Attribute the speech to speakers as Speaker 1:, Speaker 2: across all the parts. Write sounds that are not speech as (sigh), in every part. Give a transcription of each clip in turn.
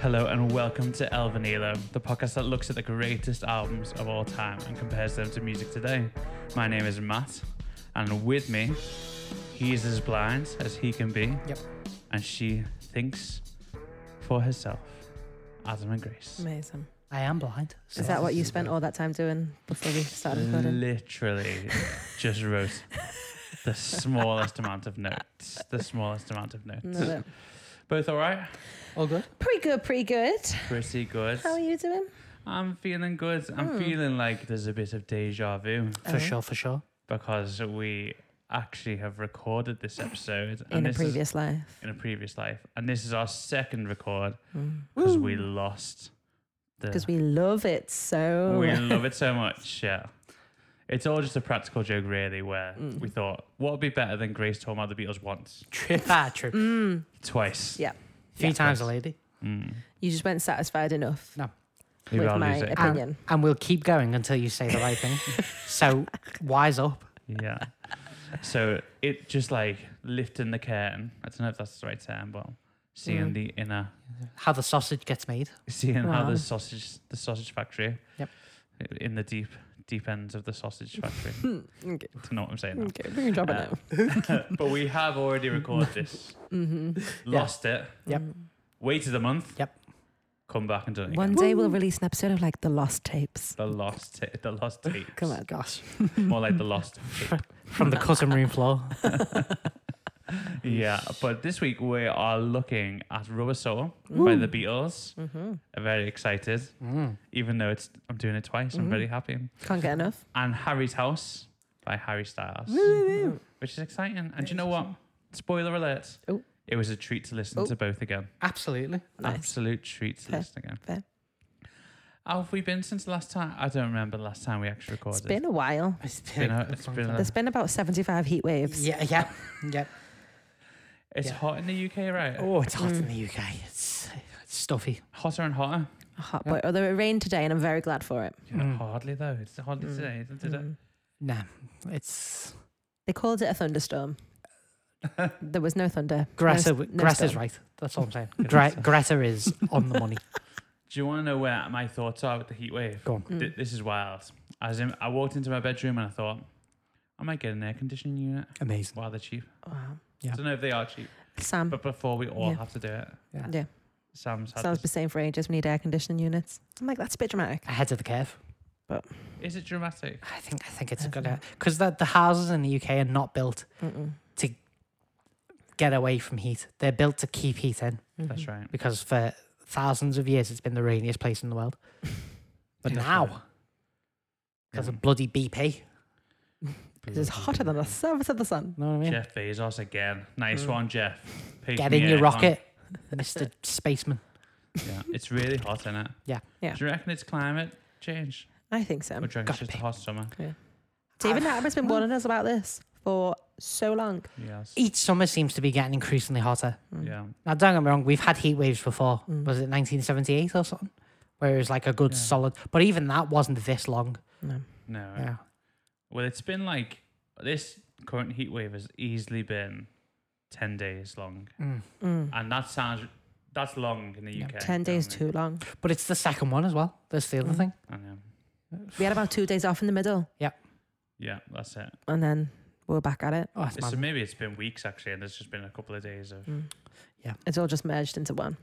Speaker 1: Hello and welcome to El Vinilo, the podcast that looks at the greatest albums of all time and compares them to music today. My name is Matt, and with me, he is as blind as he can be,
Speaker 2: Yep.
Speaker 1: and she thinks for herself. Adam and Grace.
Speaker 3: Amazing.
Speaker 2: I am blind. so-
Speaker 3: Is that what you spent all that time doing before we started recording?
Speaker 1: Literally just wrote the smallest amount of notes. The smallest amount of notes.
Speaker 3: Love it.
Speaker 1: Both all right?
Speaker 2: All good.
Speaker 3: Pretty good, pretty good.
Speaker 1: Pretty good.
Speaker 3: How are you Hmm. doing?
Speaker 1: I'm feeling good. I'm feeling like there's a bit of deja vu.
Speaker 2: For
Speaker 3: Oh.
Speaker 2: sure, for sure.
Speaker 1: because we actually have recorded this episode
Speaker 3: In a
Speaker 1: this
Speaker 3: previous life.
Speaker 1: is, in a previous life, and this is our second record because we lost the
Speaker 3: Because we love it
Speaker 1: (laughs)
Speaker 3: so
Speaker 1: we
Speaker 3: much.
Speaker 1: love it so much. Yeah, it's all just a practical joke, really. Where
Speaker 3: Mm.
Speaker 1: we thought what would be better than Grace talking about the Beatles once,
Speaker 2: True. Ah, true.
Speaker 1: twice.
Speaker 3: Mm.
Speaker 1: Mm.
Speaker 3: Yeah.
Speaker 2: Few times a lady.
Speaker 3: You just weren't satisfied enough
Speaker 2: No.
Speaker 1: Maybe
Speaker 3: with
Speaker 1: I'll
Speaker 3: my
Speaker 1: lose it.
Speaker 2: And-
Speaker 3: opinion.
Speaker 2: And we'll keep going until you say the right
Speaker 3: (laughs)
Speaker 2: thing. So wise up.
Speaker 1: yeah. So it just like lifting the curtain. I don't know if that's the right term, but
Speaker 3: Mm.
Speaker 1: seeing the inner
Speaker 2: How the sausage gets made.
Speaker 1: seeing how
Speaker 3: Wow.
Speaker 1: the sausage the sausage factory
Speaker 2: Yep.
Speaker 1: in the deep deep ends of the sausage factory
Speaker 3: (laughs) okay.
Speaker 1: don't know what i'm saying
Speaker 3: Okay, we can drop
Speaker 1: it now. but we have already recorded this
Speaker 3: Mm-hmm. Mm.
Speaker 1: lost it
Speaker 2: Yep.
Speaker 1: waited a month
Speaker 2: Yep.
Speaker 1: come back and done it again.
Speaker 3: One day we'll release an episode of like the lost tapes.
Speaker 1: the (laughs) lost ta- the lost tape
Speaker 3: Come on.
Speaker 2: Gosh.
Speaker 1: more like the lost tape
Speaker 2: From the cutting room floor.
Speaker 1: yeah but this week we are looking at rubber soul by the beatles
Speaker 3: Mhm.
Speaker 1: i'm very excited
Speaker 2: Mm.
Speaker 1: even though it's i'm doing it twice i'm very happy
Speaker 3: Can't get enough.
Speaker 1: and harry's house by harry styles
Speaker 3: Mm.
Speaker 1: which is exciting. And do you know what? Spoiler alert.
Speaker 3: Oh.
Speaker 1: It was a treat to listen
Speaker 3: Oh.
Speaker 1: to both again.
Speaker 2: Absolutely.
Speaker 3: Nice.
Speaker 1: Absolute treat to
Speaker 3: Fair.
Speaker 1: listen again.
Speaker 3: Fair.
Speaker 1: How have we been since last time? I don't remember the last time we actually recorded.
Speaker 3: It's been a while.
Speaker 2: It's
Speaker 1: been a- it's been a-
Speaker 3: There's been about 75 heat waves.
Speaker 2: yeah, yeah, yeah.
Speaker 1: It's
Speaker 2: yeah.
Speaker 1: hot in the UK, right?
Speaker 2: Oh, it's hot in
Speaker 3: Mm.
Speaker 2: the UK. It's, it's stuffy.
Speaker 1: Hotter and hotter.
Speaker 3: A hot
Speaker 2: Yeah.
Speaker 3: boy. Although it rained today and I'm very glad for it.
Speaker 1: Yeah,
Speaker 2: Mm.
Speaker 1: Hardly though. It's hardly
Speaker 3: Mm.
Speaker 1: today, isn't it?
Speaker 3: Mm.
Speaker 2: Nah, it's
Speaker 3: They called it a
Speaker 1: (laughs)
Speaker 3: thunderstorm. there was no thunder.
Speaker 2: Greta.
Speaker 3: no, s- no
Speaker 2: Greta's
Speaker 3: storm.
Speaker 2: right. That's all I'm
Speaker 3: (laughs)
Speaker 2: saying.
Speaker 1: Good
Speaker 2: Gre-
Speaker 1: answer.
Speaker 2: Greta is on the money.
Speaker 1: Do you want to know where my thoughts are with the heat wave?
Speaker 2: Go on.
Speaker 3: Mm.
Speaker 1: Th- this is wild. I was in, I walked into my bedroom and I thought, I might get an air conditioning unit
Speaker 2: Amazing.
Speaker 1: while they're cheap.
Speaker 3: Wow.
Speaker 2: Yeah.
Speaker 1: I don't know if they are cheap,
Speaker 3: Sam,
Speaker 1: but before we all
Speaker 3: Yeah.
Speaker 1: have to do it,
Speaker 2: Yeah.
Speaker 3: Yeah.
Speaker 1: Sam's had
Speaker 3: Sam's
Speaker 1: this-
Speaker 3: been saying for ages we need air conditioning units. I'm like, that's a bit dramatic.
Speaker 2: Ahead of the curve.
Speaker 1: Is it dramatic?
Speaker 3: Mm-hmm.
Speaker 2: I think I think it's a
Speaker 3: I
Speaker 2: good
Speaker 3: think-
Speaker 2: because the the houses in the UK are not built
Speaker 3: Mm-mm.
Speaker 2: get away from heat. They're built to keep heat in
Speaker 1: That's
Speaker 3: Mhm.
Speaker 1: right.
Speaker 2: because for thousands of years it's been the rainiest place in the
Speaker 3: (laughs)
Speaker 2: world. But
Speaker 1: That's right.
Speaker 2: now, because of bloody BP,
Speaker 3: This is hotter than the surface of the sun.
Speaker 2: know what I mean?
Speaker 1: Jeff Bezos again. Nice
Speaker 3: Mm.
Speaker 1: one, Jeff. Peak
Speaker 2: Get
Speaker 1: me
Speaker 2: in your
Speaker 1: aircon.
Speaker 2: rocket,
Speaker 3: (laughs)
Speaker 2: Mister Spaceman. (laughs)
Speaker 1: Yeah, it's really hot, isn't it?
Speaker 2: Yeah. Um,
Speaker 3: Yeah.
Speaker 1: Do you reckon it's climate change?
Speaker 3: I think so.
Speaker 1: Or do you reckon it's
Speaker 2: gotta
Speaker 1: just a
Speaker 2: be.
Speaker 1: hot summer?
Speaker 3: David
Speaker 1: Ah.
Speaker 3: Attenborough's been warning us about this for so long.
Speaker 1: Yes.
Speaker 2: Each summer seems to be getting increasingly hotter.
Speaker 3: Mm.
Speaker 1: Yeah.
Speaker 2: Now, don't get me wrong, we've had heat waves before.
Speaker 3: Mm.
Speaker 2: Was it 1978 or something? Where it was like a good
Speaker 1: Yeah.
Speaker 2: solid, but even that wasn't this long.
Speaker 3: No.
Speaker 1: No.
Speaker 2: Yeah.
Speaker 1: Well, it's been like this current heat wave has easily been 10 days long.
Speaker 2: Mm.
Speaker 3: Mm.
Speaker 1: And that sounds, that's long in the
Speaker 2: Yeah.
Speaker 1: UK.
Speaker 3: 10
Speaker 1: do you know
Speaker 3: days
Speaker 1: what
Speaker 3: too long.
Speaker 2: But it's the second one as well. That's the other
Speaker 3: Mm.
Speaker 2: thing.
Speaker 1: I mean? I know.
Speaker 3: We had about two days off in the middle
Speaker 1: Yeah, that's it.
Speaker 3: and then we're back at it.
Speaker 2: Oh, it's
Speaker 1: So
Speaker 2: mad.
Speaker 1: maybe it's been weeks actually, and there's just been a couple of days of.
Speaker 3: Mm. It's all just merged into one.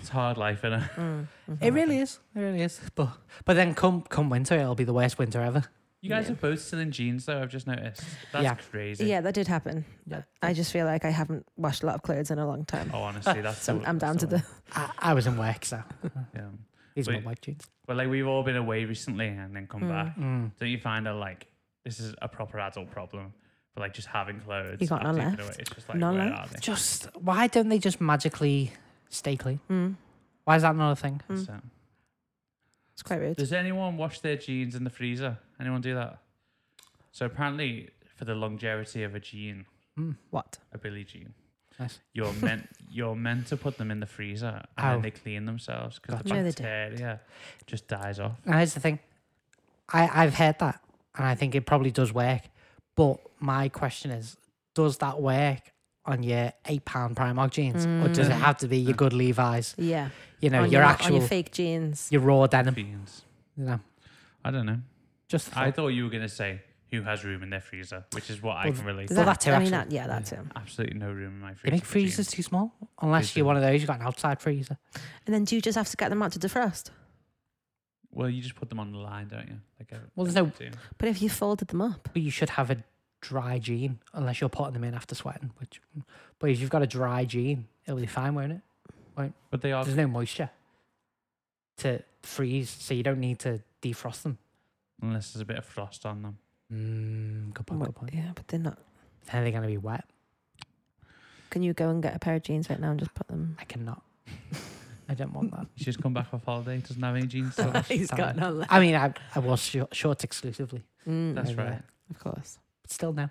Speaker 1: It's hard life, innit?
Speaker 3: Mm. Mhm.
Speaker 2: It really is. It really is. But but then come come winter, it'll be the worst winter ever.
Speaker 1: You guys
Speaker 3: Yeah.
Speaker 1: are both still in jeans, though. I've just noticed. That's
Speaker 2: Yeah.
Speaker 1: crazy.
Speaker 3: Yeah, that did happen.
Speaker 2: Yeah.
Speaker 3: I just feel like I haven't washed a lot of clothes in a long time.
Speaker 1: Oh, honestly, that's.
Speaker 3: So
Speaker 1: the-
Speaker 3: (laughs) I'm down
Speaker 1: that's
Speaker 3: to the.
Speaker 2: I, I was in work, so
Speaker 1: Yeah.
Speaker 2: these are my
Speaker 1: Wait.
Speaker 2: white jeans.
Speaker 1: Well, like we've all been away recently and then come
Speaker 3: Mm.
Speaker 1: back.
Speaker 2: Mm.
Speaker 1: Don't you find that like this is a proper adult problem? But like just having clothes.
Speaker 3: You got none
Speaker 1: after you've been
Speaker 3: left.
Speaker 1: away, It's just like
Speaker 3: None
Speaker 1: where
Speaker 3: left.
Speaker 1: are they?
Speaker 2: Just why don't they just magically stay clean?
Speaker 3: Mm.
Speaker 2: Why is that not a thing?
Speaker 3: Mm.
Speaker 1: So-
Speaker 3: It's quite rude.
Speaker 1: Does anyone wash their jeans in the freezer? Anyone do that? So apparently, for the longevity of a jean,
Speaker 2: Mm.
Speaker 3: What?
Speaker 1: a Billie Jean.
Speaker 2: Nice.
Speaker 3: (laughs)
Speaker 1: You're meant you're meant to put them in the freezer and then
Speaker 2: Oh.
Speaker 1: they clean themselves because the
Speaker 2: Gotcha.
Speaker 3: No, they
Speaker 1: bacteria just dies off.
Speaker 2: Now here's the thing. I, I've heard that and I think it probably does work. But my question is, does that work on your eight pound Primark jeans, or does it have to be your good Levi's?
Speaker 3: Yeah.
Speaker 2: You know,
Speaker 3: on
Speaker 2: your,
Speaker 3: your on
Speaker 2: actual,
Speaker 3: your
Speaker 2: your,
Speaker 3: fake jeans.
Speaker 2: raw denim.
Speaker 1: Beans.
Speaker 2: You know,
Speaker 1: I don't know.
Speaker 2: just the
Speaker 1: I
Speaker 2: thought.
Speaker 1: thought you were going to say who has room in their freezer, which is what I
Speaker 2: Well,
Speaker 1: can relate
Speaker 3: Is
Speaker 1: to.
Speaker 2: Well, that
Speaker 3: that,
Speaker 2: too,
Speaker 3: I mean,
Speaker 2: actually.
Speaker 3: that, yeah, that's him.
Speaker 1: Absolutely no room in my
Speaker 2: they
Speaker 1: freezer.
Speaker 2: make
Speaker 1: for jeans.
Speaker 2: freezers too small, unless
Speaker 1: They
Speaker 2: you're
Speaker 1: do.
Speaker 2: one of those. You've got an outside freezer.
Speaker 3: And then do you just have to get them out to defrost?
Speaker 1: Well, you just put them on the line, don't you? Like I-
Speaker 2: Well, there's
Speaker 1: I
Speaker 2: no-
Speaker 1: do.
Speaker 3: But if you folded them up,
Speaker 2: But you should have a dry jean, unless you're putting them in after sweating. Which, but if you've got a dry jean, it'll be fine, won't it?
Speaker 1: But they are.
Speaker 2: There's no moisture to freeze, so you don't need to defrost them.
Speaker 1: Unless there's a bit of frost on them.
Speaker 2: Mm, good point.
Speaker 3: well,
Speaker 2: Good point.
Speaker 3: yeah, but they're not.
Speaker 2: Then they're gonna be wet.
Speaker 3: Can you go and get a pair of jeans right now and just put them?
Speaker 2: I (laughs) cannot. I don't want that.
Speaker 1: She's come back off holiday, doesn't have any jeans.
Speaker 2: (laughs)
Speaker 1: So
Speaker 3: (laughs) He's got no left.
Speaker 2: I mean, I, I wore shor- shorts exclusively.
Speaker 3: Mm,
Speaker 1: that's
Speaker 2: over
Speaker 1: right.
Speaker 2: there.
Speaker 3: Of course.
Speaker 2: But still, no.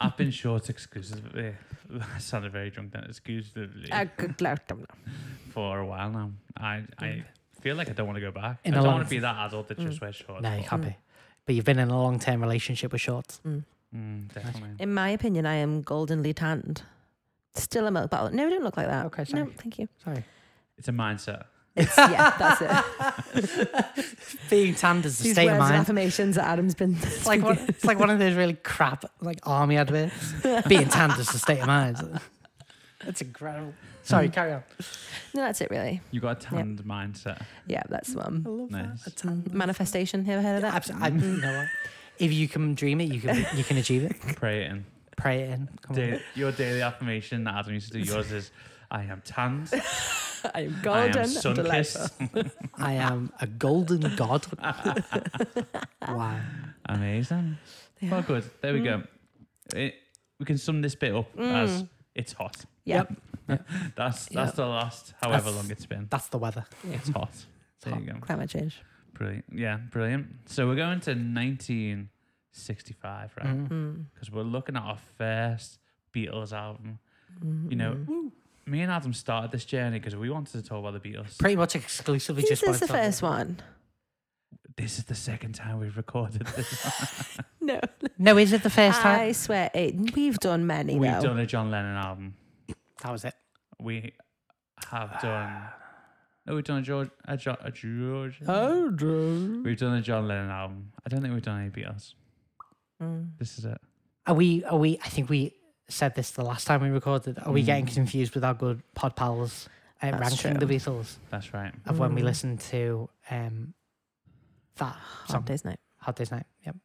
Speaker 1: I've been short exclusively. (laughs) I sounded very drunk then. Exclusively
Speaker 2: Uh,
Speaker 3: I could let them know.
Speaker 1: for a while now. I I feel like I don't want to go back.
Speaker 2: In
Speaker 1: I
Speaker 2: a
Speaker 1: don't
Speaker 2: long-
Speaker 1: want to be that adult that just
Speaker 3: Mm.
Speaker 1: wears shorts.
Speaker 2: No, you
Speaker 1: but-
Speaker 2: can't be. But you've been in a long term relationship with shorts.
Speaker 1: Mm, definitely.
Speaker 3: In my opinion, I am goldenly tanned. Still a milk bottle. No, don't look like that.
Speaker 2: Okay,
Speaker 3: No,
Speaker 2: sorry.
Speaker 3: thank you.
Speaker 2: Sorry.
Speaker 1: It's a mindset.
Speaker 3: It's, yeah, that's it.
Speaker 2: (laughs) Being tanned is the
Speaker 3: These
Speaker 2: state
Speaker 3: words
Speaker 2: of
Speaker 3: of
Speaker 2: mind.
Speaker 3: affirmations that Adam's been.
Speaker 2: It's like, one, it's like one of those really crap like army adverts. Being tanned is the state of mind. That's incredible. Sorry, carry on.
Speaker 3: no, that's it really.
Speaker 1: You got a tanned mindset.
Speaker 3: Yeah, that's um, one.
Speaker 2: I love
Speaker 1: Nice.
Speaker 2: that. A tanned-
Speaker 3: Manifestation. You ever heard of that?
Speaker 2: Abs- I, you know what? If you can dream it, you can you can achieve it.
Speaker 1: Pray it in.
Speaker 2: Pray it in. Come on.
Speaker 1: Da- your daily affirmation that Adam used to do. Yours is, I am tanned.
Speaker 3: I am
Speaker 1: I
Speaker 3: golden.
Speaker 1: am
Speaker 3: and
Speaker 1: sun
Speaker 3: delightful.
Speaker 1: kissed.
Speaker 2: I am a golden (laughs) god. wow.
Speaker 1: Amazing.
Speaker 3: Yeah.
Speaker 1: Well, good. There we go. It, we can sum this bit up as it's hot.
Speaker 3: Yeah.
Speaker 1: That's that's
Speaker 2: Yep.
Speaker 1: the last, however
Speaker 2: That's-
Speaker 1: long it's been.
Speaker 2: That's the weather.
Speaker 1: It's hot. There you go.
Speaker 3: Climate change.
Speaker 1: Brilliant. Yeah, brilliant. So we're going to 1965, right?
Speaker 2: Mm.
Speaker 3: Mm.
Speaker 1: Because we're looking at our first Beatles album. You know,
Speaker 3: Mm-hmm.
Speaker 1: me and Adam started this journey because we wanted to talk about the Beatles.
Speaker 2: Pretty much exclusively
Speaker 3: This
Speaker 2: just
Speaker 3: is
Speaker 2: wanted
Speaker 3: the
Speaker 2: to talk
Speaker 3: first one.
Speaker 1: this is the second time we've recorded this.
Speaker 3: No.
Speaker 2: about- No, is it the first
Speaker 3: I
Speaker 2: time?
Speaker 3: swear, it, we've done many
Speaker 1: We've
Speaker 3: though.
Speaker 1: done a John Lennon album.
Speaker 2: That was it.
Speaker 1: We have done. No, we've done a George. A, jo- a George.
Speaker 2: Oh, Drew.
Speaker 1: We've done a John Lennon album. I don't think we've done any Beatles.
Speaker 3: Mm.
Speaker 1: This is it.
Speaker 2: Are we? Are we? I think we said this the last time we recorded. Are we getting confused with our good pod pals uh,
Speaker 3: Mm. That's
Speaker 2: ranking
Speaker 3: true.
Speaker 2: the Beatles
Speaker 1: That's right.
Speaker 2: of when we
Speaker 3: Mm.
Speaker 2: listened to um, that
Speaker 3: Ah, Hard
Speaker 2: song,
Speaker 3: Day's Night.
Speaker 2: Hard Day's Night? Yep,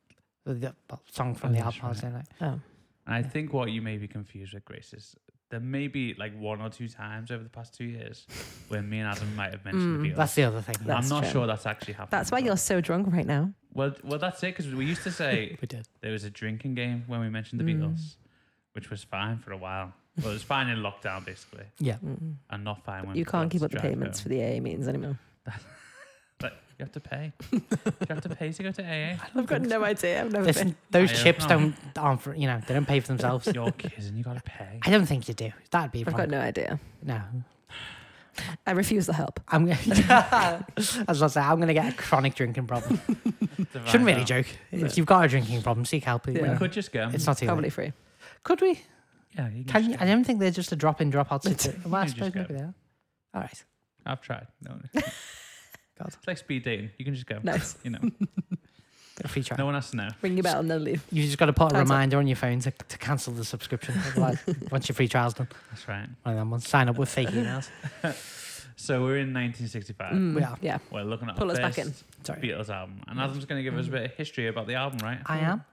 Speaker 2: the, the well, song from
Speaker 1: Oh,
Speaker 2: the
Speaker 1: that's
Speaker 2: album Hard Day's Night.
Speaker 3: Oh.
Speaker 1: And I think what you may be confused with, Grace, is there may be like one or two times over the past two years where me and Adam might have mentioned the Beatles.
Speaker 2: That's the other thing. yeah.
Speaker 3: Mm, That's
Speaker 1: I'm not
Speaker 3: true.
Speaker 1: sure that's actually happened.
Speaker 3: That's why
Speaker 1: but-
Speaker 3: you're so drunk right now.
Speaker 1: Well, well, that's it because we used to
Speaker 3: (laughs)
Speaker 1: say
Speaker 2: we did.
Speaker 1: there was a drinking game when we mentioned the
Speaker 3: Mm.
Speaker 1: Beatles, which was fine for a while. Well, it was fine in lockdown basically,
Speaker 2: Yeah,
Speaker 3: Mm.
Speaker 1: and not fine when
Speaker 3: You
Speaker 1: people
Speaker 3: can't
Speaker 1: had
Speaker 3: keep
Speaker 1: to
Speaker 3: up the
Speaker 1: drive
Speaker 3: payments for
Speaker 1: home.
Speaker 3: the AA meetings anymore.
Speaker 1: But you have to
Speaker 2: (laughs)
Speaker 1: pay. you have to pay to go to AA.
Speaker 3: I've got no idea. I've never been. uh,
Speaker 2: Listen, those
Speaker 1: I don't
Speaker 2: chips
Speaker 1: know.
Speaker 2: don't aren't for, you know they don't pay for
Speaker 3: (laughs)
Speaker 2: themselves.
Speaker 1: You're kidding. You gotta pay.
Speaker 2: I don't think you do. That'd be
Speaker 3: I've got
Speaker 2: wrong.
Speaker 3: no idea.
Speaker 2: no.
Speaker 3: I refuse the help.
Speaker 2: I'm gonna, (laughs) I was about to say I'm gonna get a chronic drinking
Speaker 3: (laughs)
Speaker 2: problem.
Speaker 1: To
Speaker 2: Shouldn't
Speaker 1: find
Speaker 2: really
Speaker 1: out.
Speaker 2: joke.
Speaker 3: No.
Speaker 2: If you've got a drinking problem, seek help. you
Speaker 3: Yeah.
Speaker 1: We
Speaker 2: know.
Speaker 1: could just go.
Speaker 2: It's not too
Speaker 3: Probably
Speaker 2: late.
Speaker 3: free.
Speaker 2: Could we?
Speaker 1: yeah, you can.
Speaker 2: Can
Speaker 1: just
Speaker 2: you,
Speaker 1: go.
Speaker 2: I don't think they're just a drop in, drop out situation. Am I
Speaker 1: You just
Speaker 2: supposed
Speaker 1: go.
Speaker 2: to be there? All right.
Speaker 1: I've tried. No.
Speaker 2: (laughs) God.
Speaker 1: It's like speed dating. You can just go.
Speaker 3: Nice.
Speaker 1: (laughs) You know,
Speaker 2: Got a free trial.
Speaker 1: no one has to know.
Speaker 3: Ring your bell and then leave.
Speaker 2: You just got to put a
Speaker 3: Time's up.
Speaker 2: reminder on your phone to, to cancel the (laughs) subscription. Otherwise, once your free trial's done,
Speaker 1: That's right.
Speaker 2: one of them ones. Sign up with fake emails.
Speaker 1: So we're in 1965.
Speaker 3: Mm,
Speaker 2: we are.
Speaker 3: Yeah.
Speaker 1: We're looking at
Speaker 3: Pull
Speaker 1: our
Speaker 3: us back
Speaker 1: first
Speaker 2: Sorry. Mm.
Speaker 1: Beatles album, and Adam's going to give us a bit of history about the album, right?
Speaker 2: I am. Mm.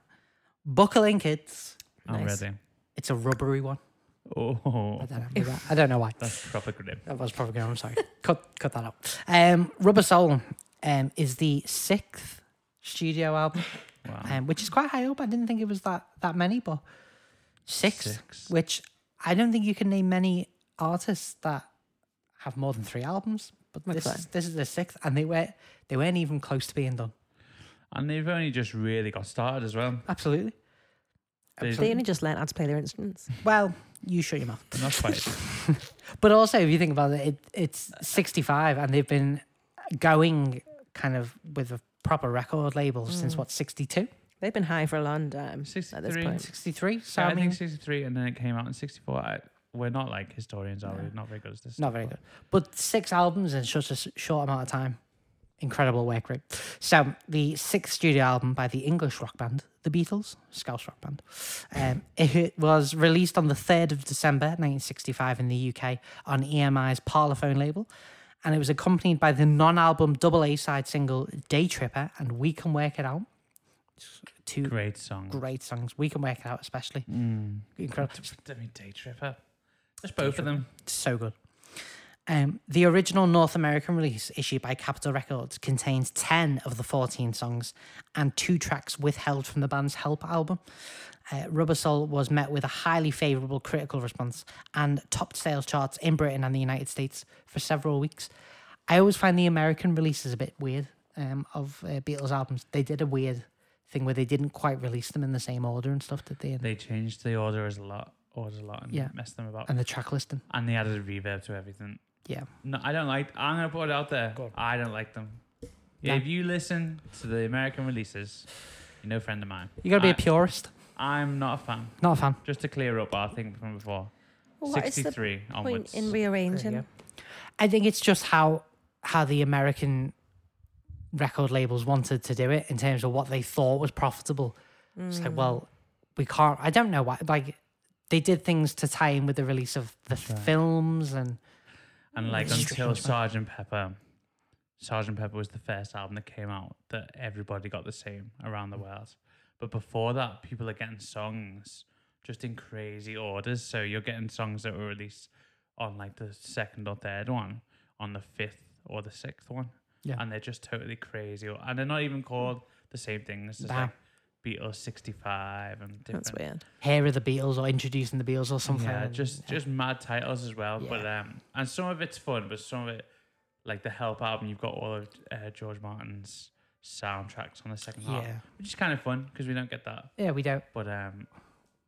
Speaker 2: Buckle in, kids.
Speaker 1: I'm
Speaker 3: Nice.
Speaker 1: ready.
Speaker 2: It's a rubbery one. I
Speaker 1: Oh,
Speaker 2: (laughs) don't know, why- I don't know why.
Speaker 1: that's proper grip.
Speaker 2: That was probably good. I'm (laughs) sorry. cut, cut that up. Um, Rubber Soul um, is the sixth studio album,
Speaker 1: Wow.
Speaker 2: um, which is quite high up. I didn't think it was that, that many, but six.
Speaker 1: Six.
Speaker 2: which I don't think you can name many artists that have more than three albums. But
Speaker 3: That's
Speaker 2: this is, this is the sixth, and they were they weren't even close to being done.
Speaker 1: And they've only just really got started as well.
Speaker 2: Absolutely.
Speaker 1: They-
Speaker 3: They only just learn how to play their instruments.
Speaker 2: Well, you shut your mouth.
Speaker 1: Not quite.
Speaker 2: But also, if you think about it, it it's sixty five, and they've
Speaker 1: Mm.
Speaker 2: been going kind of with a proper record label since what sixty two.
Speaker 3: They've been high for a long time at this
Speaker 1: 63.
Speaker 3: point.
Speaker 2: 63,
Speaker 1: Yeah, I
Speaker 2: Sammy.
Speaker 1: think 63, and then it came out in 64. I, we're not like historians, are we?
Speaker 2: No.
Speaker 1: Not very good at this.
Speaker 2: Not very good. But six albums in such a s- short amount of time. Incredible work rate. So, the sixth studio album by the English rock band, The Beatles, Scouse rock band, um, it was released on the 3rd of December 1965 in the UK on EMI's Parlophone label. And it was accompanied by the non album double A side single, Day Tripper and We Can Work It Out. Two
Speaker 1: Great song.
Speaker 2: great songs. We Can Work It Out, especially. Incredible.
Speaker 1: I mean, Day Tripper. Just both of them.
Speaker 2: so good. Um, the original North American release issued by Capitol Records contains 10 of the 14 songs and two tracks withheld from the band's Help album. Uh, Rubber Soul was met with a highly favourable critical response and topped sales charts in Britain and the United States for several weeks. I always find the American releases a bit weird um, of uh, Beatles albums. They did a weird thing where they didn't quite release them in the same order and stuff, did they? And,
Speaker 1: They changed the order as a lot, orders a lot, and
Speaker 2: Yeah.
Speaker 1: messed them about.
Speaker 2: and the track listing.
Speaker 1: And they added reverb to everything.
Speaker 2: Yeah.
Speaker 1: No, I don't like. I'm gonna put it out there.
Speaker 2: Go on.
Speaker 1: I don't like them.
Speaker 2: No.
Speaker 1: If you listen to the American releases, you're no friend of mine.
Speaker 2: You gotta be a
Speaker 1: I-
Speaker 2: purist.
Speaker 1: I'm not a fan.
Speaker 2: Uh, Not a fan.
Speaker 1: Just to clear up our thing from before,
Speaker 3: What is the
Speaker 1: 63
Speaker 3: point
Speaker 1: onwards.
Speaker 3: in rearranging?
Speaker 2: I think it's just how how the American record labels wanted to do it in terms of what they thought was profitable. It's
Speaker 1: Mm.
Speaker 2: like, well, we can't. I don't know why. Like, they did things to tie in with the release of the
Speaker 1: right.
Speaker 2: films, and
Speaker 1: and like
Speaker 2: Restrictions,
Speaker 1: until
Speaker 2: man.
Speaker 1: Sergeant Pepper, Sergeant Pepper was the first album that came out that everybody got the same around the world. But before that, people are getting songs just in crazy orders. So you're getting songs that were released on like the second or third one, on the fifth or the sixth one,
Speaker 2: Yeah.
Speaker 1: and they're just totally crazy. or- And they're not even called the same thing. It's just
Speaker 2: Nah.
Speaker 1: like Beatles '65 and different.
Speaker 3: That's weird.
Speaker 2: here are the Beatles or introducing the Beatles or something.
Speaker 1: Yeah,
Speaker 2: and-
Speaker 1: just just mad titles as well. But
Speaker 2: Yeah.
Speaker 1: um, and some of it's fun, but some of it, like the Help album, you've got all of uh, George Martin's soundtracks on the second half,
Speaker 2: Yeah.
Speaker 1: which is kind of fun because we don't get that.
Speaker 2: yeah, we don't.
Speaker 1: But um,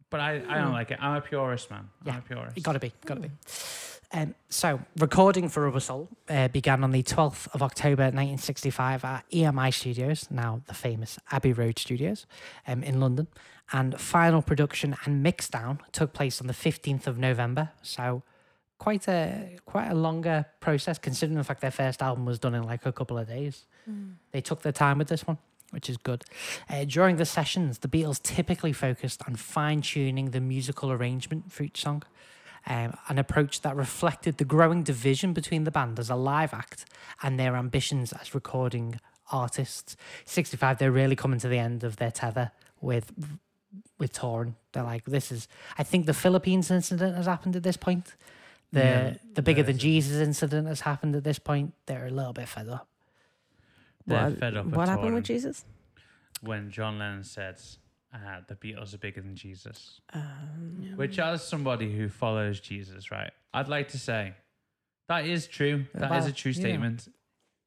Speaker 1: but I, I don't like it. I'm a purist, man. I'm
Speaker 2: Mm. Yeah.
Speaker 1: a purist.
Speaker 2: It gotta be, gotta be. Um, so, recording for Rubber Soul uh, began on the 12th of October 1965 at EMI Studios, now the famous Abbey Road Studios um, in London. And final production and mix down took place on the 15th of November. So, quite a quite a longer process considering the fact their first album was done in like a couple of days. They took their time with this one, which is good. Uh, during the sessions, the Beatles typically focused on fine tuning the musical arrangement for each song, um, an approach that reflected the growing division between the band as a live act and their ambitions as recording artists. 65, they're really coming to the end of their tether with. With touring, they're like, this is. I think the Philippines incident has happened at this point. The
Speaker 1: Yeah,
Speaker 2: the bigger
Speaker 1: there
Speaker 2: than
Speaker 1: is a-
Speaker 2: Jesus incident has happened at this point. They're a little bit fed up.
Speaker 1: They're
Speaker 3: What-
Speaker 1: fed up with
Speaker 3: what happened
Speaker 1: touring.
Speaker 3: with Jesus?
Speaker 1: When John Lennon said, uh, "The Beatles are bigger than Jesus,"
Speaker 3: Um,
Speaker 1: which as somebody who follows Jesus, right, I'd like to say that is true. That is
Speaker 2: Well,
Speaker 1: a true
Speaker 2: yeah.
Speaker 1: statement.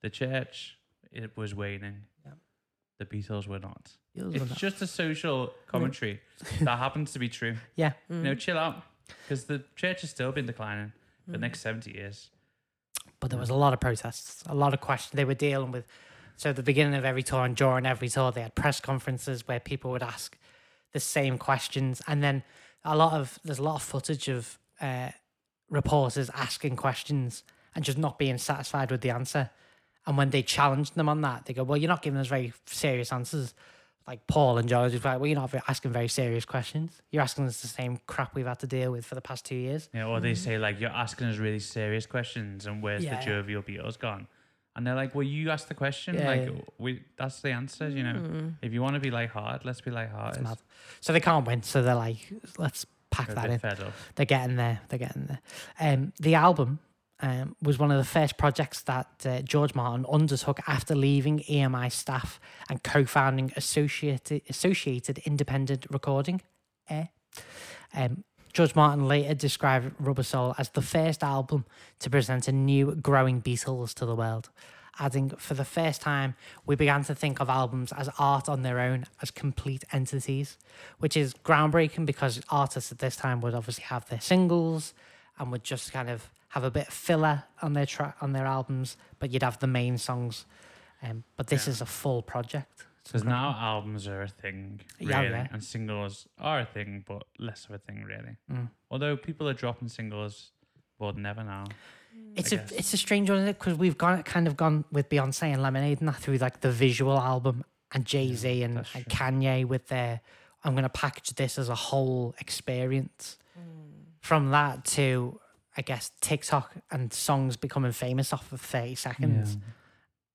Speaker 1: The church it was waning.
Speaker 2: Yeah.
Speaker 1: The Beatles were not.
Speaker 2: Beatles were
Speaker 1: It's
Speaker 2: not-
Speaker 1: just a
Speaker 2: (laughs)
Speaker 1: social commentary that happens to be true.
Speaker 2: Yeah.
Speaker 1: You
Speaker 3: Mm.
Speaker 1: know, chill out because the church has still been declining for
Speaker 2: Mm.
Speaker 1: the next 70 years.
Speaker 2: But there was a lot of protests, a lot of questions. They were dealing with. So at the beginning of every tour and during every tour, they had press conferences where people would ask the same questions, and then a lot of there's a lot of footage of uh, reporters asking questions and just not being satisfied with the answer. And when they challenged them on that, they go, "Well, you're not giving us very serious answers." Like Paul and George was like, "Well, you're not ve- asking very serious questions. You're asking us the same crap we've had to deal with for the past two years."
Speaker 1: You know, or they say, like, you're asking us really serious questions and where's
Speaker 2: Mm. Yeah.
Speaker 1: the jovial Beatles gone? And they're like, well, you asked the question.
Speaker 2: Yeah, Mm.
Speaker 1: like,
Speaker 2: yeah.
Speaker 1: we that's the answer. You know, if you want to be like hard, let's be like hard.
Speaker 2: It's mad. So they can't win. So they're like, let's pack
Speaker 1: They're a
Speaker 2: that
Speaker 1: bit
Speaker 2: in.
Speaker 1: fed up.
Speaker 2: They're getting there. They're getting there. Um, the album um, was one of the first projects that uh, George Martin undertook after leaving EMI staff and co-founding Associated Associated Independent Recording. Eh? Um, George Martin later described Rubber Soul as the first album to present a new growing Beatles to the world, adding, for the first time, we began to think of albums as art on their own, as complete entities, which is groundbreaking because artists at this time would obviously have their singles and would just kind of have a bit of filler on their track on their albums, but you'd have the main songs. Um, but this
Speaker 1: Yeah.
Speaker 2: is a full project.
Speaker 1: Because now albums are a thing, really,
Speaker 2: Yeah, yeah.
Speaker 1: and singles are a thing, but less of a thing, really.
Speaker 2: Mm.
Speaker 1: Although people are dropping singles more than ever now.
Speaker 2: It's
Speaker 1: Mm. I
Speaker 2: a
Speaker 1: guess.
Speaker 2: it's a strange one, isn't it? Because we've gone kind of gone with Beyonce and Lemonade and that through like the visual album and Jay Z and,
Speaker 1: that's
Speaker 2: and
Speaker 1: true.
Speaker 2: Kanye with their I'm gonna package this as a whole experience.
Speaker 1: Mm.
Speaker 2: From that to I guess TikTok and songs becoming famous off of thirty seconds.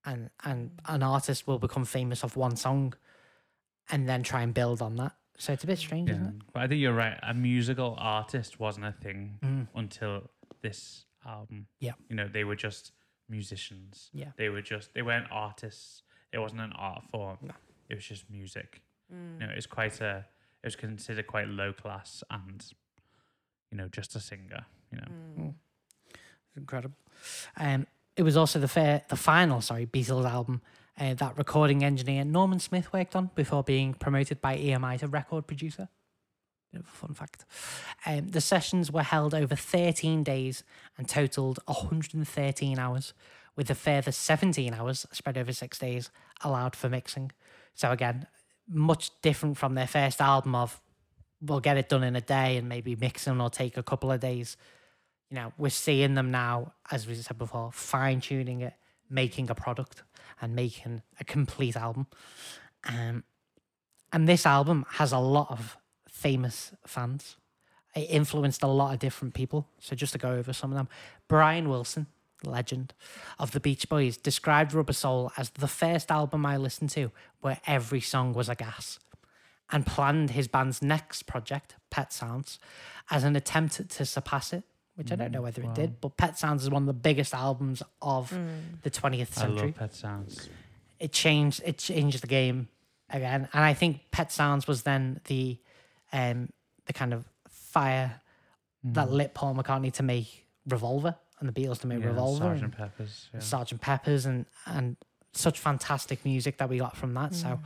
Speaker 2: and and an artist will become famous off one song and then try and build on that. So it's a bit strange,
Speaker 1: Yeah.
Speaker 2: isn't it?
Speaker 1: But I think you're right. A musical artist wasn't a thing
Speaker 2: Mm.
Speaker 1: until this album.
Speaker 2: Yeah.
Speaker 1: You know, they were just musicians.
Speaker 2: Yeah.
Speaker 1: They were just, they weren't artists. It wasn't an art form.
Speaker 2: No.
Speaker 1: It was just music.
Speaker 3: Mm.
Speaker 1: You know, it's quite a, it was considered quite low class and, you know, just a singer, you know.
Speaker 3: Mm.
Speaker 2: Incredible. Um, it was also the fair, the final, sorry, Beatles album uh, that recording engineer Norman Smith worked on before being promoted by EMI to record producer. Bit of a fun fact. Um, the sessions were held over 13 days and totaled 113 hours, with a further 17 hours spread over six days allowed for mixing. So again, much different from their first album of we'll get it done in a day and maybe mixing will take a couple of days you know, we're seeing them now, as we said before, fine tuning it, making a product and making a complete album. Um, and this album has a lot of famous fans. It influenced a lot of different people. So just to go over some of them, Brian Wilson, legend of the Beach Boys, described Rubber Soul as the first album I listened to where every song was a gas and planned his band's next project, Pet Sounds, as an attempt to surpass it, which I don't
Speaker 1: Mm,
Speaker 2: know whether it did, but Pet Sounds is one of the biggest albums of the 20th century
Speaker 1: Mm. I love Pet Sounds.
Speaker 2: it changed it changed the game again and i think pet sounds was then the um the kind of fire that lit paul mccartney to make revolver and the beatles to make
Speaker 1: Mm. Yeah,
Speaker 2: revolver and
Speaker 1: Sergeant Pepper's. Yeah.
Speaker 2: Sergeant Peppers and and such fantastic music that we got from that so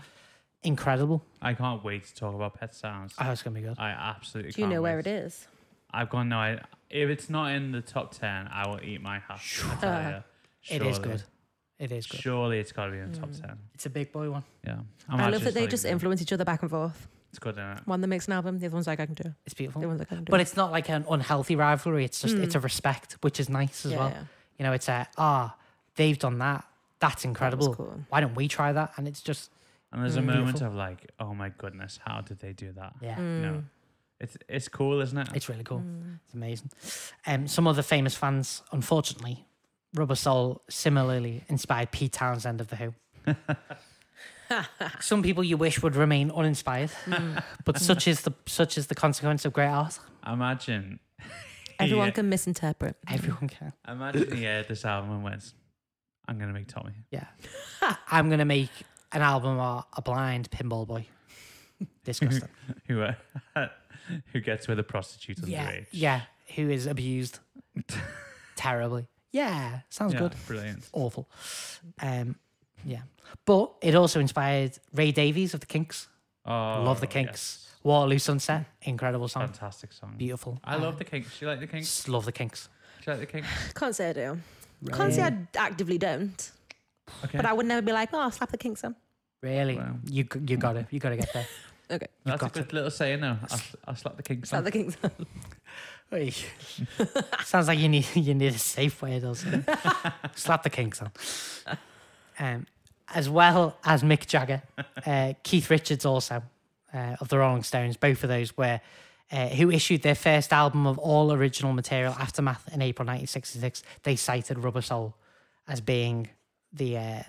Speaker 2: incredible
Speaker 1: I can't wait to talk about Pet Sounds.
Speaker 2: oh it's gonna be good
Speaker 1: I absolutely
Speaker 3: Do you
Speaker 1: can't
Speaker 3: know where
Speaker 1: wait.
Speaker 3: it is?
Speaker 1: I've gone no. I, if it's not in the top ten, I will eat my hat. I tell
Speaker 3: Uh,
Speaker 1: ya.
Speaker 2: (laughs) it is
Speaker 1: Surely-
Speaker 2: good it is good Mm.
Speaker 1: Surely it's got to be in the top ten.
Speaker 2: it's a big boy one
Speaker 1: Yeah, I'm
Speaker 3: I
Speaker 1: actually
Speaker 3: love that they
Speaker 1: not
Speaker 3: just
Speaker 1: even-
Speaker 3: influence each other back and forth.
Speaker 1: It's good, isn't it?
Speaker 3: One that makes an album, the other one's like, I can do it.
Speaker 2: it's
Speaker 3: The other
Speaker 2: beautiful
Speaker 3: one's like, I can do
Speaker 2: but
Speaker 3: it.
Speaker 2: it's not like an unhealthy rivalry it's just it's
Speaker 3: Mm.
Speaker 2: a respect which is nice as
Speaker 3: Yeah,
Speaker 2: well
Speaker 3: yeah.
Speaker 2: you know it's a ah they've done that that's
Speaker 3: That was
Speaker 2: incredible
Speaker 3: cool.
Speaker 2: why don't we try that? And it's just
Speaker 1: And there's a
Speaker 3: Mm.
Speaker 1: moment
Speaker 2: Beautiful.
Speaker 1: of like, oh my goodness, how did they do that?
Speaker 2: yeah,
Speaker 1: You know, it's it's cool, isn't it?
Speaker 2: it's really cool. (laughs)
Speaker 3: Mm.
Speaker 2: It's amazing. Um, some other famous fans, unfortunately, Rubber Soul similarly inspired Pete Townsend of the Who. some people you wish would remain uninspired,
Speaker 3: Mm.
Speaker 2: but such is the such is the consequence of great art. (laughs)
Speaker 1: Imagine (laughs)
Speaker 3: Everyone
Speaker 1: yeah.
Speaker 3: can misinterpret.
Speaker 2: Everyone can.
Speaker 1: Imagine he heard this album and went, "I'm gonna make Tommy."
Speaker 2: Yeah, I'm gonna make an album or a blind pinball boy. Disgusting.
Speaker 1: Who uh, (laughs) who gets with a prostitute
Speaker 2: yeah,
Speaker 1: underage?
Speaker 2: yeah. Who is abused terribly? Yeah, sounds
Speaker 1: Yeah,
Speaker 2: good.
Speaker 1: Brilliant.
Speaker 2: awful. Um, yeah, but it also inspired Ray Davies of the Kinks.
Speaker 1: Oh,
Speaker 2: Love the Kinks. Waterloo Sunset, incredible
Speaker 1: yes.
Speaker 2: song,
Speaker 1: Fantastic song.
Speaker 2: beautiful.
Speaker 1: I love the Kinks. Do you like the Kinks?
Speaker 2: Kinks. Love the Kinks.
Speaker 1: Do you like the Kinks?
Speaker 3: (laughs)
Speaker 2: (sighs)
Speaker 3: Can't say I do. Can't say I actively don't.
Speaker 1: Okay.
Speaker 3: But I would never be like, oh, I'll slap the kinks on.
Speaker 2: Really,
Speaker 1: Wow.
Speaker 2: you g- you got to you got to get
Speaker 1: (laughs)
Speaker 2: there.
Speaker 3: Okay,
Speaker 1: That's a
Speaker 2: got
Speaker 1: good little saying though. I'll, I'll slap the Kinks.
Speaker 3: slap
Speaker 1: on.
Speaker 3: the kinks (laughs) on.
Speaker 2: Oi. (laughs) Sounds like you need you need a safe way, doesn't
Speaker 1: (laughs)
Speaker 2: it? Slap the Kinks on. Um, as well as Mick Jagger, (laughs) uh, Keith Richards also uh, of the Rolling Stones. Both of those were uh, who issued their first album of all original material, Aftermath, in April 1966. They cited Rubber Soul as being the uh,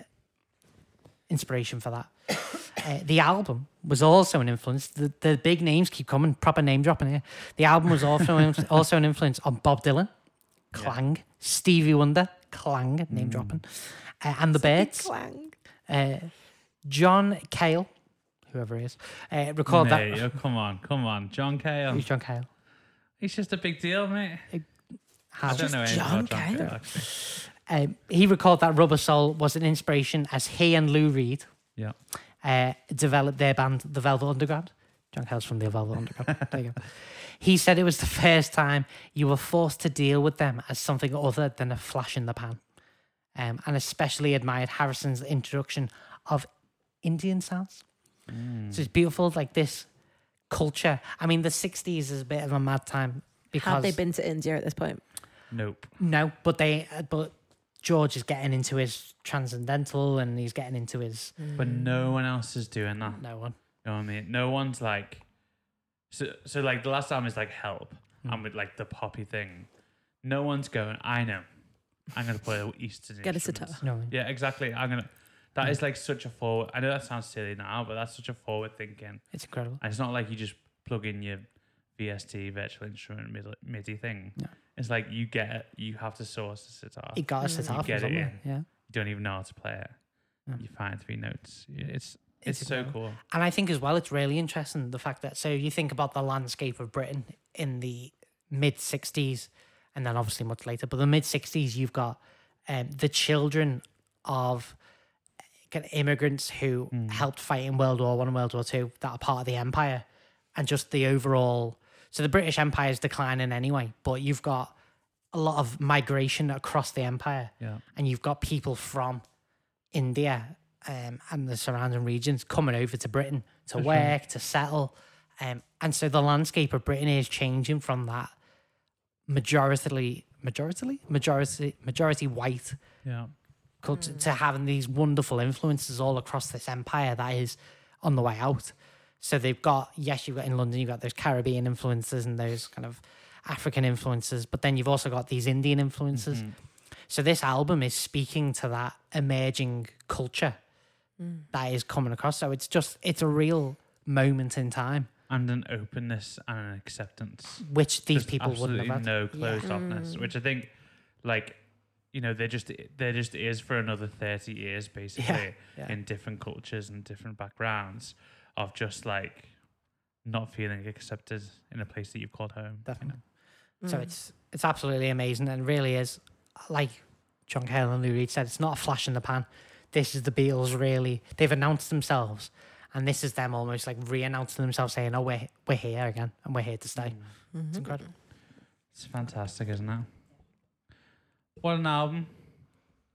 Speaker 2: inspiration for that. (coughs) Uh, the album was also an influence. The, the big names keep coming, proper name dropping here. The album was also an- (laughs) also an influence on Bob Dylan, Clang, Stevie Wonder, Clang, name dropping, uh, and the Birds.
Speaker 3: Clang.
Speaker 2: Uh, John Cale, whoever he is, uh, recalled
Speaker 1: Mate,
Speaker 2: that.
Speaker 1: oh, come on, come on, John Cale.
Speaker 2: Who's John Cale?
Speaker 1: He's just a big deal, mate.
Speaker 2: How-
Speaker 1: I don't know anything
Speaker 3: John
Speaker 1: about John Cale.
Speaker 3: Cale.
Speaker 1: actually.
Speaker 2: Um, he recalled that Rubber Soul was an inspiration as he and Lou Reed
Speaker 1: Yeah,
Speaker 2: uh, developed their band, The Velvet Underground. John Cale's from The Velvet Underground. (laughs) There you go. He said it was the first time you were forced to deal with them as something other than a flash in the pan. Um, and especially admired Harrison's introduction of Indian sounds. So it's beautiful, like this culture. I mean, the 60s is a bit of a mad time because
Speaker 3: Have they been to India at this point?
Speaker 1: Nope.
Speaker 2: no, but they uh, but George is getting into his transcendental and he's getting into his
Speaker 1: But
Speaker 3: Mm.
Speaker 1: no one else is doing that.
Speaker 2: no one.
Speaker 1: You know what I mean? No one's like, so, so like the last album is like Help
Speaker 3: Hmm.
Speaker 1: and with like the poppy thing. No one's going, I know. I'm going to play Eastern
Speaker 3: Get a Hmm.
Speaker 1: instruments."
Speaker 3: sitar.
Speaker 2: No one.
Speaker 1: Yeah, exactly. I'm going to, that is like such a forward, I know that sounds silly now, but that's such a forward thinking.
Speaker 2: It's incredible.
Speaker 1: And it's not like you just plug in your VST, virtual instrument, mid- MIDI thing.
Speaker 2: No.
Speaker 1: It's like you get it, you have to source the sitar.
Speaker 2: He got us
Speaker 3: Mm.
Speaker 2: this
Speaker 3: You
Speaker 2: off
Speaker 1: get it
Speaker 2: somewhere. Yeah.
Speaker 1: you don't even know how to play it.
Speaker 2: Yeah.
Speaker 1: You find three notes. It's
Speaker 2: It's
Speaker 1: it's, so
Speaker 2: incredible.
Speaker 1: cool.
Speaker 2: And I think as well, it's really interesting the fact that so you think about the landscape of Britain in the mid '60s, and then obviously much later. But the mid '60s, you've got um, the children of kind of immigrants who helped fight in World War One and World War Two that are part of the empire, and just the overall. So the British Empire is declining anyway, but you've got a lot of migration across the empire
Speaker 1: Yeah.
Speaker 2: and you've got people from India um, and the surrounding regions coming over to Britain to work, to settle. Um, and so the landscape of Britain is changing from that majoritarily, majoritarily, majority, majority white
Speaker 1: Yeah.
Speaker 2: culture to having these wonderful influences all across this empire that is on the way out. So they've got yes, you've got in London, you've got those Caribbean influences and those kind of African influences, but then you've also got these Indian influences. So this album is speaking to that emerging culture that is coming across. So it's just it's a real moment in time
Speaker 1: And an openness and an acceptance.
Speaker 2: which these
Speaker 1: There's
Speaker 2: people wouldn't
Speaker 1: absolutely
Speaker 2: have had.
Speaker 1: no closed offness, which I think, like, you know, there just there just is for another thirty
Speaker 2: (laughs)
Speaker 1: years, basically,
Speaker 2: yeah.
Speaker 1: in different cultures and different backgrounds, of just like not feeling accepted in a place that you've called home.
Speaker 2: definitely. So
Speaker 3: Mm,
Speaker 2: it's it's absolutely amazing and really is like John Cale and Lou Reed said, it's not a flash in the pan. This is the Beatles really they've announced themselves and this is them almost like re announcing themselves saying, Oh, we're we're here again and we're here to stay.
Speaker 3: mm-hmm.
Speaker 2: It's incredible.
Speaker 1: It's fantastic, isn't it? What an album!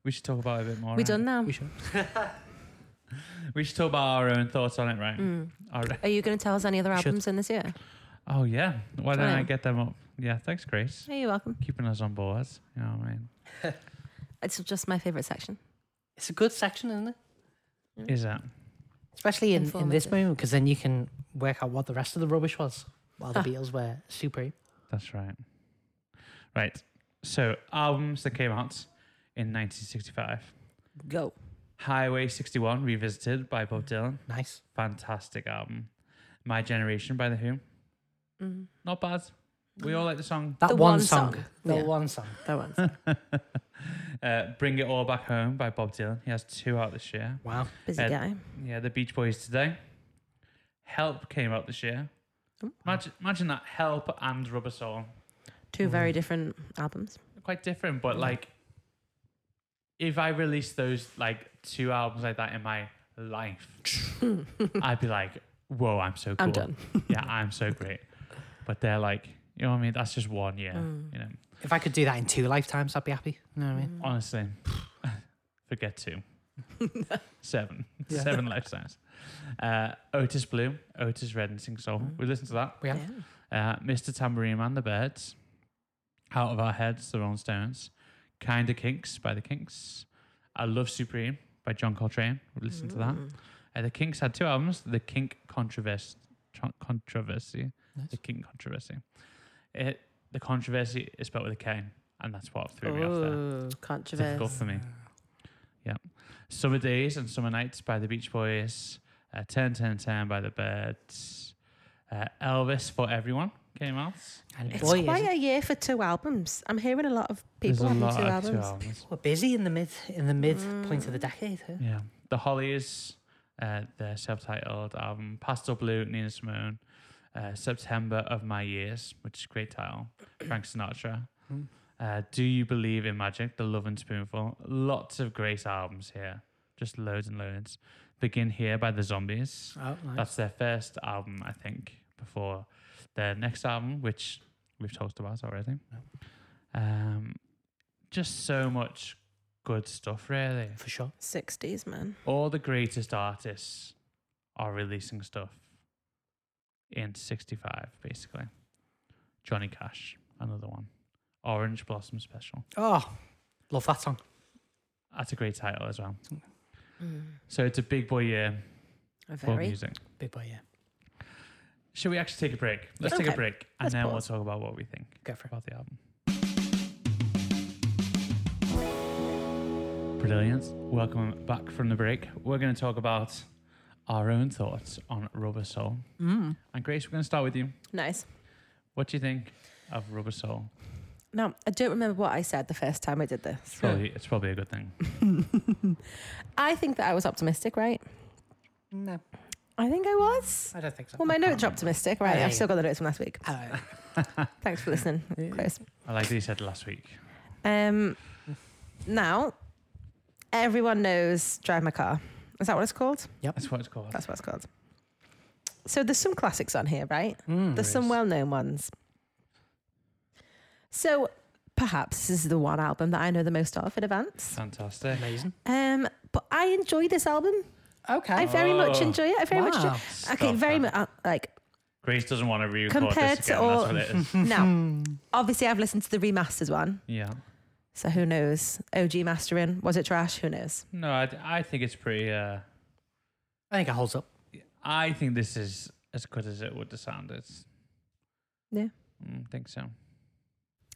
Speaker 1: We should talk about it a bit more.
Speaker 3: We
Speaker 1: right?
Speaker 3: done now.
Speaker 2: We should
Speaker 1: We should talk about our own thoughts on it, right?
Speaker 2: Mm.
Speaker 1: Our-
Speaker 3: Mm. Are you going to tell us any other
Speaker 2: Should.
Speaker 3: albums in this year?
Speaker 1: Oh yeah. Why don't I
Speaker 3: Time.
Speaker 1: get them up? Yeah, thanks, Grace.
Speaker 3: Hey, you're welcome.
Speaker 1: Keeping us on board. You know what I mean?
Speaker 3: It's just my favorite section.
Speaker 2: it's a good section, isn't it?
Speaker 1: Is that?
Speaker 2: Especially in, in this
Speaker 3: Informative.
Speaker 2: moment, because then you can work out what the rest of the rubbish was while the Beatles were supreme.
Speaker 1: That's right. Right. So albums that came out in 1965:
Speaker 3: Go.
Speaker 1: Highway 61 revisited by Bob Dylan,
Speaker 2: Nice.
Speaker 1: fantastic album. My Generation by The Who,
Speaker 3: Mm.
Speaker 1: not bad. We all like the song. (laughs)
Speaker 2: That
Speaker 3: The
Speaker 2: one,
Speaker 3: one
Speaker 2: song.
Speaker 3: song.
Speaker 2: The
Speaker 3: Yeah.
Speaker 2: one song.
Speaker 3: That
Speaker 2: (laughs)
Speaker 3: one's
Speaker 1: Uh, Bring It All Back Home by Bob Dylan. He has two out this year.
Speaker 2: Wow.
Speaker 3: busy
Speaker 1: Uh,
Speaker 3: guy.
Speaker 1: Yeah, the Beach Boys today. Help came out this year.
Speaker 3: Ooh.
Speaker 1: Imagine, imagine that. Help and Rubber Soul.
Speaker 3: Two very
Speaker 1: Mm.
Speaker 3: different
Speaker 1: (laughs)
Speaker 3: albums.
Speaker 1: quite different, but like if I released those like two albums like that in my
Speaker 3: (laughs)
Speaker 1: life, I'd be like, Whoa, I'm so cool.
Speaker 3: I'm done.
Speaker 1: (laughs) yeah, I'm so great. But they're like, you know what I mean? That's just one year.
Speaker 3: Mm.
Speaker 1: You know.
Speaker 2: If I could do that in two lifetimes, I'd be happy. You know what I mean?
Speaker 1: Honestly. (laughs) Forget two. Seven.
Speaker 2: Yeah.
Speaker 1: (laughs) Seven lifetimes. Uh, Otis Blue, Otis Red and Sing Soul.
Speaker 3: Mm.
Speaker 1: We listened to that.
Speaker 2: We have.
Speaker 1: Uh, Mr. Tambourine Man, The Birds. Out of Our Heads, The Rolling Stones. Kinda Kinks by The Kinks. I Love Supreme by John Coltrane. We'll listen to
Speaker 3: Mm.
Speaker 1: that. Uh, the Kinks had two albums The Kink Controversy. controversy.
Speaker 2: Nice.
Speaker 1: The Kink Controversy. It, the controversy is spelled with a K, and that's what threw me off there. Difficult
Speaker 3: controversy.
Speaker 1: for me. Yeah. Summer Days and Summer Nights by the Beach Boys. Uh, 10 10 10 by the Birds. Uh, Elvis for Everyone came out.
Speaker 2: And
Speaker 1: Yeah.
Speaker 3: It's
Speaker 2: boy, is
Speaker 3: quite
Speaker 2: it.
Speaker 3: a year for two albums. I'm hearing a lot of people
Speaker 1: There's a
Speaker 3: having
Speaker 1: lot
Speaker 3: two
Speaker 1: of two
Speaker 3: albums.
Speaker 1: albums.
Speaker 2: We're busy in the mid in the mid point of the decade. Huh?
Speaker 1: Yeah. The Hollies, uh, their self titled album, Pastel Blue, Nina Simone, uh, September of My Years, which is a great title, Frank Sinatra.
Speaker 3: Hmm.
Speaker 1: Uh, Do You Believe in Magic, The Love and Spoonful. Lots of great albums here. Just loads and loads. Begin Here by The Zombies.
Speaker 2: Oh, nice.
Speaker 1: That's their first album, I think, before their next album, which we've talked about already. Um, just so much good stuff, really.
Speaker 2: for sure.
Speaker 3: 60s, man.
Speaker 1: All the greatest artists are releasing stuff in 65, basically. Johnny Cash, another one. Orange Blossom Special.
Speaker 2: Oh, love that song.
Speaker 1: That's a great title as well.
Speaker 2: Mm,
Speaker 1: So it's a big boy year for
Speaker 3: Very.
Speaker 1: music.
Speaker 2: Big boy, yeah.
Speaker 1: Should we actually take a break? Let's take a
Speaker 3: Okay.
Speaker 1: break and
Speaker 3: Let's
Speaker 1: then
Speaker 3: pause.
Speaker 1: we'll talk about what we think
Speaker 2: Go for it.
Speaker 1: about the album. Brilliant. Welcome back from the break. We're going to talk about our own thoughts on Rubber Soul.
Speaker 2: Mm.
Speaker 1: And Grace, we're going to start with you.
Speaker 3: Nice.
Speaker 1: What do you think of Rubber Soul?
Speaker 3: Now, I don't remember what I said the first time I did
Speaker 1: It's
Speaker 3: this.
Speaker 1: probably, it's probably a good thing.
Speaker 3: (laughs) I think that I was optimistic, right?
Speaker 2: No,
Speaker 3: I think I was.
Speaker 2: I don't think so.
Speaker 3: Well, my notes are optimistic, right?
Speaker 2: Hey.
Speaker 3: I've still got the notes from last week.
Speaker 2: Uh,
Speaker 3: Thanks
Speaker 2: (laughs)
Speaker 3: for listening, Chris.
Speaker 1: I like that you said last week.
Speaker 3: Um, now, everyone knows Drive My Car. Is that what it's called?
Speaker 1: That's what it's called.
Speaker 3: That's what it's called. So there's some classics on here, right?
Speaker 2: mm.
Speaker 3: There's some
Speaker 1: is.
Speaker 3: well known ones. So perhaps this is the one album that I know the most of in advance.
Speaker 1: Fantastic.
Speaker 2: Amazing.
Speaker 3: Um, but I enjoy this album.
Speaker 2: Okay.
Speaker 3: I very much
Speaker 1: Oh.
Speaker 3: enjoy it. I very much.
Speaker 2: Wow.
Speaker 3: enjoy- Okay,
Speaker 1: Stop
Speaker 3: very
Speaker 1: that.
Speaker 3: much. Uh, like
Speaker 1: Grace doesn't want to re-record
Speaker 3: Compared
Speaker 1: this
Speaker 3: to
Speaker 1: again.
Speaker 3: all-
Speaker 1: That's what it is.
Speaker 3: (laughs) now,
Speaker 2: Mm.
Speaker 3: obviously, I've listened to the remastered one,
Speaker 1: yeah.
Speaker 3: so who knows? OG mastering was it trash? Who knows?
Speaker 1: No, I, I think it's pretty. Uh,
Speaker 2: (laughs) I think it holds up.
Speaker 1: I think this is as good as it would have sounded.
Speaker 3: Yeah.
Speaker 1: Mm, I think so.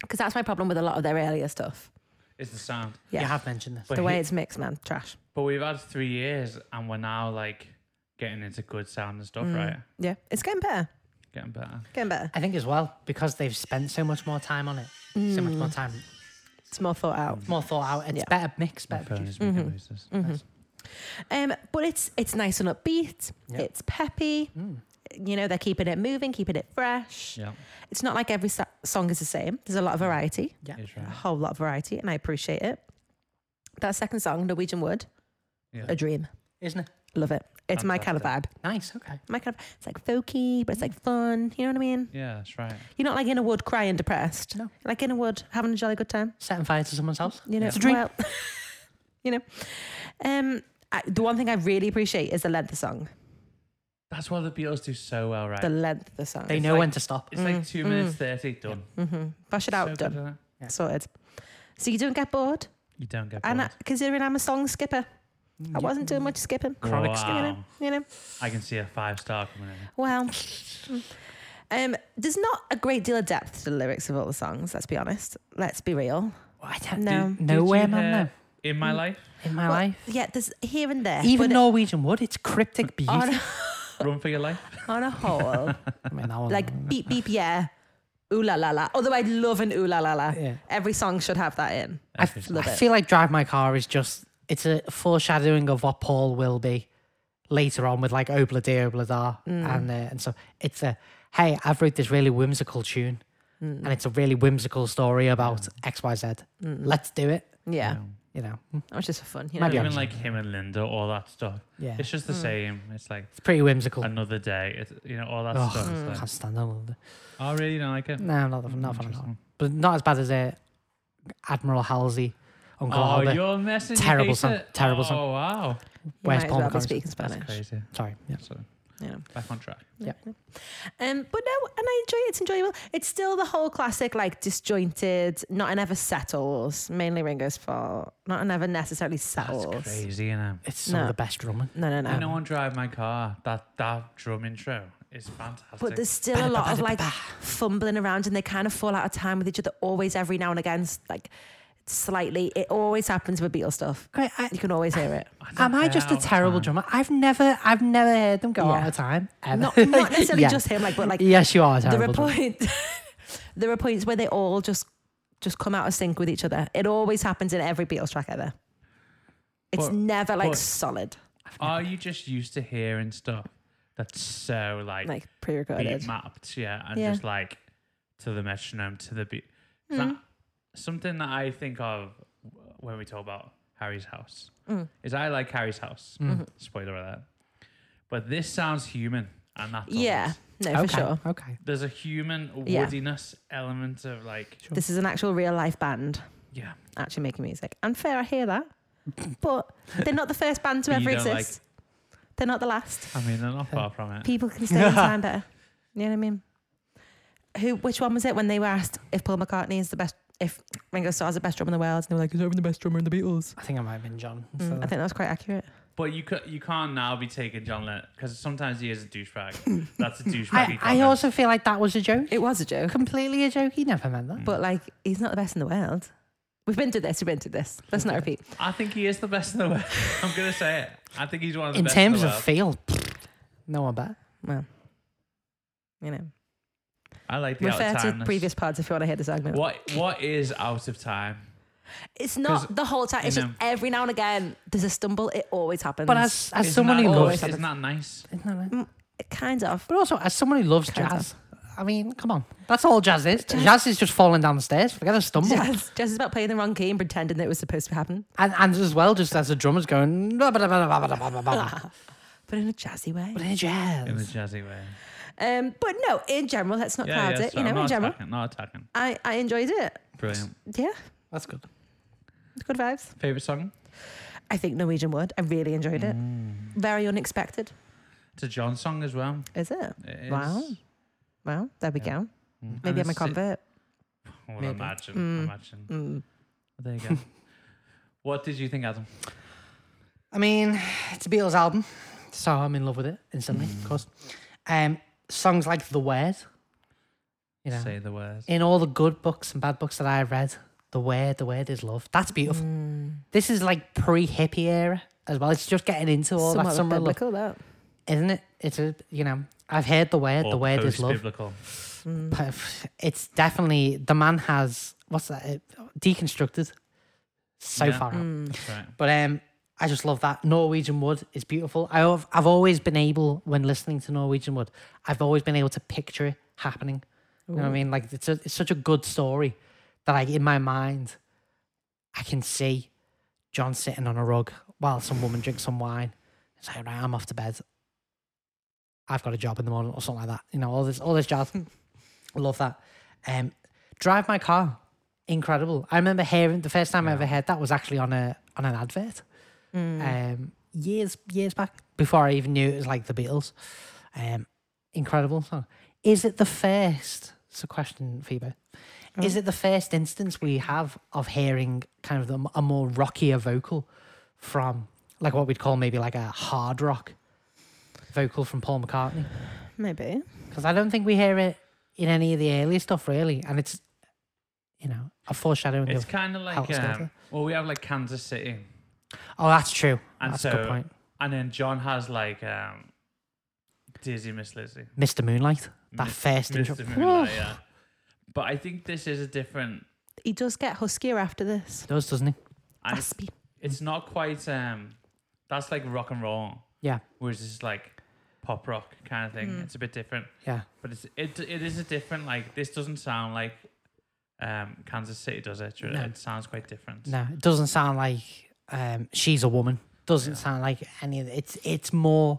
Speaker 3: Because that's my problem with a lot of their earlier stuff.
Speaker 1: It's the sound.
Speaker 3: Yeah.
Speaker 2: You have mentioned this.
Speaker 1: But
Speaker 3: the way
Speaker 1: he-
Speaker 3: it's mixed, man, trash.
Speaker 1: But we've had three years and we're now like getting into good sound and stuff,
Speaker 3: Mm.
Speaker 1: right?
Speaker 3: Yeah, it's getting better,
Speaker 1: Getting better.
Speaker 3: getting better.
Speaker 2: I think as well because they've spent so much more time on it, so much more
Speaker 3: Mm.
Speaker 2: time,
Speaker 3: It's more thought out.
Speaker 2: more thought out. It's
Speaker 3: Yeah.
Speaker 2: better mixed,
Speaker 1: My
Speaker 2: better
Speaker 1: phone
Speaker 2: produced.
Speaker 1: is making
Speaker 3: Mhm.
Speaker 1: noises.
Speaker 3: Mhm. Um, but it's it's nice and upbeat.
Speaker 2: Yeah.
Speaker 3: It's peppy.
Speaker 2: Mm.
Speaker 3: You know, they're keeping it moving, keeping it fresh.
Speaker 1: Yeah,
Speaker 3: It's not like every sa- song is the same. There's a lot of variety,
Speaker 2: Yeah.
Speaker 1: it's
Speaker 3: a
Speaker 1: right.
Speaker 3: whole lot of variety, and I appreciate it. That second song, Norwegian Wood,
Speaker 1: Yeah.
Speaker 3: a dream.
Speaker 2: Isn't it?
Speaker 3: Love it. It's my kind of vibe.
Speaker 2: Nice. Okay.
Speaker 3: My kind of. It's like folky, but it's like fun. You know what I mean?
Speaker 1: Yeah, that's right.
Speaker 3: You're not like in a wood crying depressed.
Speaker 2: No.
Speaker 3: Like in a wood having a jolly good time.
Speaker 2: Setting fire to someone's house.
Speaker 3: You know,
Speaker 2: It's a dream.
Speaker 3: Well, (laughs) you know, um, I, the one thing I really appreciate is the length of the song.
Speaker 1: That's why the Beatles do so well, right?
Speaker 3: The length of the song.
Speaker 2: They
Speaker 1: It's
Speaker 2: know
Speaker 1: like-
Speaker 2: when to stop.
Speaker 1: it's like
Speaker 3: Mm,
Speaker 1: two
Speaker 3: mm.
Speaker 1: minutes thirty done.
Speaker 3: Mm-hmm. Bash it
Speaker 1: So
Speaker 3: out,
Speaker 1: good
Speaker 3: done,
Speaker 1: at it.
Speaker 2: Yeah.
Speaker 3: sorted. So you don't get bored,
Speaker 1: You don't get bored.
Speaker 3: and I, considering I'm a song skipper, I wasn't doing much skipping.
Speaker 2: chronic
Speaker 1: wow.
Speaker 3: You know, you know.
Speaker 1: I can see a five star coming in.
Speaker 2: (laughs)
Speaker 3: Well, mm. um, there's not a great deal of depth to the lyrics of all the songs. Let's be honest. Let's be real.
Speaker 2: Well, I don't
Speaker 3: No.
Speaker 2: know.
Speaker 1: Did
Speaker 2: Nowhere,
Speaker 1: you
Speaker 2: man.
Speaker 1: hear
Speaker 2: No.
Speaker 1: In my life,
Speaker 2: In my
Speaker 3: Well,
Speaker 2: life.
Speaker 3: Yeah, there's here and there.
Speaker 2: Even
Speaker 3: but Oh,
Speaker 2: Norwegian wood, it's cryptic beauty. (laughs)
Speaker 3: on, a-
Speaker 1: run for your life.
Speaker 3: on a whole,
Speaker 2: I mean, that one-
Speaker 3: like beep beep yeah, ooh la la la. Although I'd love an ooh la la la.
Speaker 2: yeah.
Speaker 3: Every song should have that in.
Speaker 2: I,
Speaker 1: That's
Speaker 2: f-
Speaker 1: just-
Speaker 3: love
Speaker 2: I
Speaker 3: it.
Speaker 2: feel like Drive My Car is just it's a foreshadowing of what Paul will be later on with like Oh Obla Dee Obla Da
Speaker 3: Mm.
Speaker 2: and uh, and so it's a hey I've wrote this really whimsical tune
Speaker 3: Mm,
Speaker 2: and it's a really whimsical story about X Y Z. Let's do it.
Speaker 3: Yeah,
Speaker 1: Yeah.
Speaker 2: You know, Mm,
Speaker 3: that was just for fun. You know?
Speaker 2: Might be
Speaker 1: Even
Speaker 2: honest.
Speaker 1: like him and Linda, all that stuff.
Speaker 2: yeah,
Speaker 1: It's just the same. It's like
Speaker 2: it's pretty whimsical.
Speaker 1: another day. It's, you know, all that
Speaker 2: Ugh,
Speaker 1: stuff.
Speaker 2: I
Speaker 1: It's
Speaker 2: can't
Speaker 1: like,
Speaker 2: stand that one.
Speaker 1: I really don't like it.
Speaker 2: No, not the, not fun at all.
Speaker 1: Interesting.
Speaker 2: But not as bad as uh, Admiral Halsey, Uncle
Speaker 1: Oh,
Speaker 2: Albert.
Speaker 1: you're messing.
Speaker 2: Terrible
Speaker 1: you hate
Speaker 2: song,
Speaker 1: it?
Speaker 2: terrible
Speaker 1: oh,
Speaker 2: song.
Speaker 1: wow.
Speaker 3: You might
Speaker 2: Where's
Speaker 3: as
Speaker 2: Paul
Speaker 3: well be
Speaker 2: McCartney?
Speaker 3: speaking Spanish.
Speaker 1: That's crazy.
Speaker 2: Sorry, yeah.
Speaker 1: So
Speaker 3: Yeah.
Speaker 1: back on track.
Speaker 3: Um, but no, and I enjoy it. It's enjoyable. It's still the whole classic, like disjointed, not and ever settles. Mainly Ringo's fault. Not and ever necessarily
Speaker 1: That's
Speaker 3: settles.
Speaker 1: crazy, you know.
Speaker 2: it's some
Speaker 3: No.
Speaker 2: of the best drumming.
Speaker 3: No, no, no.
Speaker 1: I know on Drive My Car, that, that drum intro is fantastic.
Speaker 3: But there's still a lot of like fumbling around, and they kind of fall out of time with each other. Always, every now and again, s- like slightly. It always happens with Beatles stuff.
Speaker 2: Great, I-
Speaker 3: You can always hear it.
Speaker 1: I don't
Speaker 2: Am I
Speaker 1: care
Speaker 2: just
Speaker 1: how
Speaker 2: a
Speaker 1: it's
Speaker 2: terrible
Speaker 1: done.
Speaker 2: drummer? I've never, I've never heard them go
Speaker 3: Yeah.
Speaker 2: out of time. Ever.
Speaker 3: Not, not
Speaker 2: (laughs)
Speaker 3: necessarily
Speaker 2: Yeah.
Speaker 3: just him, like, but like
Speaker 2: yes, you are a
Speaker 3: there are
Speaker 2: terrible. drummer.
Speaker 3: points. (laughs) there are points where they all just just come out of sync with each other. It always happens in every Beatles track ever. It's
Speaker 1: But-
Speaker 3: never like
Speaker 1: but-
Speaker 3: solid,
Speaker 1: Are you just used to hearing stuff that's so like,
Speaker 3: like pre-recorded.
Speaker 1: beat mapped, yeah, and
Speaker 3: Yeah.
Speaker 1: just like to the metronome, to the beat? 'Cause
Speaker 2: Hmm.
Speaker 1: that- something that I think of w- when we talk about Harry's house
Speaker 3: Mm.
Speaker 1: is I like Harry's house.
Speaker 2: Mm,
Speaker 1: Spoiler alert. But this sounds human, and that doesn't.
Speaker 3: Yeah, no, for
Speaker 2: okay,
Speaker 3: sure.
Speaker 2: Okay.
Speaker 1: There's a human
Speaker 3: Yeah.
Speaker 1: woodiness element of like
Speaker 3: This is an actual real life band.
Speaker 1: Yeah.
Speaker 3: actually making music. And fair, I hear that.
Speaker 1: (laughs)
Speaker 3: But they're not the first band to
Speaker 1: But you
Speaker 3: ever
Speaker 1: don't
Speaker 3: exist. They're not the last.
Speaker 1: I mean, they're not far from it.
Speaker 3: People can
Speaker 1: (laughs)
Speaker 3: stay in time better. You know what I mean? Who? Which one was it when they were asked if Paul McCartney is the best, if Ringo Starr's the best drummer in the world, and they were like, "Is Owen the best drummer in the Beatles?"
Speaker 2: I think I might have been John.
Speaker 3: Mm, I
Speaker 2: for that.
Speaker 3: think that was quite accurate.
Speaker 1: But you ca- you can't now be taking John Lennon because sometimes he is a douchebag. That's a douchebag.
Speaker 2: I, I also feel like that was a joke.
Speaker 3: It was a joke,
Speaker 2: Completely a joke. He never meant
Speaker 1: Mm.
Speaker 2: that.
Speaker 3: but like, he's not the best in the world. We've been to this. We've been to this. Let's not repeat.
Speaker 1: Mm. I think he is the best in the world. (laughs) I'm gonna say it. I think he's one of the
Speaker 2: In
Speaker 1: best
Speaker 2: terms
Speaker 1: in the
Speaker 2: of
Speaker 1: world.
Speaker 2: feel, pfft, no one
Speaker 3: Mm.
Speaker 2: better.
Speaker 3: Well, you know,
Speaker 1: I like the
Speaker 3: refer
Speaker 1: out of
Speaker 3: to
Speaker 1: time.
Speaker 3: previous pods if you want to hear this argument.
Speaker 1: What what is out of time?
Speaker 3: It's
Speaker 1: 'Cause,
Speaker 3: not the whole time. It's
Speaker 1: you
Speaker 3: just
Speaker 1: know-
Speaker 3: every now and again there's a stumble. It always happens.
Speaker 2: But as as
Speaker 1: Isn't
Speaker 2: someone
Speaker 1: that
Speaker 2: who
Speaker 1: always-
Speaker 2: loves,
Speaker 1: isn't that nice?
Speaker 2: isn't that right?
Speaker 3: It kind of.
Speaker 2: but also as someone who loves
Speaker 3: Kind of.
Speaker 2: jazz, I mean, come on, that's all jazz is. Jazz is just falling down the stairs. Forget a stumble.
Speaker 3: Jazz, jazz is about playing the wrong key and pretending that it was supposed to happen,
Speaker 2: And, and as well, just as the drummer's going, (laughs)
Speaker 3: (laughs)
Speaker 2: "Blah, blah, blah, blah, blah, blah, blah, blah."
Speaker 3: but in a jazzy way.
Speaker 2: but in
Speaker 1: In the
Speaker 2: jazz.
Speaker 1: jazzy way.
Speaker 3: Um, but no, in general, let's not
Speaker 1: Yeah,
Speaker 3: cloud
Speaker 1: yeah,
Speaker 3: it.
Speaker 1: sorry,
Speaker 3: You know,
Speaker 1: I'm
Speaker 3: in
Speaker 1: not
Speaker 3: general,
Speaker 1: attacking, not attacking.
Speaker 3: I, I enjoyed it.
Speaker 1: Brilliant.
Speaker 3: Yeah,
Speaker 2: That's good.
Speaker 3: it's good vibes.
Speaker 1: Favorite song?
Speaker 3: I think Norwegian Wood. I really enjoyed it. Very unexpected,
Speaker 1: It's a John song as well.
Speaker 3: is it?
Speaker 1: It is.
Speaker 3: Wow. Well, there we go.
Speaker 1: Mm. And
Speaker 3: Maybe I'm a
Speaker 1: it's-
Speaker 3: convert.
Speaker 1: Well,
Speaker 2: Maybe.
Speaker 1: imagine,
Speaker 3: Mm.
Speaker 1: imagine.
Speaker 3: Mm.
Speaker 1: There you
Speaker 2: (laughs)
Speaker 1: go. what did you think, Adam?
Speaker 2: I mean, it's a Beatles album, so I'm in love with it instantly, of course. Um, songs like The Word, you know,
Speaker 1: Say the words.
Speaker 2: in all the good books and bad books that I have read, The Word, The Word is love. That's beautiful.
Speaker 3: Mm.
Speaker 2: This is like pre hippie era as well. It's just getting into all
Speaker 3: Somewhat
Speaker 2: that summer love,
Speaker 3: biblical, though.
Speaker 2: isn't it? It's a you know, I've heard The Word,
Speaker 1: Or
Speaker 2: The Word is love.
Speaker 1: post-biblical.
Speaker 3: Mm.
Speaker 2: But It's definitely the man has what's that uh, deconstructed so
Speaker 1: Yeah.
Speaker 2: far. out.
Speaker 3: Mm.
Speaker 1: That's
Speaker 2: (laughs)
Speaker 1: right.
Speaker 2: But um, I just love that Norwegian Wood is beautiful. I have, I've always been able, when listening to Norwegian Wood, I've always been able to picture it happening. You know what I mean? Like it's a, it's such a good story that I in my mind, I can see John sitting on a rug while some woman drinks some wine. It's like right, I'm off to bed. I've got a job in the morning or something like that. You know all this all this jazz. I love that. Um, drive my car, incredible. I remember hearing the first time I ever heard that was actually on a on an advert.
Speaker 3: Mm.
Speaker 2: Um, years years back before I even knew it was like the Beatles. Um, incredible song. Is it the first? It's a question for you both.
Speaker 3: Oh,
Speaker 2: Is it the first instance we have of hearing kind of the, a more rockier vocal from like what we'd call maybe like a hard rock vocal from Paul McCartney?
Speaker 3: Maybe.
Speaker 2: Because I don't think we hear it in any of the early stuff really, and it's you know a foreshadowing
Speaker 1: It's
Speaker 2: of
Speaker 1: kind of like,
Speaker 2: it's
Speaker 1: um,
Speaker 2: built.
Speaker 1: well, we have like Kansas City.
Speaker 2: oh that's true.
Speaker 1: And
Speaker 2: that's
Speaker 1: so,
Speaker 2: a good point.
Speaker 1: and then John has like um, Dizzy Miss Lizzie.
Speaker 2: Mr. Moonlight, that
Speaker 1: Mis-
Speaker 2: first intro.
Speaker 1: Mr.
Speaker 2: Whoa.
Speaker 1: Moonlight, yeah. But I think this is a different,
Speaker 3: He does get huskier after this.
Speaker 2: Does doesn't he?
Speaker 1: and it's,
Speaker 3: Raspy.
Speaker 1: it's not quite. Um, that's like rock and roll,
Speaker 2: Yeah, Mm.
Speaker 1: whereas it's like pop rock kind of thing. It's a bit different,
Speaker 2: yeah.
Speaker 1: but it's it it is a different. Like this doesn't sound like um, Kansas City does it.
Speaker 2: No.
Speaker 1: It sounds quite different.
Speaker 2: No, it doesn't sound like um, she's a woman. Doesn't sound like any of the, it's. It's more.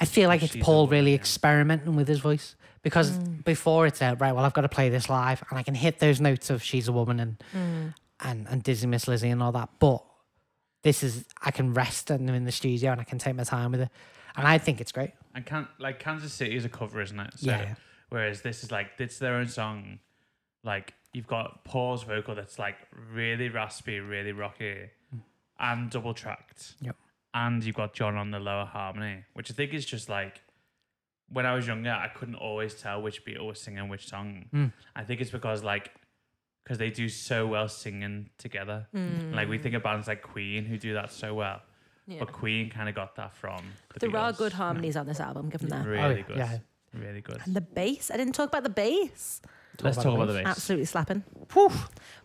Speaker 2: I feel like it's
Speaker 1: She's a
Speaker 2: Paul
Speaker 1: woman,
Speaker 2: really
Speaker 1: yeah.
Speaker 2: experimenting with his voice because before it's out, right. Well, I've got to play this live, and I can hit those notes of she's a woman and and and Dizzy Miss Lizzie and all that. But this is I can rest and I'm in the studio and I can take my time with it, and I think it's great.
Speaker 1: And can like Kansas City is a cover, isn't it? So,
Speaker 2: Yeah, yeah.
Speaker 1: Whereas this is like it's their own song. Like you've got Paul's vocal that's like really raspy, really rocky, and double tracked.
Speaker 2: Hmm. Yep.
Speaker 1: And you've got John on the lower harmony, which I think is just like when I was younger, I couldn't always tell which beat was singing which song.
Speaker 2: Hmm.
Speaker 1: I think it's because like because they do so well singing together. Like we think of bands like Queen who do that so well.
Speaker 3: Mm. Yeah.
Speaker 1: But Queen kind of got that from the
Speaker 3: There are
Speaker 1: Beatles.
Speaker 3: good harmonies on this album, given that.
Speaker 1: Really
Speaker 2: yeah,
Speaker 1: good.
Speaker 2: yeah.
Speaker 1: Really good.
Speaker 3: And the bass. I didn't talk about the bass.
Speaker 1: Let's
Speaker 2: about
Speaker 1: talk
Speaker 2: the
Speaker 1: about the bass.
Speaker 3: Absolutely slapping.
Speaker 2: Whew.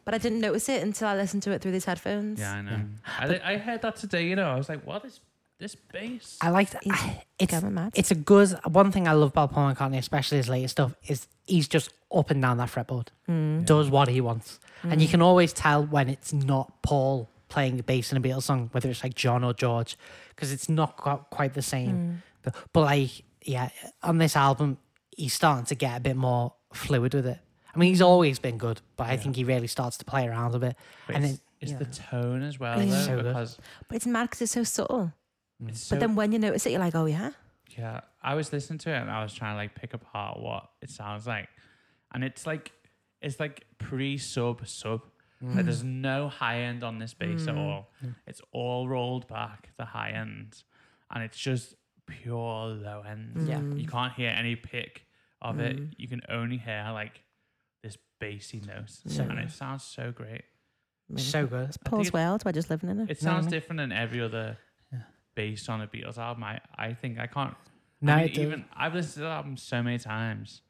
Speaker 3: But I didn't notice it until I listened to it through these headphones.
Speaker 1: Yeah, I know. I, thi- I heard that today, you know. I was like, what is this bass?
Speaker 2: I like
Speaker 3: He's
Speaker 2: it's
Speaker 3: going mad.
Speaker 2: it's a good one thing I love about Paul McCartney, especially his latest stuff, is he's just up and down that fretboard,
Speaker 3: Mm.
Speaker 2: does what he wants, and you can always tell when it's not Paul playing bass in a Beatles song, whether it's like John or George, because it's not quite, quite the
Speaker 3: Mm.
Speaker 2: same. But, but like yeah, on this album, he's starting to get a bit more fluid with it, I mean, he's always been good, but I think he really starts to play around a bit.
Speaker 1: But
Speaker 2: and
Speaker 1: it's,
Speaker 2: then
Speaker 1: it's
Speaker 2: yeah.
Speaker 1: the tone as well,
Speaker 2: It's
Speaker 1: though,
Speaker 2: so good.
Speaker 1: because
Speaker 3: But it's mad because it's so subtle.
Speaker 1: it's so
Speaker 3: But then when you notice it, you're like, oh yeah.
Speaker 1: Yeah, I was listening to it and I was trying to like pick apart what it sounds like, and it's like it's like pre sub sub.
Speaker 2: Hmm.
Speaker 1: Like there's no high end on this bass at all. It's all rolled back the high end, and it's just pure low end.
Speaker 2: Yeah.
Speaker 3: Mm.
Speaker 1: you can't hear any pick of it.
Speaker 2: Hmm.
Speaker 1: You can only hear like this bassy note,
Speaker 2: So
Speaker 1: and it
Speaker 2: nice.
Speaker 1: sounds so great.
Speaker 3: Mm.
Speaker 2: so good.
Speaker 3: It's Paul's
Speaker 1: it's-
Speaker 3: world. We're just living in it.
Speaker 1: It
Speaker 2: No,
Speaker 1: sounds
Speaker 2: no.
Speaker 1: different than every other bass on a Beatles album. I, I think I can't
Speaker 2: No,
Speaker 1: I mean,
Speaker 2: it does.
Speaker 1: even I've listened to that album so many times,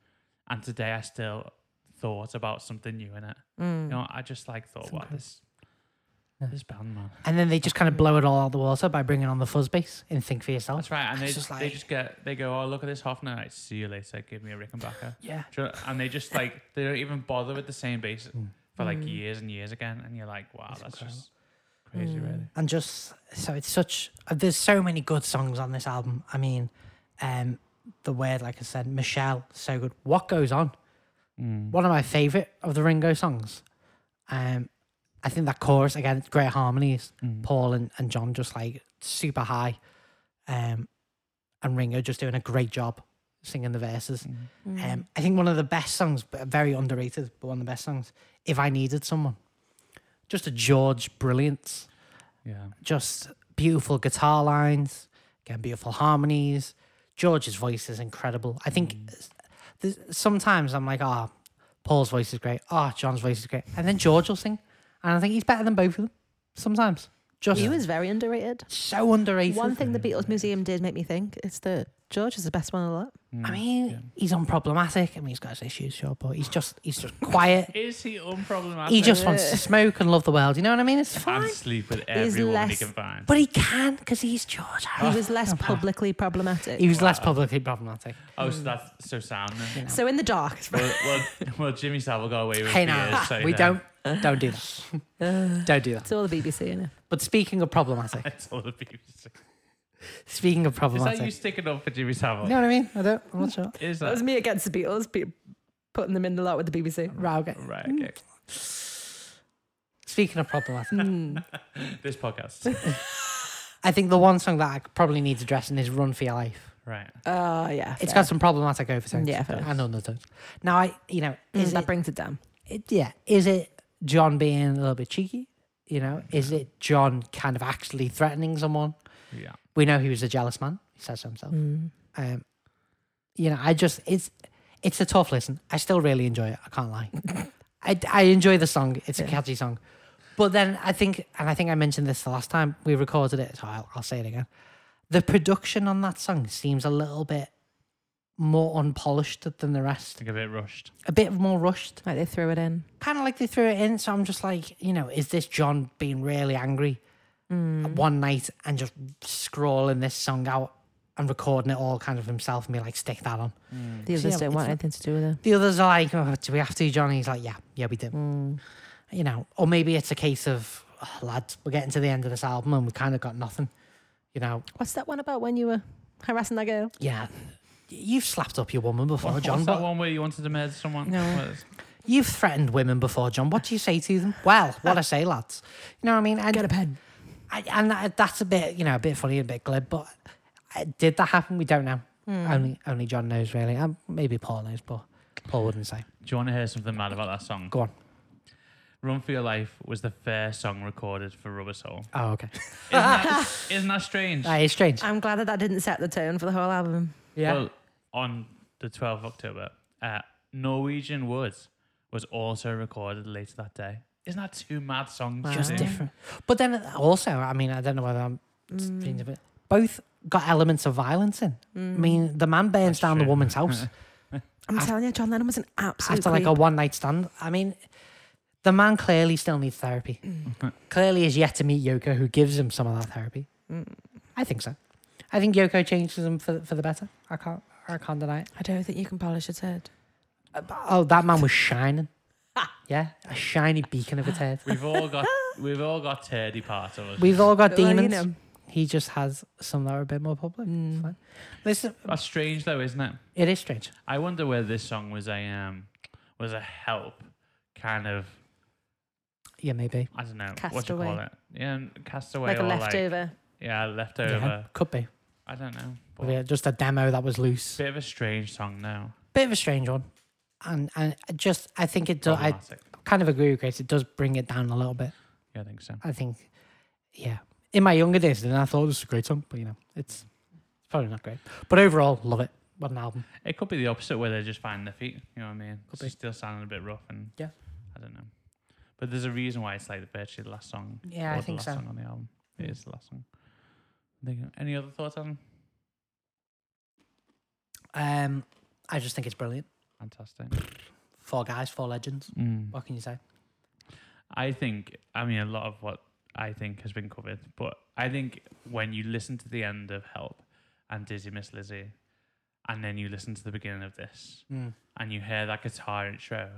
Speaker 1: and today I still thought about something new in it. You know, I just like thought, what this
Speaker 2: Hmm. Yeah.
Speaker 1: this band man.
Speaker 2: and then they just kind of blow it all out the water by bringing on the fuzz bass in Think for Yourself.
Speaker 1: That's right, and they
Speaker 2: It's
Speaker 1: just,
Speaker 2: just
Speaker 1: they
Speaker 2: like-
Speaker 1: just get they go, oh look at this Hoffner, like, see you later, give me a Rickenbacker,
Speaker 2: Yeah.
Speaker 1: Do you know- and they just like they don't even bother with the same bass for
Speaker 2: Hmm.
Speaker 1: like years and years again, and you're like, wow, that's just crazy, really.
Speaker 2: and just so it's such uh, there's so many good songs on this album i mean um the word like i said michelle so good what goes on one of my favorite of the ringo songs um i think that chorus again it's great harmonies paul and, and john just like super high um and ringo just doing a great job singing the verses um i think one of the best songs but very underrated but one of the best songs if i needed someone just a george brilliance
Speaker 1: Yeah,
Speaker 2: just beautiful guitar lines, again, beautiful harmonies. George's voice is incredible. I think s- there's, sometimes I'm like, ah, Paul's voice is great. Ah, John's voice is great. And then George will sing. And I think he's better than both of them sometimes. Just
Speaker 3: He was very underrated.
Speaker 2: so underrated.
Speaker 3: One thing the Beatles Museum did make me think is that George is the best one of the lot.
Speaker 2: I mean, he's unproblematic. I mean, he's got his issues, sure, but he's just he's
Speaker 1: (laughs)
Speaker 2: just quiet.
Speaker 1: is he unproblematic?
Speaker 2: he just wants to smoke and love the world. You know what I mean? It's
Speaker 1: and
Speaker 2: fine.
Speaker 1: sleep with everyone he
Speaker 3: less-
Speaker 1: can find.
Speaker 2: But he can because he's George.
Speaker 3: He was
Speaker 2: (laughs)
Speaker 3: less publicly problematic.
Speaker 2: Ah. He was less publicly problematic.
Speaker 1: oh, so that's so sound. Then.
Speaker 3: so in the dark.
Speaker 1: well, well, well, Jimmy Savile got away with
Speaker 2: Hey
Speaker 1: it.
Speaker 2: now, we don't don't do that. don't do that. (laughs)
Speaker 3: (laughs) It's all the BBC in it.
Speaker 2: But speaking
Speaker 1: (laughs)
Speaker 2: of problematic,
Speaker 1: (laughs) That's all the BBC.
Speaker 2: speaking of
Speaker 1: Is that you
Speaker 2: problematic,
Speaker 1: sticking up for Jimmy Savile?
Speaker 2: you know what I mean? I don't. I'm not sure.
Speaker 1: Is
Speaker 3: That
Speaker 1: that
Speaker 3: was me against the Beatles, pe- putting them in the lot with the BBC.
Speaker 2: Right. Okay.
Speaker 1: right? Okay.
Speaker 2: Speaking of problematic,
Speaker 3: Mm.
Speaker 1: This podcast.
Speaker 2: (laughs) I think the one song that I probably needs addressing is "Run for Your Life."
Speaker 1: right.
Speaker 3: Oh, yeah.
Speaker 2: It's got some problematic overtones
Speaker 3: Yeah, fair.
Speaker 2: and undertones. Now, I you know
Speaker 3: Mm,
Speaker 2: is
Speaker 3: that
Speaker 2: it,
Speaker 3: brings it down.
Speaker 2: it- yeah is it John being a little bit cheeky? You know, is it John kind of actually threatening someone?
Speaker 1: Yeah.
Speaker 2: We know he was a jealous man. He says so himself. Um, you know, I just it's it's a tough listen. I still really enjoy it. I can't lie. I, I enjoy the song. It's a catchy song. But then I think, and I think I mentioned this the last time we recorded it, so I'll, I'll say it again. The production on that song seems a little bit more unpolished than the
Speaker 1: I
Speaker 2: rest,
Speaker 1: think a bit rushed.
Speaker 2: a bit more rushed
Speaker 3: Like they threw it in.
Speaker 2: kind of like they threw it in. So I'm just like, you know, is this John being really angry one night and just scrawling this song out and recording it all kind of himself and be like, stick that on?
Speaker 3: The others
Speaker 2: yeah,
Speaker 3: don't
Speaker 2: it's
Speaker 3: want
Speaker 2: not-
Speaker 3: anything to do with it.
Speaker 2: The others are like, oh, do we have to, John? And he's like, yeah, yeah, we do. You know, or maybe it's a case of, oh, lads, we're getting to the end of this album and we kind of got nothing. You know,
Speaker 3: What's that one about when you were harassing that girl?
Speaker 2: yeah. You've slapped up your woman
Speaker 1: (laughs)
Speaker 2: before,
Speaker 1: What-
Speaker 2: John.
Speaker 1: what's that
Speaker 2: but
Speaker 1: one where you wanted to murder someone?
Speaker 3: No.
Speaker 1: What is-
Speaker 2: You've threatened women before, John. What do you say to them? Well, what I
Speaker 3: (laughs)
Speaker 2: say, lads. You know what I mean? And-
Speaker 3: Get a pen.
Speaker 2: I, and that, that's a bit, you know, a bit funny, a bit glib. But uh, did that happen? We don't know.
Speaker 3: Hmm.
Speaker 2: Only, only John knows really. Um, maybe Paul knows, but Paul wouldn't say.
Speaker 1: Do you want to hear something mad about that song?
Speaker 2: Go on.
Speaker 1: Run for Your Life was the first song recorded for Rubber
Speaker 2: (laughs)
Speaker 1: Soul.
Speaker 2: Oh, okay.
Speaker 1: Isn't that, isn't that strange?
Speaker 2: That is strange.
Speaker 3: I'm glad that that didn't set the tone for the whole album.
Speaker 2: Yeah.
Speaker 1: Well, on the 12th of October, uh, Norwegian Woods was also recorded later that day. Isn't that two mad songs? to
Speaker 2: just
Speaker 1: do?
Speaker 2: different. But then also, I mean, I don't know whether I'm
Speaker 3: Hmm.
Speaker 2: being a bit. Both got elements of violence in.
Speaker 3: Hmm.
Speaker 2: I mean, the man burns down the
Speaker 1: true.
Speaker 2: woman's (laughs) house
Speaker 3: I'm telling you, John Lennon was an absolute
Speaker 2: after like a
Speaker 3: creep.
Speaker 2: one night stand. I mean, the man clearly still needs therapy.
Speaker 3: Mm.
Speaker 2: clearly is yet to meet Yoko, who gives him some of that therapy.
Speaker 3: Mm.
Speaker 2: I think so. I think Yoko changes him for for the better. I can't. I can't deny it.
Speaker 3: I don't think you can polish his head.
Speaker 2: Uh, but- Oh, that man was shining. (laughs) yeah, a shiny beacon of a head.
Speaker 1: We've all
Speaker 3: (laughs)
Speaker 1: got (laughs) we've all got turdy parts of us.
Speaker 2: We've all got
Speaker 3: Well, you
Speaker 2: demons.
Speaker 3: know.
Speaker 2: He just has some that are a bit more public. It's fine.
Speaker 3: Hmm.
Speaker 2: Listen,
Speaker 1: That's strange though, isn't it?
Speaker 2: it is strange.
Speaker 1: I wonder whether this song was a um, was a help kind of
Speaker 2: Yeah, maybe.
Speaker 1: I don't know what do you call
Speaker 3: Castaway.
Speaker 1: it. Yeah, and castaway
Speaker 3: like a
Speaker 1: or like
Speaker 3: leftover.
Speaker 1: yeah leftover.
Speaker 2: Yeah, could be.
Speaker 1: I don't know. But
Speaker 2: Maybe just a demo that was loose.
Speaker 1: Bit of a strange song now.
Speaker 2: Bit of a strange one. And and I just I think it does I
Speaker 1: Problematic.
Speaker 2: kind of agree with Grace, it does bring it down a little bit.
Speaker 1: yeah, I think so.
Speaker 2: I think yeah. In my younger days then I thought this was a great song, but you know, it's it's probably not great. But overall, love it. What an album.
Speaker 1: It could be the opposite where they're just finding their feet. You know what I mean?
Speaker 2: Could
Speaker 1: It's
Speaker 2: be.
Speaker 1: still sounding a bit rough and
Speaker 2: Yeah.
Speaker 1: I don't know. But there's a reason why it's like virtually the last song.
Speaker 2: Yeah,
Speaker 1: or
Speaker 2: I
Speaker 1: the
Speaker 2: think
Speaker 1: last
Speaker 2: so.
Speaker 1: Song on the album. It is the last song. I think- Any other thoughts on?
Speaker 2: Um I just think it's brilliant.
Speaker 1: Fantastic.
Speaker 2: Four guys, four legends.
Speaker 1: Mm.
Speaker 2: What can you say?
Speaker 1: I think, I mean, a lot of what I think has been covered, but I think when you listen to the end of Help and Dizzy Miss Lizzie, and then you listen to the beginning of this,
Speaker 2: Hmm.
Speaker 1: and you hear that guitar intro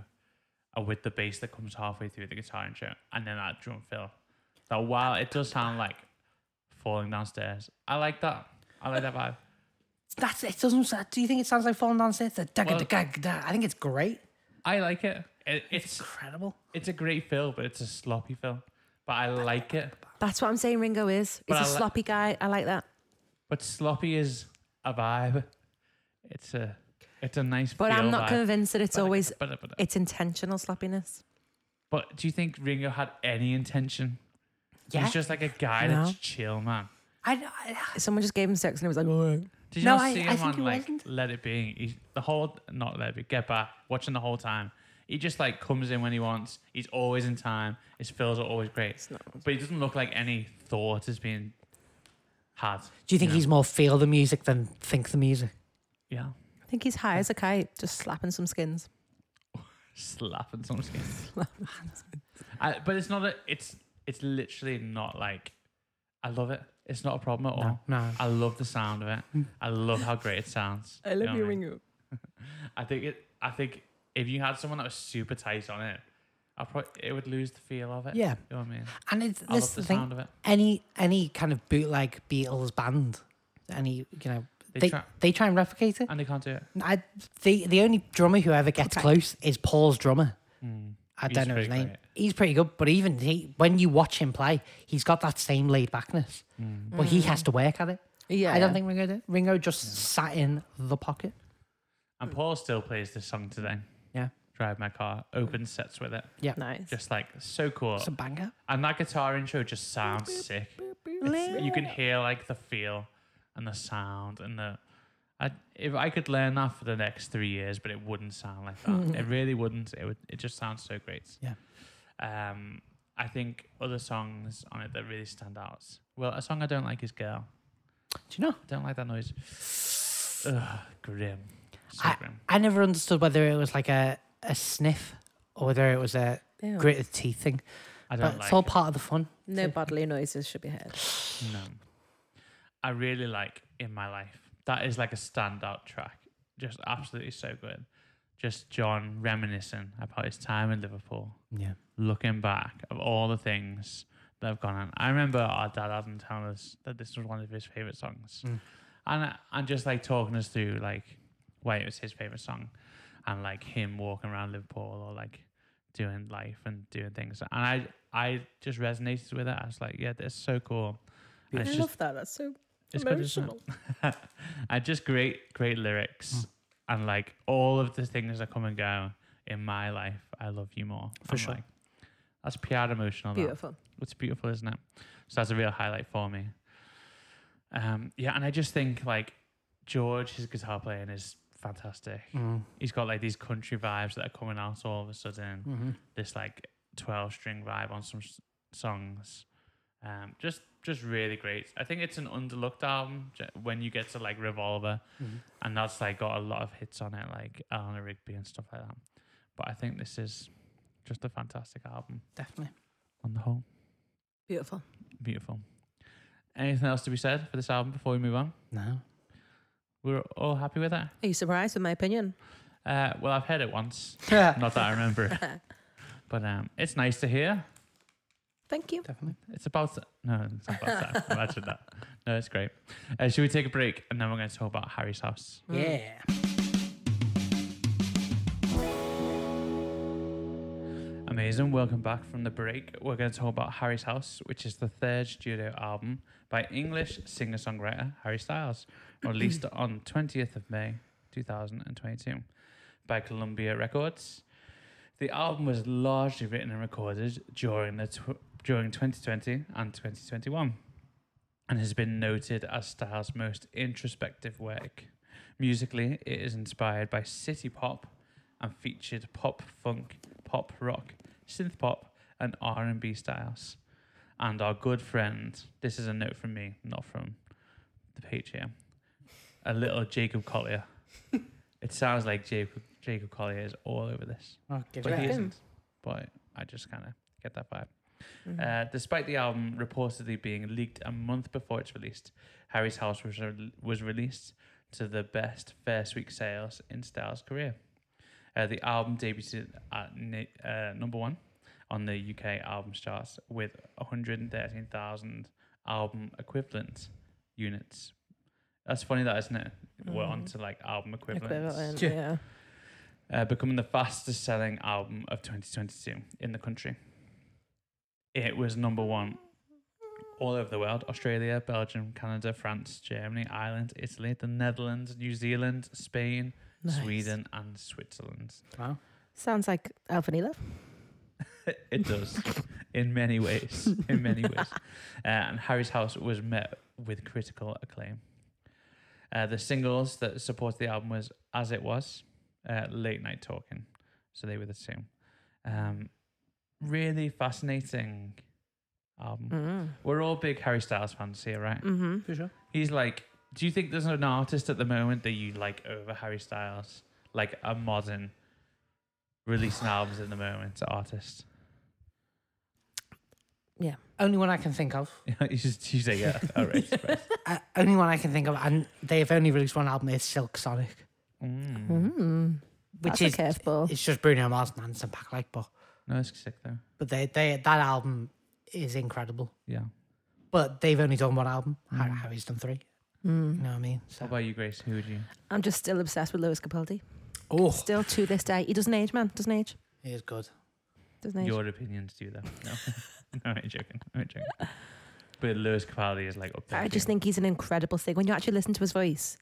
Speaker 1: uh, with the bass that comes halfway through the guitar intro, and then that drum fill. That while it does sound like falling downstairs, I like that. I like that vibe.
Speaker 2: That's it. Doesn't sa- do you think it sounds like falling downstairs? The
Speaker 1: Well-
Speaker 2: da-ga-da-ga-da. I think it's great.
Speaker 1: (laughs) I like it. it it's
Speaker 2: Incredible.
Speaker 1: it's a great fill, but it's a sloppy fill. But I like it.
Speaker 3: That's what I'm saying. Ringo is. He's
Speaker 1: But
Speaker 3: a
Speaker 1: I li-
Speaker 3: sloppy guy. I like that.
Speaker 1: But sloppy is a vibe. It's a it's a nice.
Speaker 3: But
Speaker 1: feel
Speaker 3: I'm not
Speaker 1: vibe.
Speaker 3: convinced that it's
Speaker 1: But-
Speaker 3: always
Speaker 1: But, but,
Speaker 3: it's intentional sloppiness.
Speaker 1: but do you think Ringo had any intention?
Speaker 2: Yeah.
Speaker 1: He's just like a guy
Speaker 3: No.
Speaker 1: that's chill, man.
Speaker 2: I, I,
Speaker 3: Someone just gave him sex and he was like, "All right."
Speaker 1: Did you
Speaker 2: No,
Speaker 1: not
Speaker 2: I-
Speaker 1: see
Speaker 2: I
Speaker 1: him
Speaker 2: think
Speaker 1: on
Speaker 2: he
Speaker 1: like
Speaker 2: wasn't.
Speaker 1: Let It Be? He's the whole not Let It Be. Get Back. Watching the whole time. He just like comes in when he wants. He's always in time. His fills are always great.
Speaker 3: It's not-
Speaker 1: But he doesn't look like any thought has been had.
Speaker 2: do you think he's more feel the music than think the music?
Speaker 1: Yeah.
Speaker 3: I think he's high as a kite, just slapping some skins.
Speaker 1: slapping some (laughs) skin. I, but it's not a, it's it's literally not like I love it. It's not a problem at all.
Speaker 2: no.
Speaker 1: I love the sound of it. I love how great it sounds. know what (laughs) I mean?
Speaker 3: Ringo.
Speaker 1: I think it. I think if you had someone that was super tight on it, I probably it would lose the feel of it.
Speaker 2: Yeah.
Speaker 1: you know what I mean.
Speaker 2: And it's
Speaker 1: I love
Speaker 2: this is the
Speaker 1: the
Speaker 2: thing.
Speaker 1: sound of it.
Speaker 2: Any any kind of bootleg Beatles band, any you know
Speaker 1: They
Speaker 2: they they try,
Speaker 1: try-
Speaker 2: and replicate it.
Speaker 1: And they can't do it.
Speaker 2: I the the only drummer who ever gets
Speaker 3: Okay.
Speaker 2: close is Paul's drummer. I
Speaker 1: He's
Speaker 2: don't know his
Speaker 1: pretty
Speaker 2: name.
Speaker 1: great.
Speaker 2: He's pretty good, but even he, when you watch him play, he's got that same laid backness.
Speaker 1: Mm.
Speaker 2: But he has to work at it.
Speaker 3: Yeah,
Speaker 2: I don't think Ringo did. Ringo just sat in the pocket.
Speaker 1: And Paul still plays this song today.
Speaker 2: Yeah.
Speaker 1: Drive my car. Open sets with it.
Speaker 3: nice.
Speaker 1: Just like so cool.
Speaker 2: It's a banger.
Speaker 1: And that guitar intro just sounds sick. It's- you can hear like the feel and the sound and the. I, if I could learn that for the next three years, but it wouldn't sound like
Speaker 2: (laughs)
Speaker 1: that. it really wouldn't. It would. It just sounds so great.
Speaker 2: Yeah.
Speaker 1: Um, I think other songs on it that really stand out. Well, a song I don't like is "Girl."
Speaker 2: Do you know?
Speaker 1: I don't like that noise. Ugh, grim. So grim.
Speaker 2: I never understood whether it was like a, a sniff or whether it was a
Speaker 3: Ew.
Speaker 2: gritted teeth thing.
Speaker 1: I
Speaker 2: But
Speaker 1: don't
Speaker 2: it's
Speaker 1: like.
Speaker 2: all part of the fun.
Speaker 3: No bodily noises should be heard.
Speaker 1: No. I really like In My Life. That is like a standout track. Just absolutely so good. Just John reminiscing about his time in Liverpool,
Speaker 2: Yeah.
Speaker 1: looking back of all the things that have gone on. I remember our dad hadn't telling us that this was one of his favorite songs.
Speaker 2: Mm.
Speaker 1: And and just like talking us through like why it was his favorite song and like him walking around Liverpool or like doing life and doing things. And I I just resonated with it. I was like, yeah, that's so cool. And it's
Speaker 3: I
Speaker 1: just-
Speaker 3: love that. That's so
Speaker 1: it's good, isn't it?
Speaker 3: emotional.
Speaker 1: and just great, great
Speaker 2: Mm.
Speaker 1: lyrics, and like all of the things that come and go in my life. I love you more.
Speaker 2: For sure.
Speaker 1: Like, that's pure emotional. that.
Speaker 3: Beautiful.
Speaker 1: It's beautiful, isn't it? So that's a real highlight for me. Um, yeah, and I just think like George, his guitar playing is fantastic.
Speaker 2: Mm-hmm.
Speaker 1: He's got like these country vibes that are coming out all of a sudden.
Speaker 2: Mm-hmm.
Speaker 1: This like twelve string vibe on some s- songs. Um, just just really great. I think it's an underlooked album j- when you get to like Revolver,
Speaker 2: Mm-hmm.
Speaker 1: and that's like got a lot of hits on it, like Eleanor Rigby and stuff like that. But I think this is just a fantastic album
Speaker 2: Definitely.
Speaker 1: on the whole.
Speaker 3: Beautiful.
Speaker 1: Beautiful. Anything else to be said for this album before we move on?
Speaker 2: (laughs) No.
Speaker 1: We're all happy with that.
Speaker 3: Are you surprised with my opinion?
Speaker 1: Uh, well, I've heard it once, not that I remember it, but um, it's nice to hear.
Speaker 3: Thank you.
Speaker 2: Definitely.
Speaker 1: It's about no, it's not about that. Imagine that. No, it's great. Uh, should we take a break and then we're going to Mm. talk about Harry's house?
Speaker 2: Yeah.
Speaker 1: Amazing. Welcome back from the break. We're going to talk about Harry's House, which is the third studio album by English singer songwriter Harry Styles, released on 20th of May 2022 by Columbia Records. The album was largely written and recorded during, the tw- during 2020 and 2021 and has been noted as Styles' most introspective work. Musically, it is inspired by city pop and featured pop funk, pop rock, synth pop, and R&B styles. And our good friend, this is a note from me, not from the page here. A little Jacob Collier. it sounds like Jacob Jacob Collier is all over this,
Speaker 2: Oh, give
Speaker 1: but
Speaker 2: it
Speaker 1: he
Speaker 2: up.
Speaker 3: him.
Speaker 1: isn't. But I just kind of get that vibe. Uh, despite the album reportedly being leaked a month before it's released, Harry's House was, re- was released to the best first week sales in Styles' career. Uh, the album debuted at ni- uh, number one on the UK albums charts with 113,000 album equivalent units. That's funny, that isn't it? We're
Speaker 3: Mhm.
Speaker 1: on to like album equivalents
Speaker 3: Equivalent,
Speaker 2: Yeah.
Speaker 3: yeah.
Speaker 1: uh, becoming the fastest selling album of 2022 in the country. It was number one all over the world Australia, Belgium, Canada, France, Germany, Ireland, Italy, the Netherlands, New Zealand, Spain,
Speaker 3: Mm. Nice.
Speaker 1: Sweden, and Switzerland.
Speaker 2: Wow.
Speaker 3: Sounds like El Vanilla.
Speaker 1: it does in many ways in many ways uh, and harry's house was met with critical acclaim uh, the singles that supported the album was as it was uh, late night talking so they were the same um, really fascinating album
Speaker 3: Mm.
Speaker 1: we're all big harry styles fans here right
Speaker 3: Mm-hmm.
Speaker 2: For sure.
Speaker 1: he's like do you think there's an artist at the moment that you like over harry styles like a modern releasing albums at the moment artist
Speaker 2: Only one I can think (laughs) of.
Speaker 1: (laughs) you just you say yeah. All right.
Speaker 2: (laughs)
Speaker 1: surprise.
Speaker 2: Uh, only one I can think of, and they've only released one album. Is Silk Sonic,
Speaker 1: Mm.
Speaker 3: Mm.
Speaker 2: which
Speaker 3: That's a
Speaker 2: is
Speaker 3: curveball.
Speaker 2: it's just Bruno Mars and Anderson Paak, like, but
Speaker 1: No, it's sick though.
Speaker 2: but they they that album is incredible.
Speaker 1: Yeah.
Speaker 2: But they've only done one album. Har-
Speaker 1: Mm.
Speaker 2: Harry's done three. You
Speaker 3: Mm.
Speaker 2: know what I mean?
Speaker 1: How
Speaker 2: So
Speaker 1: about you, Grace? Who would you?
Speaker 3: I'm just still obsessed with Lewis Capaldi.
Speaker 2: oh,
Speaker 3: Still to this day. He doesn't age, man. Doesn't age.
Speaker 2: it is good.
Speaker 3: Doesn't age.
Speaker 1: Your opinions do though. No, (laughs) no, I'm joking. I'm joking. But Lewis Capaldi is like up there.
Speaker 3: I just
Speaker 1: too.
Speaker 3: think he's an incredible singer. When you actually listen to his voice,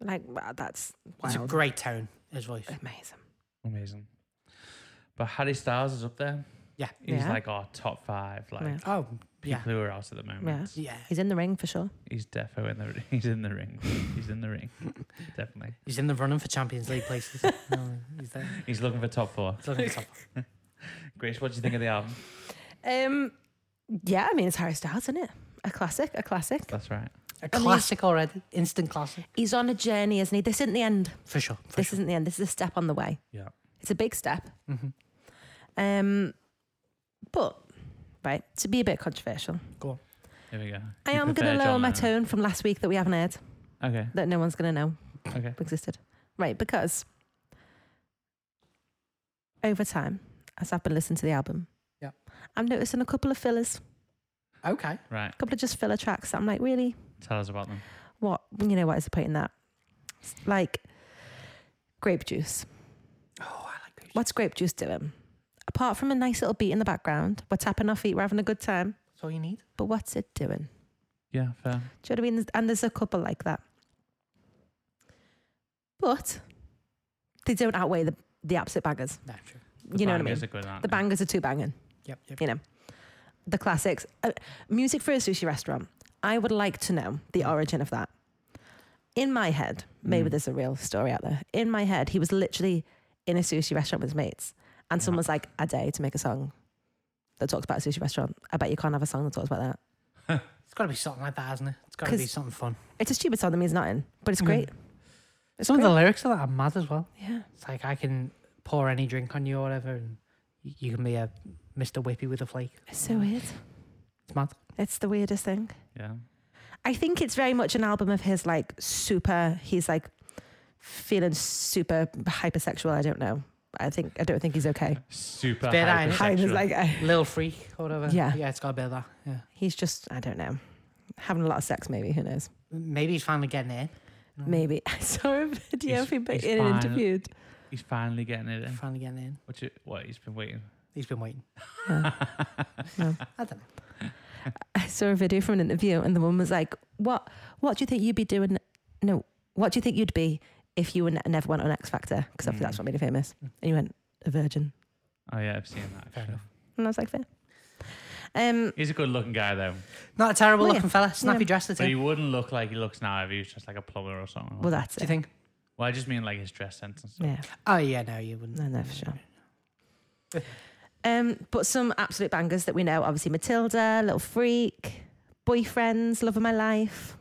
Speaker 3: like, wow, that's
Speaker 2: It's a
Speaker 3: wild.
Speaker 2: great tone. His (laughs) voice.
Speaker 3: Amazing.
Speaker 1: amazing. But Harry Styles is up there.
Speaker 2: Yeah.
Speaker 1: He's
Speaker 3: Yeah.
Speaker 1: like our top five, like
Speaker 3: Yeah.
Speaker 2: Oh
Speaker 1: people
Speaker 2: yeah,
Speaker 1: who are out at the moment.
Speaker 2: yeah.
Speaker 3: He's in the ring for sure.
Speaker 1: He's defo in the (laughs) he's in the ring. He's in the
Speaker 2: (laughs)
Speaker 1: ring. Definitely.
Speaker 2: He's in the running for Champions League (laughs) places. No, he's there.
Speaker 1: He's looking for top four.
Speaker 2: He's looking top.
Speaker 1: Grace, what do you think of the album?
Speaker 3: Um, yeah, I mean, it's Harry Styles, isn't it? A classic, a classic.
Speaker 1: That's right.
Speaker 2: A
Speaker 3: he's-
Speaker 2: classic already, instant classic
Speaker 3: He's on a journey, isn't he? This isn't the end.
Speaker 2: for sure. For
Speaker 3: this
Speaker 2: sure.
Speaker 3: isn't the end. This is a step on the way.
Speaker 1: Yeah.
Speaker 3: It's a big step.
Speaker 2: Mhm.
Speaker 3: Um, but right to be a bit controversial,
Speaker 1: Here we go.
Speaker 3: I
Speaker 1: You
Speaker 3: am
Speaker 1: prefer
Speaker 3: going to lower
Speaker 1: John
Speaker 3: my
Speaker 1: Lennon.
Speaker 3: tone from last week that we haven't heard
Speaker 1: Okay.
Speaker 3: that no one's going to know
Speaker 1: Okay.
Speaker 3: existed. Right, because over time, as I've been listening to the album,
Speaker 2: Yeah.
Speaker 3: I'm noticing a couple of fillers,
Speaker 2: Okay.
Speaker 1: Right.
Speaker 3: a couple of just filler tracks. that I'm like, really,
Speaker 1: Tell us about them.
Speaker 3: what? You know, what is the point in that? Like grape juice.
Speaker 2: Oh, I like Grape Juice.
Speaker 3: What's grape juice doing? Apart from a nice little beat in the background, we're tapping our feet, we're having a good time.
Speaker 2: That's all you need.
Speaker 3: But what's it doing?
Speaker 1: Yeah, fair.
Speaker 3: Do you know what I mean? And there's a couple like that. But they don't outweigh the, the absolute bangers.
Speaker 2: No, true.
Speaker 1: The
Speaker 3: you know what I mean?
Speaker 1: bangers are good, aren't
Speaker 3: The
Speaker 1: they?
Speaker 3: bangers are too banging.
Speaker 2: Yep. yep.
Speaker 3: You know, the classics. Uh, music for a sushi restaurant. I would like to know the origin of that. In my head, maybe
Speaker 1: Mm.
Speaker 3: there's a real story out there. In my head, he was literally in a sushi restaurant with his mates, and
Speaker 1: Yeah.
Speaker 3: someone's like, "A day to make a song that talks about a sushi restaurant." I bet you can't have a song that talks about that.
Speaker 2: It's got to be something like that, hasn't it? It's got to be
Speaker 3: 'Cause-
Speaker 2: something fun.
Speaker 3: It's a stupid song that means nothing, but it's
Speaker 1: Mm.
Speaker 2: Mhm.
Speaker 3: great. It's
Speaker 2: Some of the
Speaker 3: great.
Speaker 2: lyrics of that are mad as well.
Speaker 3: yeah.
Speaker 2: It's like I can pour any drink on you or whatever, and y- you can be a Mr. Whippy with a flake.
Speaker 3: It's so weird.
Speaker 2: It's mad.
Speaker 3: It's the weirdest thing.
Speaker 1: Yeah.
Speaker 3: I think it's very much an album of his like super he's like feeling super hypersexual. I don't know. I think I don't think he's okay.
Speaker 1: Super
Speaker 2: Bit iron.
Speaker 3: I was
Speaker 1: hypersexual.
Speaker 3: like I,
Speaker 2: Lil Freak or whatever.
Speaker 3: Yeah.
Speaker 2: Yeah, it's got a bit of that. Yeah.
Speaker 3: he's just I don't know. Having a lot of sex maybe, who knows?
Speaker 2: Maybe he's finally getting in. Mm.
Speaker 3: Maybe. (laughs) I saw a video
Speaker 1: Mm. He's-
Speaker 3: of him
Speaker 1: he's
Speaker 3: being
Speaker 1: fine.
Speaker 3: interviewed.
Speaker 1: He's finally getting it in.
Speaker 2: Finally getting in.
Speaker 1: Which, what he's been waiting.
Speaker 2: He's been waiting.
Speaker 3: No.
Speaker 2: I don't know.
Speaker 3: I saw a video from an interview, and the woman was like, "What? What do you think you'd be doing? No, what do you think you'd be if you were ne- never went on X Factor? Because
Speaker 1: Mm.
Speaker 3: obviously that's what made you famous." And you went, "A virgin,"
Speaker 1: Oh yeah, I've seen that.
Speaker 2: Fair
Speaker 1: actually.
Speaker 2: enough.
Speaker 3: and I was like, "Fair." Um,
Speaker 1: He's a good-looking guy though,
Speaker 2: Not a terrible
Speaker 3: Well, Oh, yeah.
Speaker 2: looking fella. Snappy
Speaker 3: Yeah.
Speaker 2: dresser too.
Speaker 1: but he
Speaker 2: Do
Speaker 1: wouldn't look like he looks now if he was just like a plumber or something.
Speaker 3: well, that's
Speaker 2: you
Speaker 3: it.
Speaker 2: think?
Speaker 1: well, I just mean like his dress sense and stuff.
Speaker 3: Yeah,
Speaker 2: Oh yeah, no, you wouldn't.
Speaker 3: no, no, for sure. Um, but some absolute bangers that we know, obviously Matilda, Little Freak, Boyfriends, Love of My Life,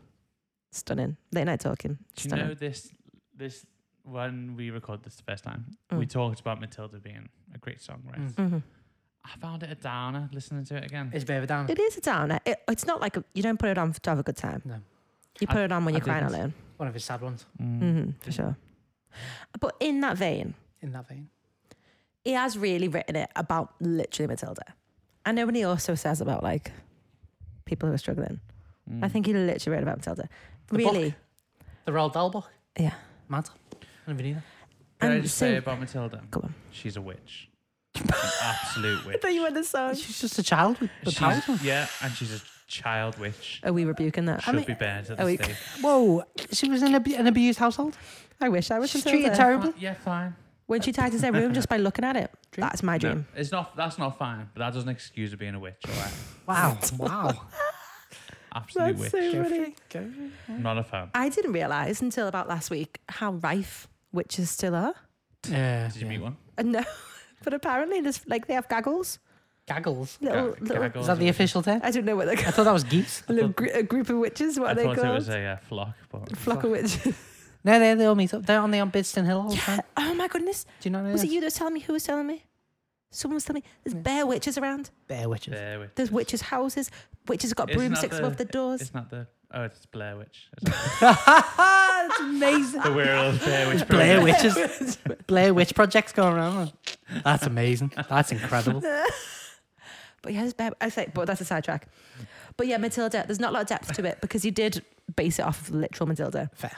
Speaker 3: stunning. Late night talking,
Speaker 1: Do you know
Speaker 3: stunning.
Speaker 1: this? This when we recorded this the first time, we
Speaker 3: Mm.
Speaker 1: talked about Matilda being a great song, right?
Speaker 2: Mm.
Speaker 3: Mhm.
Speaker 1: I found it a downer listening to it again.
Speaker 2: It's a bit of a down.
Speaker 3: It is a downer. It, it's not like a, you don't put it on to have a good time.
Speaker 2: No.
Speaker 3: You put
Speaker 1: I-
Speaker 3: it on when
Speaker 1: I
Speaker 3: you're crying
Speaker 1: didn't.
Speaker 3: alone.
Speaker 2: One of his sad ones.
Speaker 1: Mm.
Speaker 3: hmm for sure. But in that vein,
Speaker 2: In that vein.
Speaker 3: he has really written it about literally Matilda. I know when he also says about like people who are struggling. Mm-hmm. I
Speaker 1: Mm.
Speaker 3: think he literally wrote about Matilda.
Speaker 2: The book.
Speaker 3: really?
Speaker 2: The Roald Dahl book.
Speaker 3: Yeah.
Speaker 2: Mad. I never knew that.
Speaker 1: Can I
Speaker 3: and
Speaker 1: just
Speaker 3: so-
Speaker 1: say about Matilda?
Speaker 3: Go on.
Speaker 1: She's a
Speaker 3: (laughs)
Speaker 1: witch. An absolute witch.
Speaker 3: But you were the song.
Speaker 2: She's just a child with with
Speaker 1: She's-
Speaker 2: powers.
Speaker 1: yeah, and she's a child witch.
Speaker 3: Are we rebuking that?
Speaker 1: Should be banned at
Speaker 3: oh,
Speaker 1: the
Speaker 3: we-
Speaker 1: stake.
Speaker 2: Whoa, she was in ab- an abused household.
Speaker 3: I wish I was
Speaker 2: She's
Speaker 3: Matilda.
Speaker 2: treated terribly.
Speaker 1: Yeah, fine.
Speaker 3: When she tidies her room just by looking at it.
Speaker 2: Dream.
Speaker 3: That's my
Speaker 1: No,
Speaker 3: dream.
Speaker 1: it's not. That's not fine. But that doesn't excuse her being a witch. All right.
Speaker 2: (laughs) Wow, wow.
Speaker 1: Absolute witch.
Speaker 2: Go
Speaker 3: so
Speaker 2: for
Speaker 3: funny.
Speaker 2: it, go for it.
Speaker 1: Not a fan.
Speaker 3: I didn't realise until about last week how rife witches still are.
Speaker 2: Yeah.
Speaker 1: Did you meet one?
Speaker 3: Uh, no. (laughs) But apparently there's like they have gaggles.
Speaker 2: Gaggles.
Speaker 3: Little,
Speaker 1: Gag-
Speaker 3: little
Speaker 1: gaggles
Speaker 2: Is that
Speaker 1: or-
Speaker 2: the official term?
Speaker 3: I don't know what they're
Speaker 2: I thought that was geese.
Speaker 3: A, little gr- a group of witches, what
Speaker 1: I
Speaker 3: are they
Speaker 1: thought
Speaker 3: called?
Speaker 1: it was a uh, flock, but
Speaker 3: Flock of witches.
Speaker 2: (laughs) No, they they all meet up. They're on the on Bidston Hill all the
Speaker 3: Yeah.
Speaker 2: time.
Speaker 3: (laughs) Oh my goodness.
Speaker 2: Do you not know?
Speaker 3: Was it
Speaker 2: this?
Speaker 3: you that was telling me? Who was telling me? Someone was telling me there's
Speaker 2: Yeah.
Speaker 3: bear witches around.
Speaker 2: Bear witches.
Speaker 1: Blair Witch.
Speaker 3: There's witches' houses. Witches have got
Speaker 1: Isn't that
Speaker 3: broomsticks above
Speaker 1: the-
Speaker 3: the doors.
Speaker 1: It's not the. Oh, it's Blair Witch. Is that
Speaker 2: (laughs) That's amazing.
Speaker 1: the werewolf Blair Witch.
Speaker 2: Blair
Speaker 1: program?
Speaker 2: witches. (laughs) Blair Witch projects going around. That's amazing. (laughs) That's incredible.
Speaker 3: (laughs) But yeah, there's bear. I say, but that's a sidetrack. But yeah, Matilda. There's not a lot of depth to it because you did base it off of literal Matilda,
Speaker 2: Fair.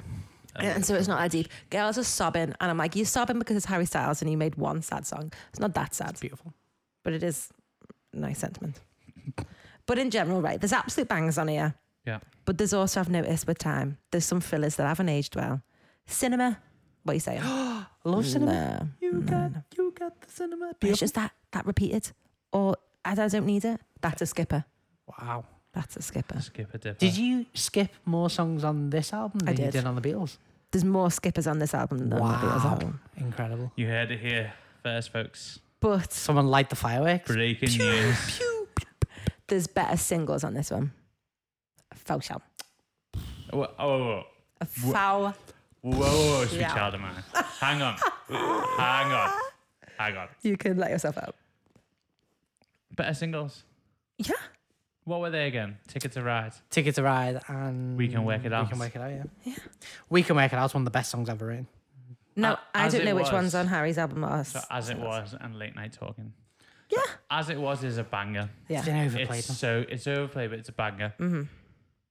Speaker 1: Um,
Speaker 3: and, and so it's not that deep. Girls are sobbing, and I'm like, you're sobbing because it's Harry Styles and he made one sad song. It's not that sad,
Speaker 2: That's beautiful.
Speaker 3: but it is a nice sentiment. but in general, right? There's absolute bangs on here.
Speaker 1: Yeah.
Speaker 3: But there's also I've noticed with time there's some fillers that haven't aged well. Cinema. What are you saying?
Speaker 2: I (gasps) love cinema.
Speaker 3: No.
Speaker 2: You
Speaker 3: No,
Speaker 2: got,
Speaker 3: no.
Speaker 2: you got the cinema.
Speaker 3: But It's
Speaker 2: Beautiful.
Speaker 3: just that that repeated, or I, I don't need it. That's a skipper.
Speaker 2: Wow.
Speaker 3: That's a skipper.
Speaker 1: Skip a dipper.
Speaker 2: Did you skip more songs on this album than you
Speaker 3: did.
Speaker 2: did on the Beatles?
Speaker 3: There's more skippers on this album than the Beatles
Speaker 2: Wow.
Speaker 3: album.
Speaker 2: Incredible.
Speaker 1: You heard it here first, folks.
Speaker 3: But
Speaker 2: Someone light the fireworks.
Speaker 1: Breaking
Speaker 3: (laughs)
Speaker 1: news.
Speaker 3: pew, pew, there's better singles on this one. A foul shell.
Speaker 1: Oh, whoa, whoa,
Speaker 3: A foul.
Speaker 1: whoa, whoa, whoa, sweet
Speaker 3: Yeah.
Speaker 1: child of mine. Hang on. (laughs) Hang on. Hang on.
Speaker 3: You can let yourself out.
Speaker 1: Better singles.
Speaker 3: Yeah.
Speaker 1: What were they again? Ticket to Ride.
Speaker 2: Ticket to Ride and
Speaker 1: We Can Work It
Speaker 2: We
Speaker 1: Out.
Speaker 2: can work it out. Yeah.
Speaker 3: Yeah.
Speaker 2: We can work it out. It's one of the best songs ever written.
Speaker 3: No,
Speaker 1: Uh,
Speaker 3: I
Speaker 1: as
Speaker 3: don't
Speaker 1: it
Speaker 3: know which
Speaker 1: was.
Speaker 3: ones on Harry's album are.
Speaker 1: So as it was and late night talking.
Speaker 3: Yeah.
Speaker 1: As it was is a banger.
Speaker 3: Yeah.
Speaker 2: It's been overplayed.
Speaker 1: It's so it's overplayed, but it's a banger.
Speaker 3: Mm-hmm.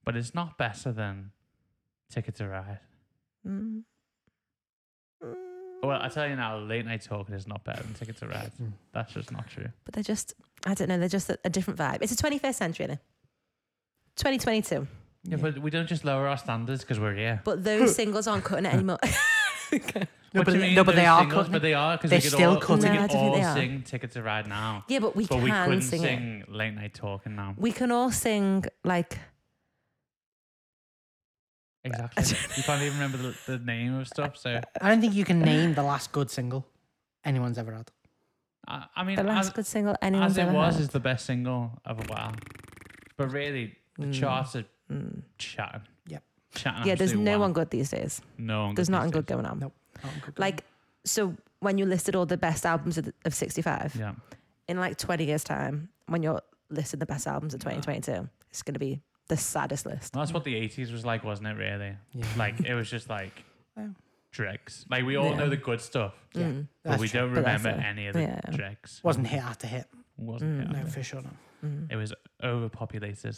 Speaker 1: But it's not better than Ticket to Ride.
Speaker 3: Mm.
Speaker 1: Oh, Well, I tell you now, late night talking is not better than Ticket to Ride.
Speaker 2: Mm.
Speaker 1: That's just not true.
Speaker 3: but they're just I don't know, they're just a, a different vibe. It's a 21st century, is 2022.
Speaker 1: Yeah, but we don't just lower our standards because we're here.
Speaker 3: But those singles aren't cutting it anymore. (laughs)
Speaker 2: no,
Speaker 1: What
Speaker 2: but,
Speaker 1: do you
Speaker 2: they-
Speaker 1: mean
Speaker 2: no, but
Speaker 1: those
Speaker 2: they are
Speaker 1: singles?
Speaker 2: cutting.
Speaker 1: But they are because
Speaker 2: They're
Speaker 1: we could
Speaker 2: still
Speaker 1: all,
Speaker 2: cutting
Speaker 1: we
Speaker 3: it. No, I
Speaker 1: could
Speaker 3: don't think
Speaker 1: all
Speaker 3: they are.
Speaker 1: sing Ticket to Ride now.
Speaker 3: yeah, but we
Speaker 1: but
Speaker 3: can
Speaker 1: we couldn't
Speaker 3: sing,
Speaker 1: sing,
Speaker 3: it.
Speaker 1: late night talking now.
Speaker 2: (laughs)
Speaker 3: We can all sing like
Speaker 1: Exactly. you can't even remember the, the name of stuff.
Speaker 2: (laughs)
Speaker 1: So
Speaker 2: I don't think you can name the last good single anyone's ever had.
Speaker 1: I, I mean,
Speaker 3: the last
Speaker 1: as,
Speaker 3: good single
Speaker 1: as
Speaker 3: anyone's
Speaker 1: it
Speaker 3: ever
Speaker 1: was,
Speaker 3: heard.
Speaker 1: is the best single of a while. But really, the charts are
Speaker 3: Mm.
Speaker 1: chatting.
Speaker 2: Yep.
Speaker 1: Chatting.
Speaker 3: Yeah, there's
Speaker 1: absolute
Speaker 3: no
Speaker 1: wow.
Speaker 3: one good these days.
Speaker 1: No one.
Speaker 3: There's
Speaker 1: good
Speaker 3: nothing
Speaker 1: these
Speaker 3: good
Speaker 1: days.
Speaker 3: going on.
Speaker 2: Nope. Not a good
Speaker 3: Oh, Like so when you listed all the best albums of, the, of 65
Speaker 1: Yeah.
Speaker 3: in like 20 years time when you're listing the best albums of
Speaker 1: Yeah.
Speaker 3: 2022, it's going to be the saddest list.
Speaker 1: Well, that's what the 80s was like, wasn't it, really?
Speaker 2: one. yeah.
Speaker 1: Like, it was just like
Speaker 2: Yeah.
Speaker 1: dregs. Like, we all
Speaker 3: Yeah.
Speaker 1: know the good stuff,
Speaker 2: yeah,
Speaker 3: Mm.
Speaker 1: but
Speaker 2: that's
Speaker 1: we
Speaker 2: true.
Speaker 1: don't
Speaker 3: But that's
Speaker 1: remember
Speaker 3: it.
Speaker 1: any of the
Speaker 3: Yeah.
Speaker 1: dregs.
Speaker 2: wasn't hit after hit.
Speaker 1: Wasn't
Speaker 3: Mm.
Speaker 1: it?
Speaker 2: No, for sure not.
Speaker 3: Mm.
Speaker 1: It was overpopulated.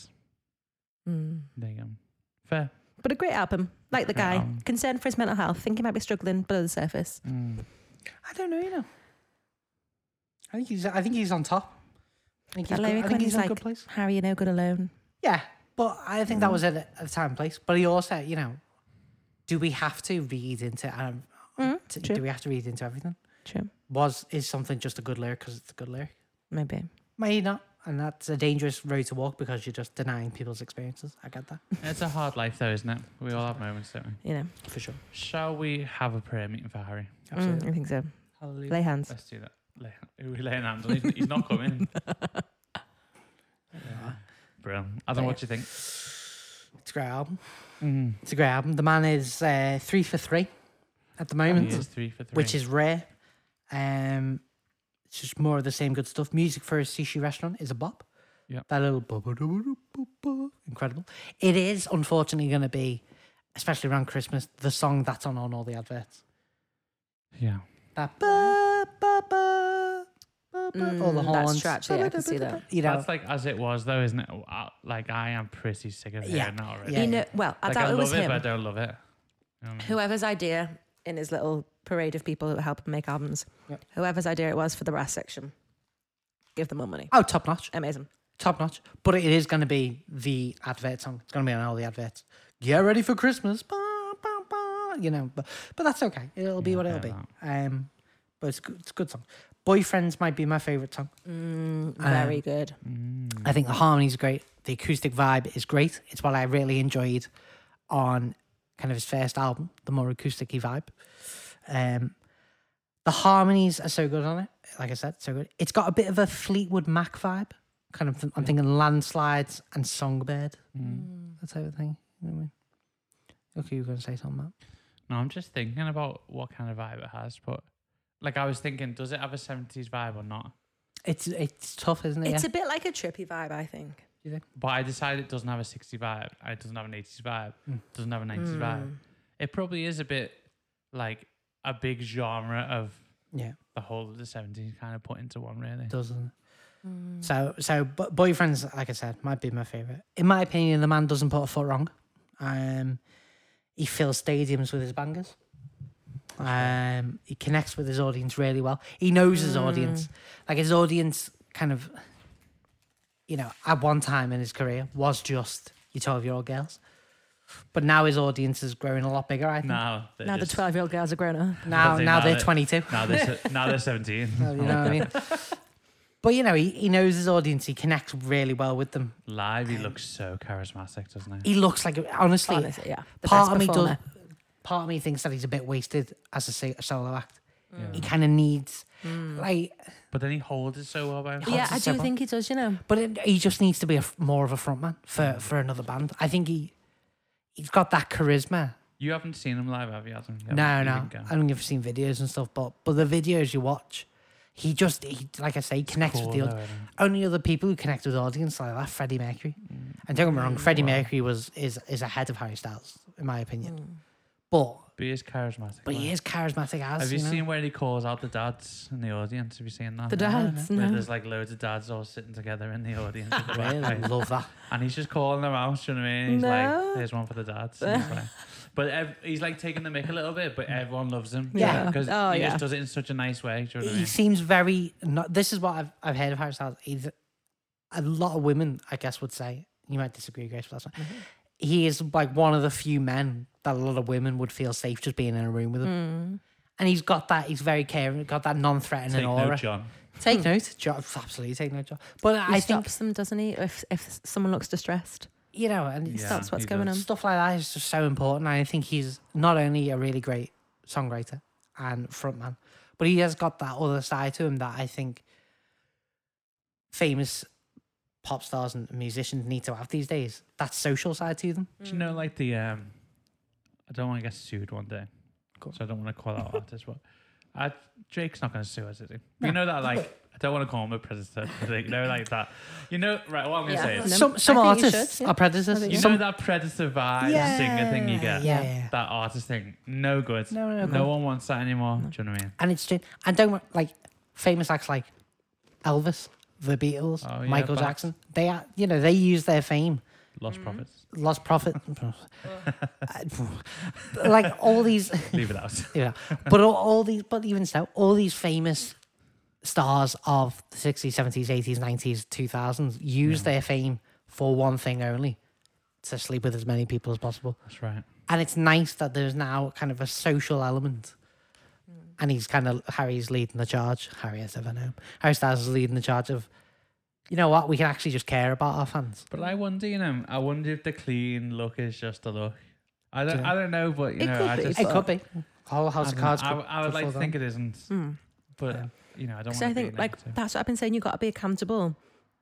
Speaker 3: Mm.
Speaker 1: There you go. Fair.
Speaker 3: But a great album. Like the
Speaker 1: Great
Speaker 3: guy,
Speaker 1: album.
Speaker 3: concerned for his Mm. mental health, think he might be struggling below the surface.
Speaker 1: Mm.
Speaker 2: I don't know, you know. I think he's. I think he's on top. I think he's.
Speaker 3: That
Speaker 2: Good,
Speaker 3: lyric
Speaker 2: I
Speaker 3: when
Speaker 2: think he's,
Speaker 3: he's
Speaker 2: in a
Speaker 3: like-
Speaker 2: good place.
Speaker 3: Harry, you're no good alone.
Speaker 2: Yeah, but I
Speaker 1: Mm-hmm.
Speaker 2: think that was at a, at a time and place. But he also, you know, do we have to read into? Um, to-
Speaker 3: Mm, true.
Speaker 2: do we have to read into everything?
Speaker 3: True.
Speaker 2: Was is something just a good lyric because it's a good lyric?
Speaker 3: Maybe.
Speaker 2: Maybe not. And that's a dangerous road to walk because you're just denying people's experiences. I get that
Speaker 1: It's a hard life, though, isn't it? We all have moments, don't we?
Speaker 3: You know.
Speaker 2: for sure.
Speaker 1: Shall we have a prayer meeting for Harry?
Speaker 3: Mm,
Speaker 2: Absolutely.
Speaker 3: I think so.
Speaker 2: Hallelujah.
Speaker 3: Lay hands.
Speaker 1: Let's do that. Lay, (laughs) are we laying hands on? He's, he's not coming. (laughs) yeah. Bro, I don't know what you think.
Speaker 2: It's a great album. It's a great album. The man is uh, three for three at the moment,
Speaker 1: He is three for three.
Speaker 2: which is rare. Um, it's just more of the same good stuff. Music for a sushi restaurant is a bop.
Speaker 1: Yep.
Speaker 2: That little bop, bop, bop, bop, bop, bop. incredible. It is unfortunately going to be, especially around Christmas, the song that's on on all the adverts.
Speaker 1: yeah.
Speaker 2: That ba, ba, ba, ba, ba, all the
Speaker 3: Mm, that's
Speaker 2: horns.
Speaker 3: true, actually, yeah, I can see that.
Speaker 2: You know,
Speaker 1: That's like as it was, though, isn't it? I- Like I am pretty sick of hearing
Speaker 2: Yeah.
Speaker 1: that already.
Speaker 2: Yeah,
Speaker 3: you
Speaker 2: yeah.
Speaker 3: know. Well, I
Speaker 1: Like
Speaker 3: doubt
Speaker 1: I
Speaker 3: it
Speaker 1: love
Speaker 3: was
Speaker 1: it,
Speaker 3: him.
Speaker 1: but I don't love it. You know what I mean?
Speaker 3: whoever's idea in his little parade of people who help him make albums,
Speaker 2: Yep.
Speaker 3: whoever's idea it was for the brass section, give them more money.
Speaker 2: oh, top notch.
Speaker 3: Amazing.
Speaker 2: top notch. But it is going to be the advert song. It's going to be on all the adverts. Get ready for Christmas. Ba, ba, ba, you know, but, but that's okay. It'll be
Speaker 1: Yeah,
Speaker 2: what
Speaker 1: I
Speaker 2: it'll be.
Speaker 1: get
Speaker 2: Um, but it's good, it's a good song. Boyfriends might be my favorite song.
Speaker 3: Mm, very
Speaker 2: Um,
Speaker 3: good.
Speaker 1: Mm.
Speaker 2: I think the harmonies are great. The acoustic vibe is great. It's what I really enjoyed on kind of his first album, the more acoustic vibe. Um, the harmonies are so good on it. Like I said, so good. It's got a bit of a Fleetwood Mac vibe. Kind of, I'm thinking landslides and Songbird,
Speaker 1: Mm.
Speaker 3: mm.
Speaker 2: that type of thing. You know what I mean? Okay, you were going to say something, Matt.
Speaker 1: No, I'm just thinking about what kind of vibe it has, but like I was thinking, does it have a 70s vibe or not?
Speaker 2: It's it's tough, isn't it?
Speaker 3: It's
Speaker 2: yeah?
Speaker 3: a bit like a trippy vibe, I think.
Speaker 1: But I decided it doesn't have a 60s vibe. and It doesn't have an 80s vibe.
Speaker 2: Mm.
Speaker 1: Doesn't have a 90s vibe. It probably is a bit like a big genre of
Speaker 2: yeah,
Speaker 1: the whole of the 70s kind of put into one, really.
Speaker 2: it does, not
Speaker 3: Mm.
Speaker 2: it? So, so but boyfriends, like I said, might be my favorite. In my opinion, the man doesn't put a foot wrong. Um, he fills stadiums with his bangers. Um, he connects with his audience really well. He knows his audience. Like his audience, kind of, you know, at one time in his career was just your twelve-year-old girls, but now his audience is growing a lot bigger. I think
Speaker 1: Now, they're
Speaker 3: Now the
Speaker 1: just-
Speaker 3: 12 year old girls are grown up.
Speaker 2: now,
Speaker 1: Because they
Speaker 2: now
Speaker 1: know
Speaker 2: they're
Speaker 1: that-
Speaker 2: twenty-two.
Speaker 1: now they're,
Speaker 2: (laughs)
Speaker 1: se- now they're 17.
Speaker 2: You know what I mean? But you know, he, he knows his audience. He connects really well with them.
Speaker 1: Live, he looks so charismatic, doesn't he?
Speaker 2: He looks like honestly,
Speaker 3: Honestly, yeah. The
Speaker 2: part
Speaker 3: best
Speaker 2: of me does.
Speaker 3: performer.
Speaker 2: Part of me thinks that he's a bit wasted as a, se- a solo act.
Speaker 1: Yeah.
Speaker 2: He kind of needs like,
Speaker 1: But then he holds it so well by himself.
Speaker 3: Yeah,
Speaker 2: How's
Speaker 3: I
Speaker 2: this
Speaker 3: do
Speaker 2: ever-
Speaker 3: think he does, you know.
Speaker 2: but it, he just needs to be a f more of a frontman for for another band. I think he he's got that charisma.
Speaker 1: You haven't seen him live, have you, Adam? You
Speaker 2: no,
Speaker 1: haven't- you
Speaker 2: no,
Speaker 1: didn't go.
Speaker 2: I don't think I've seen videos and stuff, but but the videos you watch, he just he like I say, he connects
Speaker 1: Cool,
Speaker 2: with the
Speaker 1: though,
Speaker 2: audience.
Speaker 1: isn't he?
Speaker 2: only other people who connect with the audience like that, Freddie Mercury. And don't get me wrong, Freddie Mercury was is is ahead of Harry Styles in my opinion. But
Speaker 1: But he is charismatic.
Speaker 2: but he
Speaker 1: like.
Speaker 2: is charismatic as
Speaker 1: Have you,
Speaker 2: you, know?
Speaker 1: seen where he calls out the dads in the audience? Have you seen that?
Speaker 3: The dads.
Speaker 1: Where
Speaker 3: No.
Speaker 1: there's like loads of dads all sitting together in the
Speaker 2: (laughs)
Speaker 1: audience. at the back,
Speaker 2: Really
Speaker 1: like,
Speaker 2: love that.
Speaker 1: and he's just calling them out, do you know what I mean? He's
Speaker 3: No.
Speaker 1: like, there's one for the dads.
Speaker 3: (laughs)
Speaker 1: and he's like- but ev- he's like taking the mick a little bit, but everyone loves him.
Speaker 2: Yeah.
Speaker 1: Because
Speaker 3: Oh,
Speaker 1: he
Speaker 3: yeah.
Speaker 1: just does it in such a nice way, do you know what I
Speaker 2: He
Speaker 1: mean?
Speaker 2: seems very not this is what I've I've heard of Harry Styles. He's a lot of women, I guess, would say you might disagree, Grace, but that's fine.
Speaker 1: Mm-hmm.
Speaker 2: He is like one of the few men that a lot of women would feel safe just being in a room with him. And he's got that, he's very caring, got that non
Speaker 1: Mm. Take
Speaker 2: threatening
Speaker 1: Hmm.
Speaker 2: aura.
Speaker 1: note, John.
Speaker 2: Take note, John. Absolutely, take note, John. But
Speaker 3: He
Speaker 2: I think,
Speaker 3: stops them, doesn't he? If, if someone looks distressed.
Speaker 2: you know, and it's
Speaker 1: Yeah,
Speaker 3: that's what's
Speaker 1: he
Speaker 3: going
Speaker 1: does.
Speaker 2: stuff like that is just so important. I think he's not only a really great songwriter and frontman, but he has got that other side to him that I think famous pop stars and musicians need to have these days. That social side to them.
Speaker 1: Do you know, like the um, I don't want to get sued one day,
Speaker 2: Cool.
Speaker 1: so I don't want to call
Speaker 3: (laughs)
Speaker 1: out artists. But I, Drake's not going to sue us, is he? You know that, like, I don't want to call him a predator. Like, you know, like that. You know, right? What I'm going to
Speaker 3: Yeah.
Speaker 1: say is,
Speaker 3: No,
Speaker 2: some
Speaker 3: I
Speaker 2: some
Speaker 3: think you
Speaker 2: artists
Speaker 3: should, yeah.
Speaker 2: are predators.
Speaker 3: I think
Speaker 1: you
Speaker 2: Some-
Speaker 1: know that predator vibe
Speaker 2: Yeah,
Speaker 1: singer thing you get,
Speaker 2: yeah, yeah.
Speaker 1: that artist thing. No good.
Speaker 2: No, no good.
Speaker 1: one wants that anymore. Do you know what I mean?
Speaker 2: and it's gen- and don't wor- like famous acts like Elvis, the Beatles,
Speaker 1: Oh, yeah,
Speaker 2: Michael
Speaker 1: but-
Speaker 2: Jackson. They are you know they use their fame
Speaker 1: Lost
Speaker 2: Mm.
Speaker 1: profits. (laughs)
Speaker 2: lost profit, (laughs) like all these,
Speaker 1: Leave it out.
Speaker 2: (laughs)
Speaker 1: (laughs)
Speaker 2: you know, but all, all these, but even so, all these famous stars of the 60s, 70s, 80s, 90s, 2000s use
Speaker 1: Yeah.
Speaker 2: their fame for one thing only to sleep with as many people as possible.
Speaker 1: That's right.
Speaker 2: And it's nice that there's now kind of a social element.
Speaker 1: Hmm.
Speaker 2: And he's kind of, Harry's leading the charge. Harry, as ever known. Harry Styles is leading the charge of, you know what, we can actually just care about our fans.
Speaker 1: But I wonder, you know, I wonder if the clean look is just a look. I don't,
Speaker 2: Yeah.
Speaker 1: I don't know, but you
Speaker 3: It
Speaker 1: know,
Speaker 3: could
Speaker 1: I
Speaker 3: be,
Speaker 1: just,
Speaker 2: It could be. Whole
Speaker 1: I,
Speaker 2: House of
Speaker 1: don't know.
Speaker 2: Cards.
Speaker 1: I,
Speaker 2: could-
Speaker 1: I would
Speaker 2: could
Speaker 1: like to
Speaker 2: fall down.
Speaker 1: think it isn't,
Speaker 3: Mm.
Speaker 1: but
Speaker 2: Yeah.
Speaker 1: you know, I don't.
Speaker 3: So
Speaker 1: want
Speaker 3: I
Speaker 1: to
Speaker 3: think
Speaker 1: be
Speaker 3: like
Speaker 1: negative.
Speaker 3: that's what I've been saying. You've got to be accountable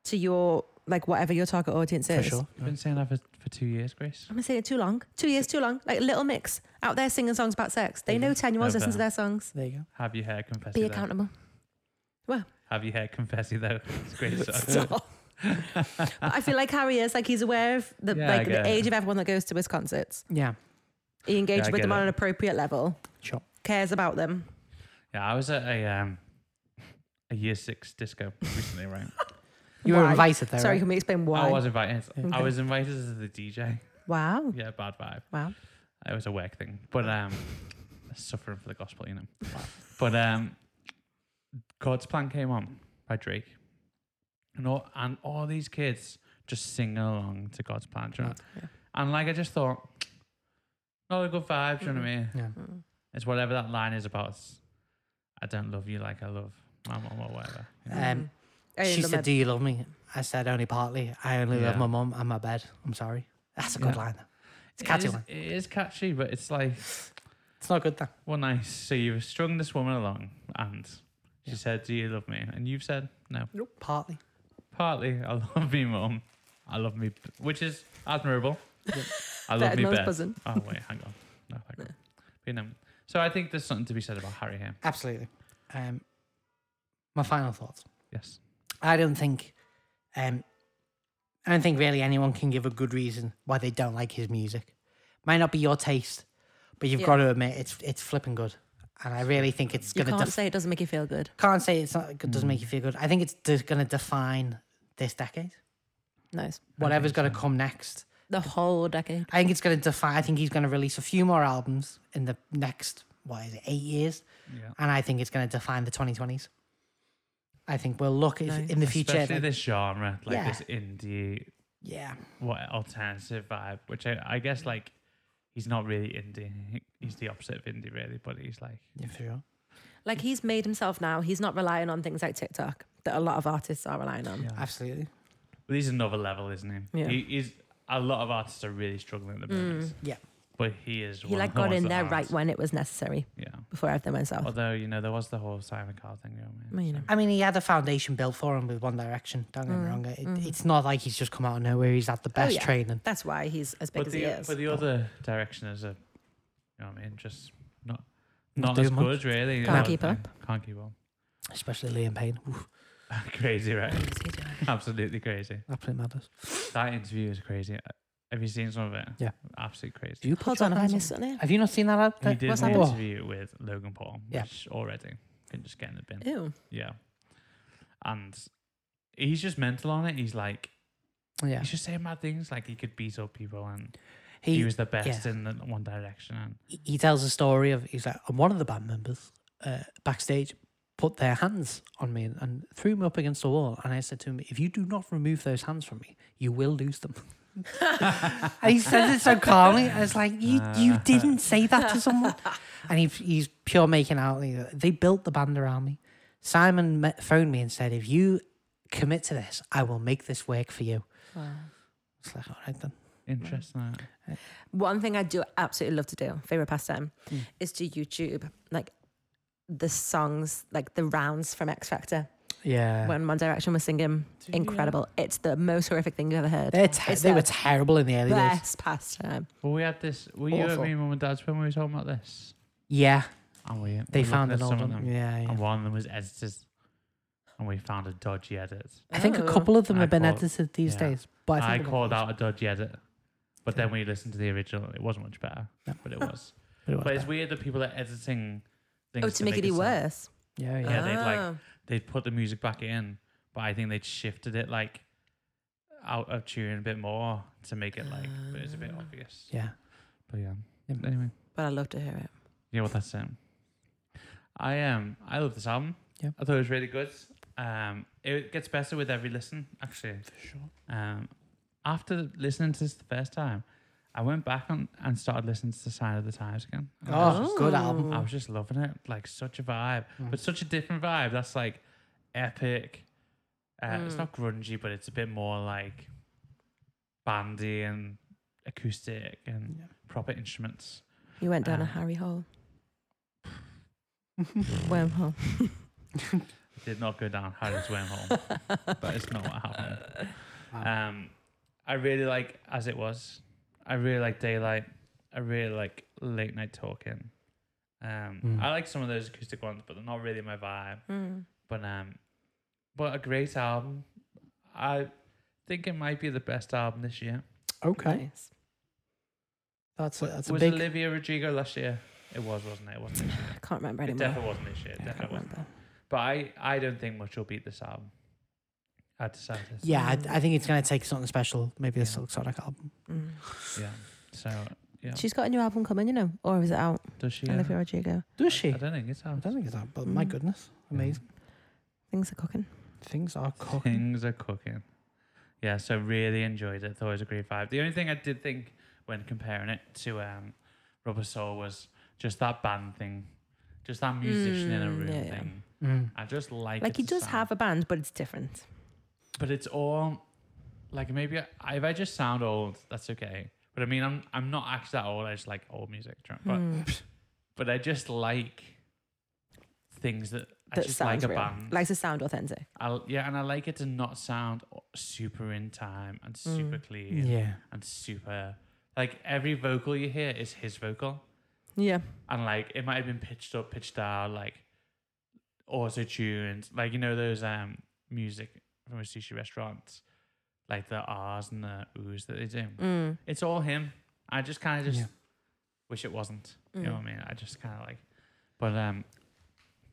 Speaker 3: to your like whatever your target audience
Speaker 2: For
Speaker 3: is.
Speaker 2: sure.
Speaker 1: You've been saying that for, for two years, Grace.
Speaker 3: I'm gonna say it too long. Two years too long. Like Little Mix out there singing songs about sex. They
Speaker 2: Yeah.
Speaker 3: know ten year olds
Speaker 1: Love
Speaker 3: listen
Speaker 1: that.
Speaker 3: to their songs.
Speaker 2: There you go.
Speaker 1: Have your hair confetti.
Speaker 3: Be
Speaker 1: though.
Speaker 3: accountable.
Speaker 1: Have your hair confetti
Speaker 3: (laughs)
Speaker 1: though. It's a great. song.
Speaker 3: Stop. (laughs) But I feel like Harry is like he's aware of the
Speaker 1: Yeah, I
Speaker 3: like
Speaker 1: get
Speaker 3: the
Speaker 1: it.
Speaker 3: age of everyone that goes to his concerts.
Speaker 2: Yeah.
Speaker 3: He engages
Speaker 1: I
Speaker 3: with
Speaker 1: get
Speaker 3: them on
Speaker 1: it.
Speaker 3: an appropriate level.
Speaker 2: Sure.
Speaker 3: Cares about them.
Speaker 1: Yeah, I was at a um a year six disco recently, right?
Speaker 2: You were
Speaker 3: Why?
Speaker 2: invited there.
Speaker 3: Sorry,
Speaker 2: right?
Speaker 3: can we explain
Speaker 1: I
Speaker 3: why?
Speaker 1: was invited. I
Speaker 3: Okay.
Speaker 1: was invited as the DJ.
Speaker 3: Wow.
Speaker 1: Yeah, bad vibe.
Speaker 3: Wow.
Speaker 1: It was a work thing, but um, suffering for the gospel, you know. but um, God's Plan came on by Drake, and all and all these kids just singing along to God's Plan, do you know?
Speaker 3: Yeah.
Speaker 1: And like I just thought, not a good vibe, do you know what I mean?
Speaker 2: Yeah.
Speaker 3: Mm.
Speaker 1: It's whatever that line is about. It's, I don't love you like I love my mom or whatever. you know?
Speaker 3: Mm.
Speaker 2: Um,
Speaker 3: I
Speaker 2: she
Speaker 3: love
Speaker 2: said,
Speaker 3: it.
Speaker 2: "Do you love me?" I said, "Only partly. I only love
Speaker 1: Yeah.
Speaker 2: my mum and my bed. I'm sorry." That's a good
Speaker 1: Yeah.
Speaker 2: line. Though. It's a catchy
Speaker 1: it is,
Speaker 2: one.
Speaker 1: It is catchy, but it's like,
Speaker 2: It's not good though.
Speaker 1: well, nice. So you've strung this woman along, and she
Speaker 2: Yeah.
Speaker 1: said, "Do you love me?" And you've said, "No."
Speaker 2: Nope. Partly.
Speaker 1: Partly, I love me mum. I love me, b- which is admirable. I love
Speaker 3: Better
Speaker 1: me
Speaker 3: than most
Speaker 1: bed.
Speaker 3: buzzing.
Speaker 1: Oh wait, hang on. No, hang on. You know. So I think there's something to be said about Harry here.
Speaker 2: Absolutely. Um, my final thoughts.
Speaker 1: Yes.
Speaker 2: I don't think, um, I don't think really anyone can give a good reason why they don't like his music. Might not be your taste, but you've
Speaker 3: Yeah.
Speaker 2: got to admit it's it's flipping good. And I really think it's
Speaker 3: You
Speaker 2: going to
Speaker 3: can't
Speaker 2: def-
Speaker 3: say it doesn't make you feel good.
Speaker 2: can't say it's not it
Speaker 1: Mm.
Speaker 2: doesn't make you feel good. I think it's going to define this decade.
Speaker 3: Nice.
Speaker 2: Whatever's
Speaker 1: so.
Speaker 2: going to come next.
Speaker 3: The whole decade.
Speaker 2: I think it's going to define. I think he's going to release a few more albums in the next what is it, eight years,
Speaker 1: Yeah.
Speaker 2: and I think it's going to define the 2020s. I think we'll look if-
Speaker 3: Nice.
Speaker 2: in the future.
Speaker 1: Especially
Speaker 2: like-
Speaker 1: this genre, like
Speaker 2: Yeah.
Speaker 1: this indie,
Speaker 2: yeah,
Speaker 1: what alternative vibe, which I, I guess like he's not really indie. He- He's the opposite of indie, really. But he's like,
Speaker 2: yeah, for sure.
Speaker 3: Like he's made himself now. He's not relying on things like TikTok that a lot of artists are relying on.
Speaker 1: yeah.
Speaker 2: Absolutely.
Speaker 1: Well, he's another level, isn't he?
Speaker 3: Yeah. Mm,
Speaker 1: He he's a lot of artists are really struggling at the moment.
Speaker 2: Yeah.
Speaker 1: But he is.
Speaker 3: He
Speaker 1: one
Speaker 3: like
Speaker 1: of the
Speaker 3: got
Speaker 1: ones
Speaker 3: in
Speaker 1: that
Speaker 3: there
Speaker 1: aren't.
Speaker 3: right when it was necessary
Speaker 1: Yeah.
Speaker 3: before everything went south.
Speaker 1: Although you know there was the whole Simon Cowell thing. You know, what I
Speaker 3: Well,
Speaker 1: mean?
Speaker 3: you know.
Speaker 1: So-
Speaker 2: I mean, he had a foundation built for him with One Direction. Don't get me wrong. It, It's not like he's just come out of nowhere. He's had the best
Speaker 3: yeah.
Speaker 2: training.
Speaker 3: That's why he's as big
Speaker 1: but
Speaker 3: as
Speaker 1: the uh,
Speaker 3: he is.
Speaker 1: but the other direction is a, you know what I mean, just not
Speaker 2: Not
Speaker 1: not as
Speaker 2: doing much.
Speaker 1: good really. you
Speaker 3: Can't
Speaker 1: know,
Speaker 3: keep
Speaker 1: like, Can't keep up. (laughs)
Speaker 2: Especially Liam Payne. Oof,
Speaker 1: crazy, right? (laughs)
Speaker 3: What's he doing?
Speaker 1: Absolutely crazy.
Speaker 2: absolute madness.
Speaker 1: That interview is crazy. Uh, Have you seen some of it?
Speaker 2: Yeah.
Speaker 1: Absolutely crazy.
Speaker 2: Do you put
Speaker 3: Hold
Speaker 2: your
Speaker 3: on, have I
Speaker 2: hands
Speaker 3: missed something?
Speaker 2: Have you not seen that? ad-
Speaker 1: He
Speaker 2: that-
Speaker 1: did
Speaker 2: what's
Speaker 1: an
Speaker 2: that called?
Speaker 1: interview with Logan Paul,
Speaker 2: Yeah.
Speaker 1: which already can just get in the bin.
Speaker 3: Ew.
Speaker 1: Yeah. And he's just mental on it. He's like,
Speaker 2: Yeah.
Speaker 1: he's just saying mad things. Like he could beat up people, and he,
Speaker 2: He,
Speaker 1: was the best
Speaker 2: yeah.
Speaker 1: in the One Direction. And
Speaker 2: he- he tells a story of he's like and one of the band members uh, backstage put their hands on me and, and threw me up against the wall and I said to him if you do not remove those hands from me you will lose them (laughs) and he says it so calmly I was like you you didn't say that to someone and he, he's pure making out you know, they built the band around me Simon me- phoned me and said if you commit to this I will make this work for you it's like all right then
Speaker 1: interesting.
Speaker 3: One thing I do absolutely love to do, favorite pastime,
Speaker 2: Hmm.
Speaker 3: is to YouTube like the songs, like the rounds from X Factor
Speaker 2: yeah
Speaker 3: when One Direction was singing. Incredible! It's the most horrific thing you've ever heard.
Speaker 2: They're ter-
Speaker 3: It's
Speaker 2: they were
Speaker 3: the
Speaker 2: terrible in the early days
Speaker 3: best pastime.
Speaker 1: Well, we had this. Were you at
Speaker 3: Awful.
Speaker 1: me, mum and dad's when we were talking about this?
Speaker 2: yeah
Speaker 1: And we we
Speaker 2: They
Speaker 1: were
Speaker 2: found an
Speaker 1: looking at
Speaker 2: old
Speaker 1: some
Speaker 2: one.
Speaker 1: of them,
Speaker 2: Yeah, yeah.
Speaker 1: and one of them was edited, and we found a dodgy edit.
Speaker 2: I think a
Speaker 3: Oh.
Speaker 2: couple of them
Speaker 1: I
Speaker 2: have been
Speaker 1: called-
Speaker 2: edited these
Speaker 1: yeah.
Speaker 2: days. But I,
Speaker 1: I,
Speaker 2: think
Speaker 1: called out a dodgy edit, but then we listened to the original. and It wasn't much better,
Speaker 2: No.
Speaker 1: but it was.
Speaker 2: (laughs) But
Speaker 1: but it's weird that people are editing things
Speaker 3: Oh, to make it
Speaker 1: it sound-
Speaker 3: even worse.
Speaker 2: Yeah, yeah.
Speaker 1: Yeah, they'd like-
Speaker 3: Ah.
Speaker 1: they'd put the music back in, but I think they'd shifted it like out of tune a bit more to make it like but it's a bit obvious.
Speaker 2: Ah. yeah.
Speaker 1: But yeah.
Speaker 2: Yeah.
Speaker 1: Anyway.
Speaker 3: But I love to hear it.
Speaker 1: Yeah, well that's it. I um I love this album.
Speaker 2: Yeah.
Speaker 1: I thought it was really good. Um, it gets better with every listen, actually.
Speaker 2: For sure.
Speaker 1: Um, after listening to this the first time, I went back on and started listening to the Sign of the Times again. And I was
Speaker 2: Oh, good album.
Speaker 1: just- I was just loving it, like such a vibe, but such a different vibe. That's like epic. Uh, It's not grungy, but it's a bit more like bandy and acoustic and
Speaker 2: Yeah.
Speaker 1: proper instruments.
Speaker 3: You went down a
Speaker 1: Um,
Speaker 3: Harry hole.
Speaker 1: (laughs)
Speaker 2: Mm.
Speaker 3: Wormhole.
Speaker 1: Did not go down Harry's
Speaker 3: (laughs)
Speaker 1: wormhole. that is not what happened. Um, I really like As It Was. I really like Daylight. I really like Late Night Talking. Um,
Speaker 2: Mm.
Speaker 1: I like some of those acoustic ones, but they're not really my vibe.
Speaker 3: Mm.
Speaker 1: But um, but a great album. I think it might be the best album this year.
Speaker 2: (laughs) Okay.
Speaker 3: Nice.
Speaker 2: That's a, that's a
Speaker 1: was
Speaker 2: big.
Speaker 1: Olivia Rodrigo last year? It was, wasn't it? It wasn't. This year.
Speaker 3: I can't remember
Speaker 1: It
Speaker 3: anymore.
Speaker 1: definitely wasn't this year. It
Speaker 3: I can't
Speaker 1: definitely wasn't.
Speaker 3: remember.
Speaker 1: But I, I don't think much will beat this album. I decided.
Speaker 2: Yeah, I,
Speaker 3: Mm.
Speaker 2: I think it's gonna take something special. Maybe a
Speaker 1: Yeah.
Speaker 2: Silk Sonic album.
Speaker 3: Mm.
Speaker 1: Yeah. So yeah.
Speaker 3: She's got a new album coming, you know, or is it out?
Speaker 1: Does she? uh,
Speaker 3: Olivia Rodrigo.
Speaker 2: Does she?
Speaker 1: I don't think it's
Speaker 2: I
Speaker 1: out.
Speaker 2: don't think it's that, but my
Speaker 3: Mm.
Speaker 2: goodness,
Speaker 1: Yeah.
Speaker 2: amazing
Speaker 3: Things are cooking.
Speaker 1: (laughs)
Speaker 2: things are cooking.
Speaker 1: Things are cooking. Yeah, so really enjoyed it. Thought it was a great vibe. The only thing I did think when comparing it to um, Rubber Soul was just that band thing, just that musician in a
Speaker 3: Mm,
Speaker 1: room
Speaker 3: yeah, yeah.
Speaker 1: thing.
Speaker 2: Mm.
Speaker 1: I just like
Speaker 3: Like
Speaker 1: it
Speaker 3: he does have a band, but it's different.
Speaker 1: but it's all like maybe I, if I just sound old, that's okay. But I mean, I'm I'm not actually that old. I just like old music, do you know? but
Speaker 3: Mm.
Speaker 1: but I just like things that, I
Speaker 3: That
Speaker 1: just like
Speaker 3: sounds
Speaker 1: a
Speaker 3: real.
Speaker 1: band.
Speaker 3: Likes to sound authentic.
Speaker 1: I, yeah, and I like it to not sound super in time and super clean
Speaker 2: Yeah.
Speaker 1: and super like every vocal you hear is his vocal,
Speaker 3: Yeah.
Speaker 1: and like it might have been pitched up, pitched down, like auto tuned, like you know those um music from a sushi restaurant, like the R's and the O's that they do.
Speaker 3: Mm.
Speaker 1: It's all him. I just kind of just
Speaker 2: Yeah.
Speaker 1: wish it wasn't.
Speaker 3: Mm.
Speaker 1: You know what I mean? I just kind of like, but um,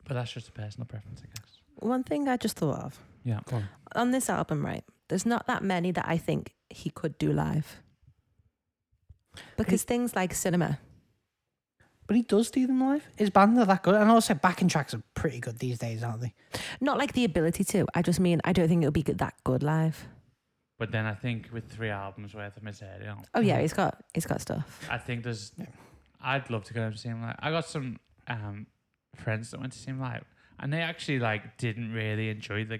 Speaker 1: but that's just a personal preference, I guess.
Speaker 3: One thing I just thought of
Speaker 1: Yeah.
Speaker 2: Go on.
Speaker 3: on this album, right? There's not that many that I think he could do live. Because things like cinema,
Speaker 2: But he does do them live. His band are that good, and also backing tracks are pretty good these days, aren't they?
Speaker 3: not like the ability to. I just mean I don't think it'll be good, that good live.
Speaker 1: But then I think with three albums worth of material,
Speaker 3: Oh yeah,
Speaker 2: Mhm.
Speaker 3: he's got he's got stuff.
Speaker 1: I think there's.
Speaker 2: Yeah.
Speaker 1: I'd love to go and see him live. I got some um, friends that went to see him live, and they actually like didn't really enjoy the,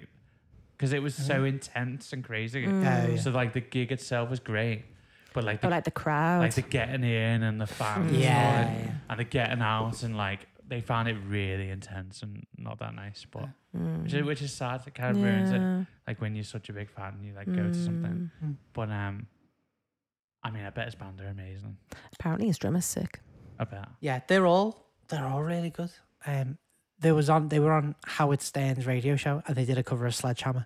Speaker 1: because it was so intense and crazy.
Speaker 2: Mm-hmm. Mm, Yeah, yeah.
Speaker 1: So like the gig itself was great, but like the,
Speaker 3: Mm. Or like the crowd. Mm.
Speaker 1: like the getting in and the fans, and all
Speaker 2: Yeah,
Speaker 1: that,
Speaker 2: yeah.
Speaker 1: and the getting out and like they found it really intense and not that nice. But
Speaker 3: Mm.
Speaker 1: which is which is sad. It kind of ruins it. Like when you're such a big fan, you like go to something.
Speaker 2: Mm.
Speaker 1: But um, I mean, I bet his band are amazing.
Speaker 3: Apparently his drummer's sick.
Speaker 1: I bet.
Speaker 2: Yeah, they're all they're all really good. Um, they was on they were on Howard Stern's radio show, and they did a cover of Sledgehammer.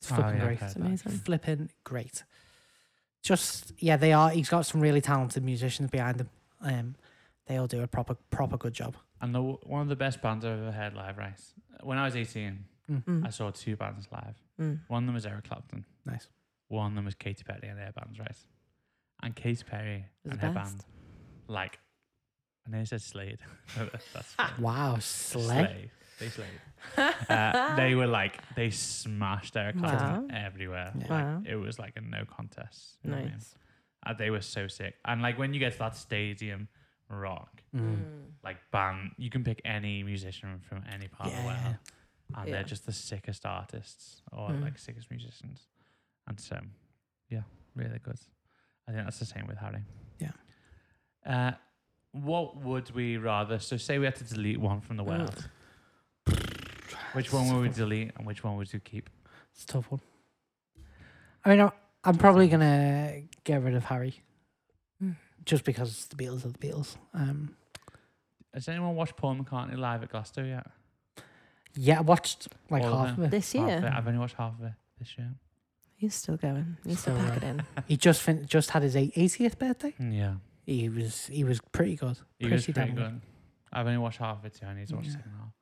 Speaker 2: It's
Speaker 1: Oh,
Speaker 2: fucking
Speaker 1: yeah,
Speaker 2: great.
Speaker 1: okay.
Speaker 3: It's amazing.
Speaker 2: flipping great. Just yeah, they are. He's got some really talented musicians behind him. Um, they all do a proper proper good job.
Speaker 1: And the, one of the best bands I've ever heard live, right? When I was 18,
Speaker 3: Mm.
Speaker 1: I saw two bands live.
Speaker 3: Mm.
Speaker 1: One of them was Eric Clapton.
Speaker 2: Nice.
Speaker 1: One of them was Katy Perry and her bands, right? And Katy Perry
Speaker 3: Was
Speaker 1: and
Speaker 3: the
Speaker 1: her
Speaker 3: best.
Speaker 1: band, like, and they said Slade. (laughs) That's
Speaker 3: Ah,
Speaker 1: fine.
Speaker 2: Wow, Sled.
Speaker 1: They slayed. (laughs) Uh,
Speaker 3: (laughs)
Speaker 1: they were like, they smashed Eric Clapton
Speaker 3: Wow.
Speaker 1: everywhere.
Speaker 2: Yeah.
Speaker 3: Wow.
Speaker 1: Like, it was like a no contest. you know what I mean?
Speaker 3: Nice.
Speaker 1: Uh, they were so sick. And like when you get to that stadium rock,
Speaker 2: Hmm. Mm.
Speaker 1: like band, you can pick any musician from any part of the
Speaker 2: Yeah.
Speaker 1: world, and
Speaker 3: Yeah.
Speaker 1: they're just the sickest artists or
Speaker 3: Mm.
Speaker 1: like sickest musicians. And so, yeah, really good. I think that's the same with Harry.
Speaker 2: Yeah.
Speaker 1: Uh, what would we rather? So, say we had to delete one from the
Speaker 3: Mm.
Speaker 1: world. Which one would we delete and which one would you keep?
Speaker 2: It's a tough one. I mean, I- I'm probably gonna get rid of Harry,
Speaker 3: Mm.
Speaker 2: just because the Beatles are the Beatles. Um,
Speaker 1: Has anyone watched Paul McCartney live at Glasgow yet?
Speaker 2: yeah, I watched like
Speaker 1: All of
Speaker 2: half
Speaker 1: them.
Speaker 2: of it.
Speaker 3: This
Speaker 1: Half of
Speaker 3: year.
Speaker 1: it. I've only watched half of it this year.
Speaker 3: He's still going. He's still
Speaker 2: Still
Speaker 3: pack it in.
Speaker 2: He just fin- just had his eight- 80th birthday.
Speaker 1: Yeah.
Speaker 2: He was he was pretty good.
Speaker 1: He was
Speaker 2: Pretty
Speaker 1: pretty
Speaker 2: damn
Speaker 1: good. I've only watched half of it too. I need to watch
Speaker 2: Yeah.
Speaker 1: the second half.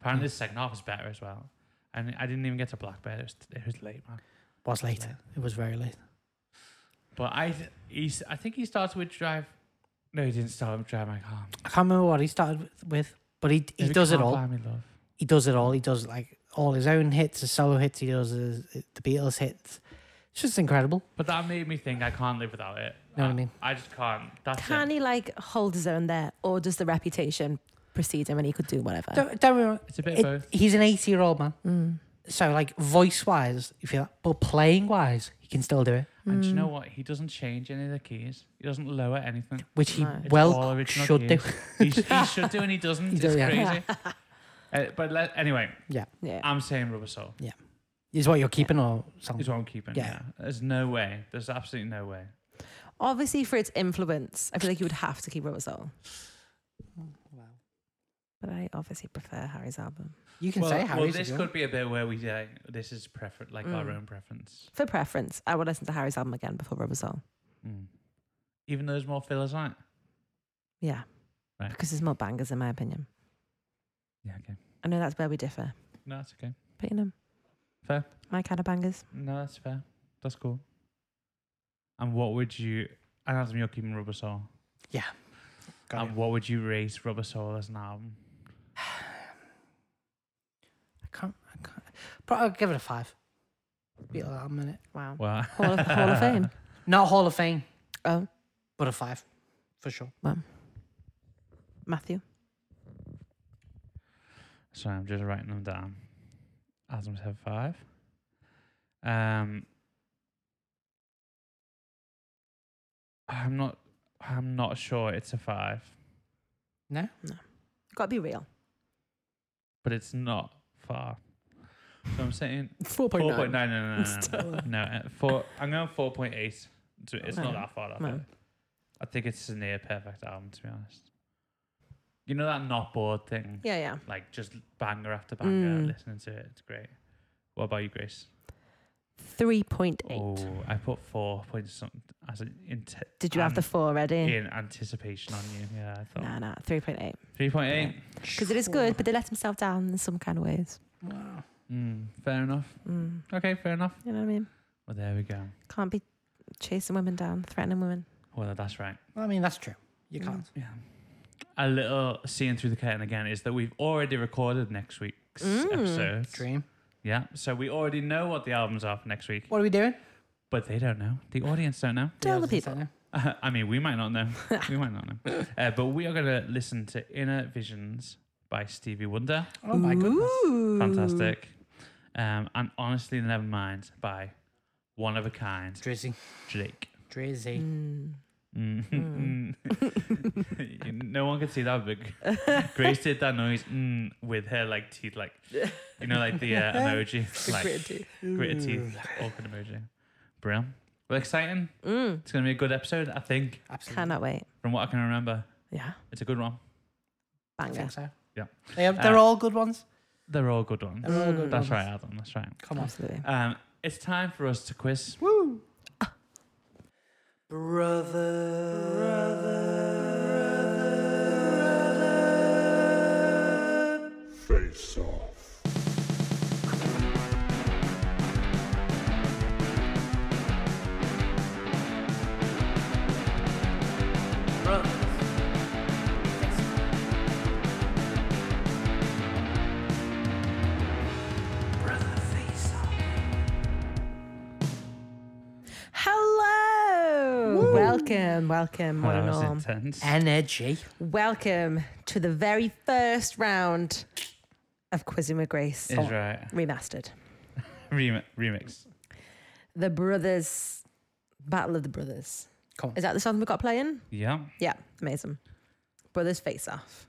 Speaker 1: Apparently,
Speaker 2: Yeah.
Speaker 1: the second half is better as well. And I didn't even get to Blackbird. It was, it was late, man.
Speaker 2: Was
Speaker 1: It was
Speaker 2: late. It was very late.
Speaker 1: But I, th- he's, I think he started with Drive. No, he didn't start with Drive My Car.
Speaker 2: I can't remember what he started with, with but he he
Speaker 1: Maybe
Speaker 2: does it
Speaker 1: Can't
Speaker 2: all.
Speaker 1: Buy Me Love.
Speaker 2: he does it all. He does like all his own hits, his solo hits. He does his, the Beatles hits. It's just incredible.
Speaker 1: But that made me think I can't live without it.
Speaker 2: Know what I mean?
Speaker 1: I just can't. That's
Speaker 3: Can
Speaker 1: it.
Speaker 3: he like hold his own there, or does the reputation precede him and he could do whatever? Mm.
Speaker 2: Don't, don't worry.
Speaker 1: It's a bit
Speaker 2: It-
Speaker 1: of both.
Speaker 2: he's an 80 year old man. So, like, voice wise, you feel that, but playing wise, he can still do it,
Speaker 1: And do you
Speaker 3: Mm.
Speaker 1: know what? He doesn't change any of the keys. He doesn't lower anything.
Speaker 2: which he
Speaker 3: No.
Speaker 1: It's all
Speaker 2: well
Speaker 1: original
Speaker 2: should do.
Speaker 1: keys. He, sh- he should do and
Speaker 2: (laughs)
Speaker 1: he doesn't.
Speaker 2: He
Speaker 1: it's
Speaker 2: does, yeah.
Speaker 1: crazy. Uh, but let, anyway,
Speaker 3: Yeah.
Speaker 1: I'm saying Rubber Soul
Speaker 2: (laughs) Is what you're keeping or something?
Speaker 1: is
Speaker 3: Um,
Speaker 1: what I'm keeping.
Speaker 2: Yeah.
Speaker 1: Yeah. There's no way. There's absolutely no way.
Speaker 3: Obviously, for its influence, I feel like you would have to keep Rubber Soul. But I obviously prefer Harry's album
Speaker 2: You can
Speaker 1: well,
Speaker 2: say
Speaker 1: well,
Speaker 2: Harry's. if
Speaker 1: this
Speaker 2: you
Speaker 1: could
Speaker 2: want.
Speaker 1: be a bit where we say this is prefer- like our
Speaker 3: Mm.
Speaker 1: own preference.
Speaker 3: for preference. I would listen to Harry's album again before Rubber Soul.
Speaker 1: Mm. Even though there's more fillers on it.
Speaker 3: Yeah,
Speaker 1: Right.
Speaker 3: because there's more bangers in my opinion.
Speaker 1: Yeah, okay.
Speaker 3: I know that's where we differ,
Speaker 1: No, that's okay.
Speaker 3: but you know,
Speaker 1: Fair.
Speaker 3: my kind of bangers.
Speaker 1: No, that's fair. That's cool. And what would you? And Adam, you're keeping Rubber Soul.
Speaker 2: Got
Speaker 1: and
Speaker 2: it.
Speaker 1: what would you rate Rubber Soul as an album?
Speaker 2: I can't. I can't. But I'll uh, give it a five. Beatle album in it.
Speaker 3: Wow.
Speaker 1: Well,
Speaker 3: Hall of, Hall
Speaker 1: (laughs)
Speaker 3: of Fame.
Speaker 2: Not Hall of Fame,
Speaker 3: Oh,
Speaker 2: but a five for sure.
Speaker 3: Matthew.
Speaker 1: Sorry, I'm just writing them down. Adam's had five. Um, I'm not. I'm not sure it's a five,
Speaker 3: Got to be real.
Speaker 1: but it's not far. So I'm
Speaker 3: (laughs)
Speaker 1: saying
Speaker 3: Four
Speaker 1: four point nine. No, no, no, no, no. no uh, four. I'm going four point eight. So it's not
Speaker 3: Oh, No.
Speaker 1: that far. off
Speaker 3: No.
Speaker 1: it. I think it's a near perfect album, to be honest. You know that not bored thing,
Speaker 3: Yeah, yeah.
Speaker 1: like just banger after banger,
Speaker 3: Mm.
Speaker 1: listening to it. It's great. What about you, Grace?
Speaker 3: Three point eight.
Speaker 1: Oh, I put four points something as an int-
Speaker 3: Did you have the
Speaker 1: an-
Speaker 3: four already?
Speaker 1: in anticipation on you? Yeah, I thought
Speaker 3: No, no, three point eight.
Speaker 1: three point eight.
Speaker 3: Because it is good, but they let themselves down in some kind of ways.
Speaker 2: Wow.
Speaker 1: Mm, fair enough.
Speaker 3: Mm.
Speaker 1: Okay, fair enough.
Speaker 3: You know what I mean?
Speaker 1: Well, there we go.
Speaker 3: Can't be chasing women down, threatening women.
Speaker 1: Well, that's right.
Speaker 2: I mean, that's true. You
Speaker 3: Mm.
Speaker 2: can't.
Speaker 1: Yeah. A little seeing through the curtain again is that we've already recorded next week's
Speaker 3: Mm.
Speaker 1: episode.
Speaker 2: Dream.
Speaker 1: Yeah, so we already know what the albums are for next week,
Speaker 2: What are we doing?
Speaker 1: but they don't know. The audience don't know. (laughs)
Speaker 2: Yeah,
Speaker 3: Tell the
Speaker 2: I was gonna
Speaker 3: people.
Speaker 2: say no.
Speaker 1: I mean, we might not know. we might not know. Uh, but we are going to listen to Inner Visions by Stevie Wonder.
Speaker 2: Oh my goodness.
Speaker 3: Ooh.
Speaker 1: Fantastic. Um, and honestly, never mind by one of a kind,
Speaker 2: Drizzy.
Speaker 1: Drake.
Speaker 2: Drizzy.
Speaker 3: Mm.
Speaker 1: Mm. (laughs) no one could see that, but
Speaker 3: (laughs)
Speaker 1: Grace did that noise mm, with her like teeth, like you know, like the uh, (laughs) emoji, like
Speaker 3: Gritty.
Speaker 1: gritted teeth, awkward emoji. Brilliant. Well, exciting.
Speaker 3: Mm.
Speaker 1: It's gonna be a good episode, I think,
Speaker 2: Absolutely.
Speaker 3: Cannot wait.
Speaker 1: from what I can remember.
Speaker 3: Yeah.
Speaker 1: It's a good one.
Speaker 2: I
Speaker 3: Banger.
Speaker 2: think so.
Speaker 1: Yeah.
Speaker 2: They are, they're
Speaker 1: Uh,
Speaker 2: all good ones.
Speaker 1: They're all good ones.
Speaker 2: They're all good
Speaker 1: That's
Speaker 2: ones.
Speaker 1: right, Adam. That's right.
Speaker 2: Come on.
Speaker 3: Absolutely.
Speaker 1: Um, it's time for us to quiz.
Speaker 2: Woo. Brother.
Speaker 4: Face off.
Speaker 3: Hello. Welcome, welcome, one
Speaker 1: that
Speaker 3: and
Speaker 1: was
Speaker 3: all.
Speaker 1: intense.
Speaker 2: Energy.
Speaker 3: Welcome to the very first round of Quizzing with Grace
Speaker 1: Is right.
Speaker 3: remastered.
Speaker 1: Remi- remix.
Speaker 3: The Brothers, Battle of the Brothers.
Speaker 2: Come on.
Speaker 3: Is that the song we got playing?
Speaker 1: Yeah.
Speaker 3: Yeah, amazing. Brothers Face
Speaker 2: (laughs)
Speaker 3: Off.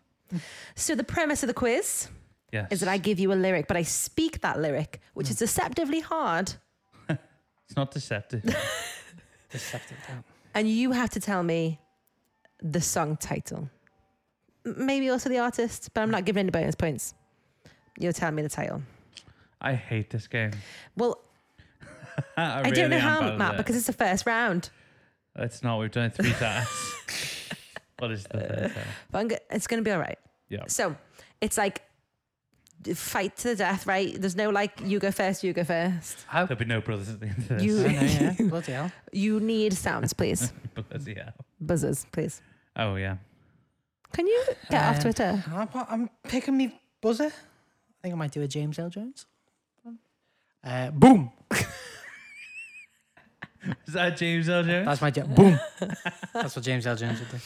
Speaker 3: so the premise of the quiz
Speaker 1: Yes.
Speaker 3: is that I give you a lyric, but I speak that lyric,
Speaker 2: Hmm.
Speaker 3: which is deceptively hard,
Speaker 1: It's not deceptive.
Speaker 3: (laughs)
Speaker 2: Deceptive. don't.
Speaker 3: and you have to tell me the song title. M- Maybe also the artist, but I'm not giving any bonus points. You're telling me the title.
Speaker 1: I hate this game.
Speaker 3: Well,
Speaker 1: I,
Speaker 3: I
Speaker 1: really
Speaker 3: don't know
Speaker 1: am bad
Speaker 3: how,
Speaker 1: at
Speaker 3: Matt,
Speaker 1: it.
Speaker 3: because it's the first round.
Speaker 1: it's not. We've done it three
Speaker 3: (laughs)
Speaker 1: times. what is the third time?
Speaker 3: But I'm go- it's going to be all right.
Speaker 1: Yeah.
Speaker 3: So it's like fight to the death, right? There's no like you go first, you go first.
Speaker 2: How?
Speaker 1: There'll be no brothers at the end of this.
Speaker 2: I
Speaker 3: You- (laughs)
Speaker 2: know, yeah. Bloody hell.
Speaker 3: You need sounds, please.
Speaker 1: (laughs) Bloody hell.
Speaker 3: Buzzers, please.
Speaker 1: Oh yeah.
Speaker 3: Can you get off
Speaker 2: Um,
Speaker 1: Uh,
Speaker 3: Twitter?
Speaker 2: I'm, I'm picking me buzzer. I think I might do a James L. Jones. Uh, boom.
Speaker 1: Is that James L. Jones?
Speaker 2: That's my (laughs) ja- boom. That's what James L. Jones would do.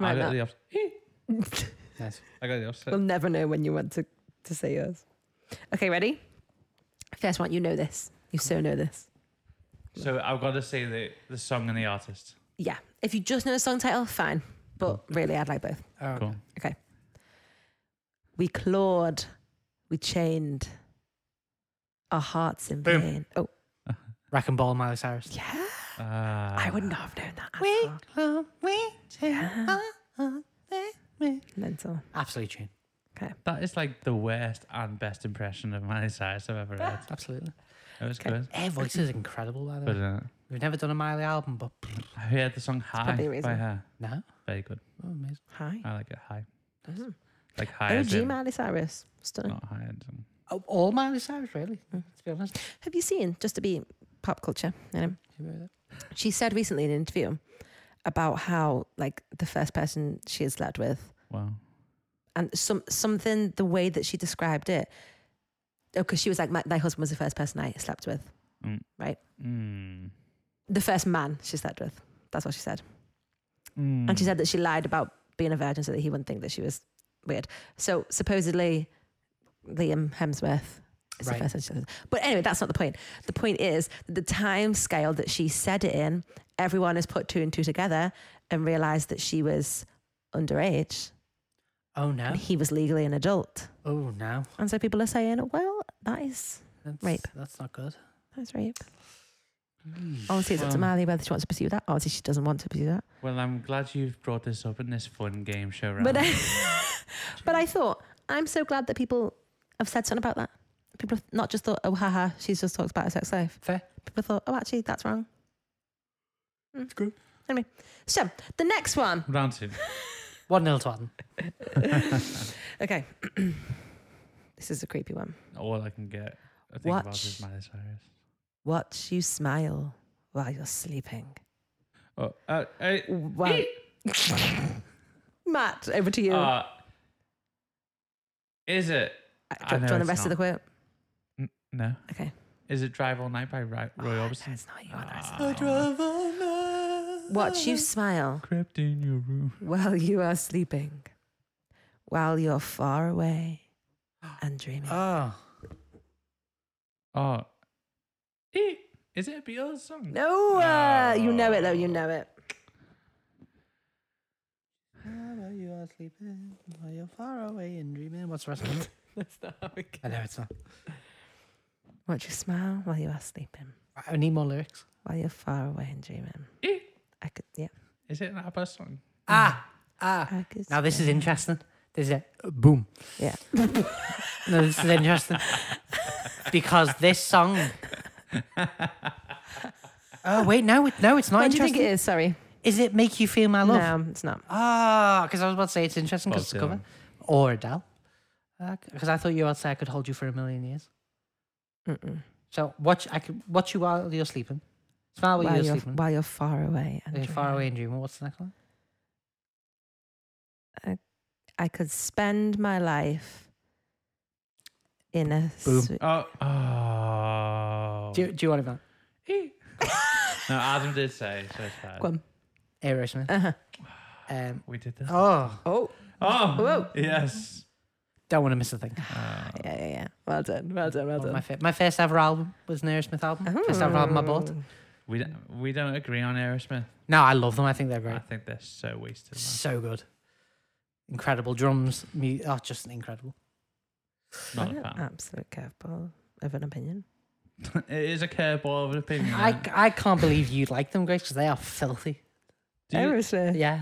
Speaker 1: I
Speaker 3: Right,
Speaker 1: got
Speaker 3: Matt.
Speaker 1: the opposite. (laughs)
Speaker 2: Nice.
Speaker 1: I got the opposite.
Speaker 3: (laughs) We'll never know when you want to, to say yours. Okay, ready? First one, you know this. You so know this.
Speaker 1: So I've got to say the, the song and the artist.
Speaker 3: Yeah. If you just know the song title, fine. But really, I'd like both.
Speaker 2: Oh,
Speaker 1: Cool.
Speaker 3: We clawed, we chained, our hearts in
Speaker 2: Boom.
Speaker 3: pain. Oh,
Speaker 2: Rack and ball, Miley Cyrus.
Speaker 3: yeah.
Speaker 1: Uh,
Speaker 3: I would not have known that.
Speaker 2: We
Speaker 3: answer.
Speaker 2: love, Oh, we
Speaker 3: Yeah.
Speaker 2: we.
Speaker 3: Mental.
Speaker 2: Absolute tune.
Speaker 1: That is like the worst and best impression of Miley Cyrus I've ever
Speaker 3: (laughs)
Speaker 1: heard.
Speaker 2: Absolutely.
Speaker 1: That was
Speaker 3: Okay.
Speaker 1: good.
Speaker 2: Her voice is incredible, by the
Speaker 1: But
Speaker 2: way.
Speaker 1: uh,
Speaker 2: We've never done a Miley album, but
Speaker 1: I heard the song High
Speaker 3: probably a
Speaker 1: by
Speaker 3: reason.
Speaker 1: her.
Speaker 2: no.
Speaker 1: Very good.
Speaker 2: Oh, amazing.
Speaker 3: Hi.
Speaker 1: I like it high.
Speaker 3: Mm.
Speaker 1: Like high as
Speaker 3: OG
Speaker 1: in,
Speaker 3: Miley Cyrus. Stunning.
Speaker 1: not high as in.
Speaker 2: Oh, all Miley Cyrus, really, to be honest.
Speaker 3: Have you seen, just to be pop culture, you know, she said recently in an interview about how, like, the first person she has slept with
Speaker 1: Wow.
Speaker 3: and some something the way that she described it because she was like my, my husband was the first person i slept with
Speaker 1: Mm.
Speaker 3: the first man she slept with that's what she said
Speaker 1: Mm.
Speaker 3: and she said that she lied about being a virgin so that he wouldn't think that she was weird so supposedly liam hemsworth is
Speaker 2: Right.
Speaker 3: the first person she slept with. but anyway that's not the point the point is that the time scale that she said it in everyone has put two and two together and realized that she was underage
Speaker 2: Oh, no.
Speaker 3: and he was legally an adult
Speaker 2: Oh, no.
Speaker 3: and so people are saying well that is
Speaker 2: That's,
Speaker 3: Rape.
Speaker 2: That's not good.
Speaker 3: That's rape. Obviously, it's up to
Speaker 1: Well-
Speaker 3: Miley whether she wants to pursue that. Obviously, she doesn't want to pursue that.
Speaker 1: Well, I'm glad you've brought this up in this fun game show round.
Speaker 3: But, but I (laughs) thought, I'm so glad that people have said something about that. People have not just thought, oh, haha, she's just talked about her sex life.
Speaker 2: Fair.
Speaker 3: People thought, oh, actually, that's wrong. Hmm.
Speaker 2: It's good.
Speaker 3: So, the
Speaker 1: (laughs)
Speaker 3: next one.
Speaker 1: round two.
Speaker 2: 1 0 to one.
Speaker 3: Okay. (clears throat) this is a creepy one.
Speaker 1: All I can get. I think about
Speaker 3: Watch.
Speaker 1: is Miley Cyrus.
Speaker 3: Watch you smile while you're sleeping.
Speaker 1: Oh, uh, hey,
Speaker 3: Wow. (laughs) Matt, over to you.
Speaker 1: uh, is it?
Speaker 3: I-
Speaker 1: I
Speaker 3: do, do you
Speaker 1: know
Speaker 3: want the
Speaker 1: it's
Speaker 3: rest of the quote?
Speaker 1: No.
Speaker 3: Okay.
Speaker 1: Is it Drive All Night by Ri- Roy
Speaker 3: Oh,
Speaker 1: Orbison?
Speaker 3: no, it's not you. no, it's not.
Speaker 1: Ah.
Speaker 3: Watch you smile
Speaker 1: Crept in your room.
Speaker 3: while you are sleeping, while you're far away
Speaker 2: (gasps)
Speaker 3: and dreaming.
Speaker 2: Oh.
Speaker 1: Oh. Eh, Is it a Beatles song?
Speaker 3: no, uh, you know it though. You know it.
Speaker 2: You are sleeping, you're far away and dreaming. What's the rest (laughs) of it?
Speaker 3: That's not how it
Speaker 2: I know it's not.
Speaker 3: Watch you smile while you are sleeping,
Speaker 2: I need more lyrics.
Speaker 3: while you're far away and dreaming.
Speaker 1: Eh,
Speaker 3: I could, yeah.
Speaker 1: Is it an ABBA song?
Speaker 2: Ah, ah.
Speaker 3: I could
Speaker 2: Now this is
Speaker 3: stay.
Speaker 2: interesting. There's a boom.
Speaker 3: (laughs) Yeah.
Speaker 2: No, this is interesting because this song. Oh wait, no, it- no, it's not
Speaker 3: What do you
Speaker 2: interesting.
Speaker 3: think it is? Sorry.
Speaker 2: Is it "Make You Feel My Love"?
Speaker 3: No, it's not.
Speaker 2: Ah, because I was about to say it's interesting
Speaker 1: Bob
Speaker 2: because it's a cover
Speaker 1: Dylan.
Speaker 2: or Adele. Because I thought you were about to say I could hold you for a million years.
Speaker 3: Mm-mm.
Speaker 2: So watch, I could watch you while you're sleeping. Smile while,
Speaker 3: While
Speaker 2: you're,
Speaker 3: you're
Speaker 2: sleeping.
Speaker 3: while you're far away and
Speaker 2: You're
Speaker 3: dreaming.
Speaker 2: far away and dreaming. What's the next one?
Speaker 3: I could spend my life in a.
Speaker 2: Boom.
Speaker 3: swe-
Speaker 1: Oh. Oh.
Speaker 2: Do you, do you want it, man?
Speaker 1: Eh.
Speaker 3: (laughs)
Speaker 1: no, Adam did say. So it's fine.
Speaker 3: Go on.
Speaker 2: Aerosmith.
Speaker 3: Uh-huh.
Speaker 2: Um,
Speaker 1: We did this. Oh.
Speaker 2: oh,
Speaker 3: Oh.
Speaker 1: oh.
Speaker 3: Whoa. (sighs)
Speaker 1: Yes.
Speaker 2: don't want to miss a thing.
Speaker 1: Uh,
Speaker 3: Yeah, yeah, yeah. Well done. Well done.
Speaker 2: One
Speaker 3: Well
Speaker 2: of Oh,
Speaker 3: done. Oh.
Speaker 2: my, fa- my first ever album was an Aerosmith album. First ever album I bought.
Speaker 1: we don't, we don't agree on Aerosmith.
Speaker 2: No, I love them. I think they're
Speaker 1: I
Speaker 2: great.
Speaker 1: think they're so wasted. Man.
Speaker 2: So good. Incredible drums. Mu- oh, just incredible.
Speaker 1: Not
Speaker 3: What
Speaker 1: a
Speaker 3: an
Speaker 1: fan. (laughs)
Speaker 3: absolute curveball of an opinion.
Speaker 1: it is a curveball of an opinion.
Speaker 2: I,
Speaker 1: isn't it?
Speaker 2: I can't believe you like them, Grace, because they are filthy.
Speaker 1: Do you,
Speaker 3: Uh,
Speaker 2: Yeah.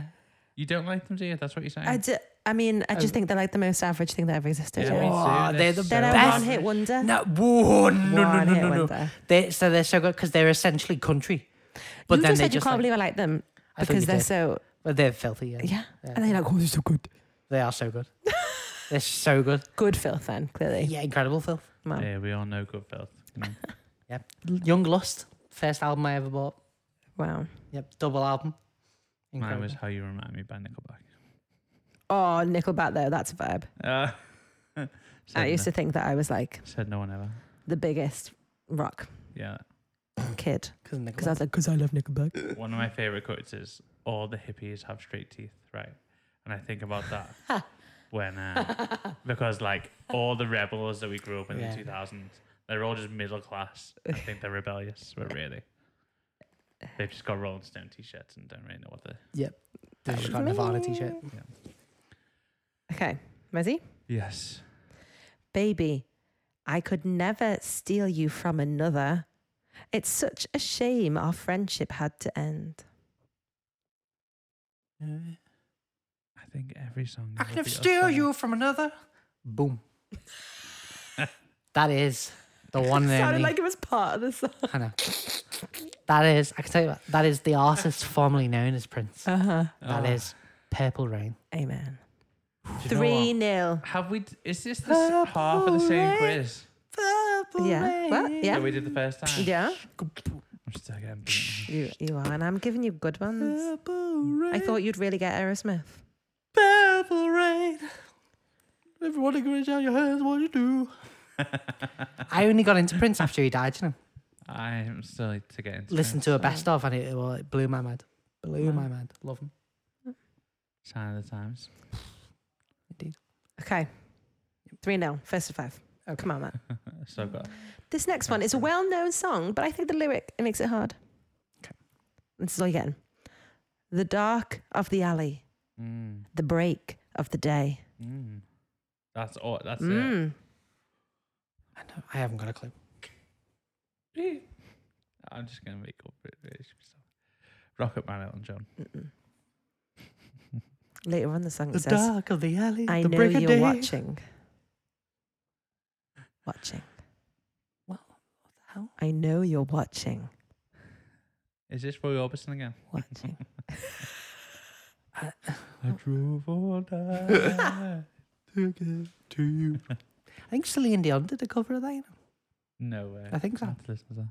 Speaker 1: you don't like them, do you? That's what you're saying.
Speaker 3: I, do, I mean, I
Speaker 2: Oh.
Speaker 3: just think they're like the most average thing that ever existed.
Speaker 1: Yeah,
Speaker 3: yeah.
Speaker 1: me too.
Speaker 2: Oh, they're the
Speaker 3: They're
Speaker 1: so
Speaker 3: a
Speaker 2: best.
Speaker 3: one hit wonder.
Speaker 2: No, whoa, no, no,
Speaker 3: one
Speaker 2: no,
Speaker 3: hit
Speaker 2: no, no.
Speaker 3: wonder.
Speaker 2: They, so they're so good because they're essentially country. But
Speaker 3: you
Speaker 2: then
Speaker 3: just
Speaker 2: they
Speaker 3: said you
Speaker 2: just
Speaker 3: can't
Speaker 2: like-
Speaker 3: believe I like them
Speaker 2: I thought
Speaker 3: because
Speaker 2: you
Speaker 3: they're
Speaker 2: did.
Speaker 3: so
Speaker 2: But they're filthy. Yeah.
Speaker 3: yeah.
Speaker 2: Yeah.
Speaker 3: And they're like, oh, they're so good.
Speaker 2: They are so good. they're so good.
Speaker 3: Good filth then, clearly.
Speaker 2: Yeah, incredible filth.
Speaker 3: Wow.
Speaker 1: Yeah, we all know good filth. you know.
Speaker 2: Young Lust, first album I ever bought.
Speaker 3: Wow.
Speaker 2: Yep, double album.
Speaker 1: Mine
Speaker 2: Incredible.
Speaker 1: was How You Remind Me by Nickelback.
Speaker 3: Oh, Nickelback though, that's a vibe.
Speaker 1: Uh, (laughs) Said
Speaker 3: I used
Speaker 1: no,
Speaker 3: to think that I was like
Speaker 1: said no one ever.
Speaker 3: the biggest (clears throat) rock
Speaker 1: Yeah.
Speaker 3: kid because I
Speaker 2: Because
Speaker 3: was like, because I love (laughs) Nickelback.
Speaker 1: One of my favorite quotes is all the hippies have straight teeth, right? And I think about
Speaker 2: (laughs)
Speaker 1: that when uh, because like all the rebels that we grew up in
Speaker 2: Yeah.
Speaker 1: the 2000s, they're all just middle class. I (laughs) think they're rebellious, but really. They've just got Rolling Stone t-shirts and don't really know what they.
Speaker 2: I just got a Nirvana t-shirt.
Speaker 3: Okay, Mezzy,
Speaker 1: Yes.
Speaker 3: baby, I could never steal you from another. It's such a shame our friendship had to end.
Speaker 1: I think every song.
Speaker 2: I
Speaker 1: is
Speaker 2: can
Speaker 1: a
Speaker 2: have
Speaker 1: Beatles
Speaker 2: steal
Speaker 1: song.
Speaker 2: you from another. Boom. that is (laughs) the one and only.
Speaker 3: it was part of the song.
Speaker 2: I know. That is, I can tell you what, that is the artist formerly known as Prince.
Speaker 3: Uh huh.
Speaker 2: That
Speaker 1: Oh.
Speaker 2: is Purple Rain.
Speaker 3: Amen.
Speaker 1: Do you know what?
Speaker 3: Three nil.
Speaker 1: Have we? Is this the s- half of the same quiz
Speaker 2: Purple
Speaker 3: Yeah. What? Yeah.
Speaker 1: that we did the first time?
Speaker 3: Yeah.
Speaker 1: I'm still getting beaten.
Speaker 3: You, you are, and I'm giving you good ones.
Speaker 2: Purple Rain.
Speaker 3: I thought you'd really get Aerosmith.
Speaker 2: Purple Rain. Everyone agrees out your hands what you do. I only got into Prince after he died, you know.
Speaker 1: I am still to get into
Speaker 2: Listened to a
Speaker 1: it.
Speaker 2: best of and it, well, it blew my mind. Blew my mind. Love him.
Speaker 1: Sign of the times.
Speaker 3: Okay. 3 0, first to five. Oh, come on, Matt.
Speaker 1: So good.
Speaker 3: This next one is a well known song, but I think the lyric it makes it hard.
Speaker 2: Okay.
Speaker 3: This is all again. The dark of the alley,
Speaker 1: Mm,
Speaker 3: the break of the day.
Speaker 1: mm. That's all. That's it.
Speaker 3: Mm.
Speaker 2: I know. I haven't got a clue.
Speaker 1: Beep. I'm just gonna make up it. it's just- Rocket Man, Elton John. (laughs)
Speaker 3: Mm-mm. Later on, the song it
Speaker 2: The
Speaker 3: says,
Speaker 2: dark of the alley.
Speaker 3: I
Speaker 2: the
Speaker 3: know
Speaker 2: break of
Speaker 3: you're
Speaker 2: day.
Speaker 3: watching. Watching.
Speaker 2: Well, what the hell?
Speaker 3: I know you're watching.
Speaker 1: Is this Roy Orbison again?
Speaker 3: Watching.
Speaker 2: Oh.
Speaker 1: I drove
Speaker 2: (laughs)
Speaker 1: all night.
Speaker 2: to get to you. I think Celine Dion did a cover of that. You know?
Speaker 1: no way.
Speaker 2: I think so.
Speaker 1: I'll have to listen to that.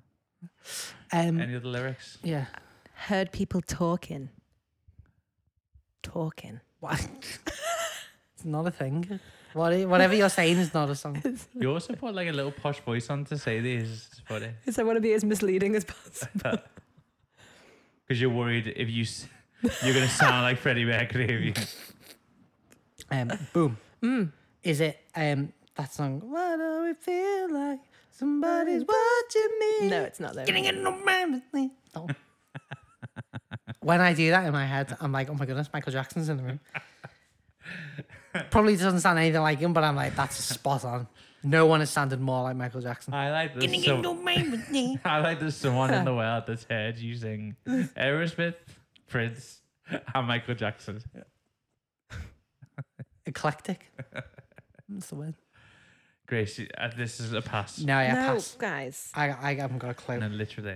Speaker 2: Um,
Speaker 1: Any other lyrics?
Speaker 2: yeah.
Speaker 3: (laughs) Heard people talking. Talking.
Speaker 2: What? (laughs) it's not a thing. What, whatever you're saying is not a song.
Speaker 1: You also put like a little posh voice on to say these. It's funny.
Speaker 3: Because I want to be as misleading as possible.
Speaker 1: Because you're worried if you s- (laughs) you're gonna sound like Freddie Mercury. (laughs) If you,
Speaker 2: Um, boom.
Speaker 3: Mm.
Speaker 2: Is it um, that song? What do we feel like? Somebody's watching me.
Speaker 3: No, it's not there.
Speaker 2: Getting in the mind with me. No. (laughs) when I do that in my head, I'm like, oh my goodness, Michael Jackson's in the room. Probably doesn't sound anything like him, but I'm like, that's spot on. No one has sounded more like Michael Jackson.
Speaker 1: I like this. So, I like there's someone in the world that's heard you sing Aerosmith, Prince, and Michael Jackson.
Speaker 2: (laughs) Eclectic. That's the word.
Speaker 1: Grace, uh, this is a pass.
Speaker 2: No, yeah,
Speaker 3: no,
Speaker 2: pass.
Speaker 3: guys.
Speaker 2: I, I haven't got a clue.
Speaker 1: No,
Speaker 2: No,
Speaker 1: literally.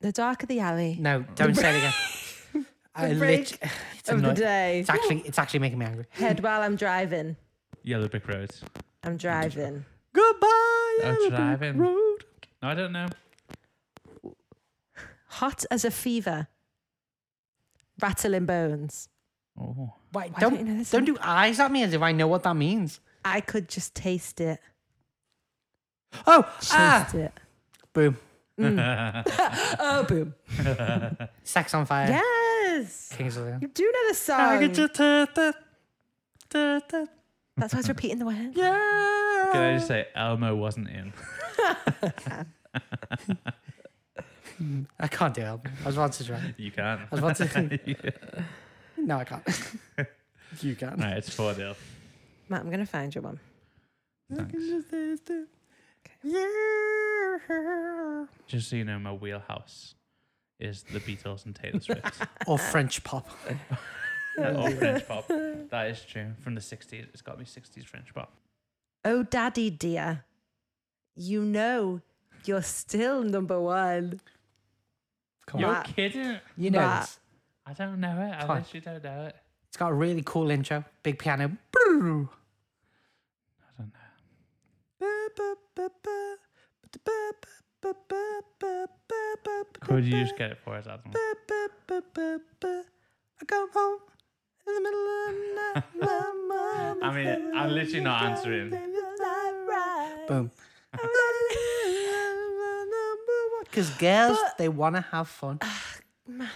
Speaker 3: The dark of the alley.
Speaker 2: don't say it again.
Speaker 3: (laughs)
Speaker 2: I
Speaker 3: break
Speaker 2: lit- (laughs) it's,
Speaker 3: of the
Speaker 2: annoying.
Speaker 3: day.
Speaker 2: it's actually it's actually making me angry.
Speaker 3: Head while I'm driving.
Speaker 1: Yellow Brick Road.
Speaker 3: I'm driving.
Speaker 2: Goodbye.
Speaker 1: Oh, driving. Road. No, I don't know.
Speaker 3: Hot as a fever. Rattling bones.
Speaker 1: Oh, (laughs)
Speaker 2: Wait,
Speaker 3: Why don't
Speaker 2: don't
Speaker 3: you know this
Speaker 2: don't do eyes at me as if I know what that means.
Speaker 3: I could just taste it.
Speaker 2: (laughs) Oh,
Speaker 3: Taste
Speaker 2: ah,
Speaker 3: it. Mm.
Speaker 2: boom.
Speaker 3: (laughs) Oh, boom.
Speaker 2: Sex on fire.
Speaker 3: Yes.
Speaker 2: Kings of Leon.
Speaker 3: You do know the
Speaker 2: I
Speaker 3: song.
Speaker 2: get you to- to- to- to-
Speaker 3: That's why I was repeating the word.
Speaker 2: yeah.
Speaker 1: can I just say Elmo wasn't in?
Speaker 2: I can't do it. I was about to try.
Speaker 1: You
Speaker 2: (laughs)
Speaker 1: can't.
Speaker 2: I was about
Speaker 1: (laughs)
Speaker 2: to.
Speaker 1: yeah.
Speaker 2: No, I can't. (laughs) you can.
Speaker 1: Right, it's four nil.
Speaker 3: Matt, I'm going to find you one.
Speaker 1: Thanks.
Speaker 2: Yeah.
Speaker 1: Just so you know, my wheelhouse is the Beatles and Taylor Swift.
Speaker 2: (laughs) Or French pop.
Speaker 1: or French pop. That is true. From the 60s. It's got to be 60s French pop.
Speaker 3: Oh, daddy dear. You know you're still number one.
Speaker 2: Come
Speaker 1: You're
Speaker 2: on.
Speaker 3: Wow.
Speaker 1: kidding.
Speaker 2: You know
Speaker 3: Wow.
Speaker 2: this.
Speaker 1: I don't know it.
Speaker 2: Come
Speaker 1: I
Speaker 2: on.
Speaker 1: literally don't know it.
Speaker 2: It's got a really cool intro. Big piano. Brrrr.
Speaker 1: I don't know. Could you just get it for us, Adam?
Speaker 2: I come home
Speaker 3: In
Speaker 1: (laughs)
Speaker 3: the middle of the night.
Speaker 1: I mean, I'm literally not answering.
Speaker 3: (laughs)
Speaker 2: Boom. Because girls, they want to have fun.
Speaker 1: Yeah.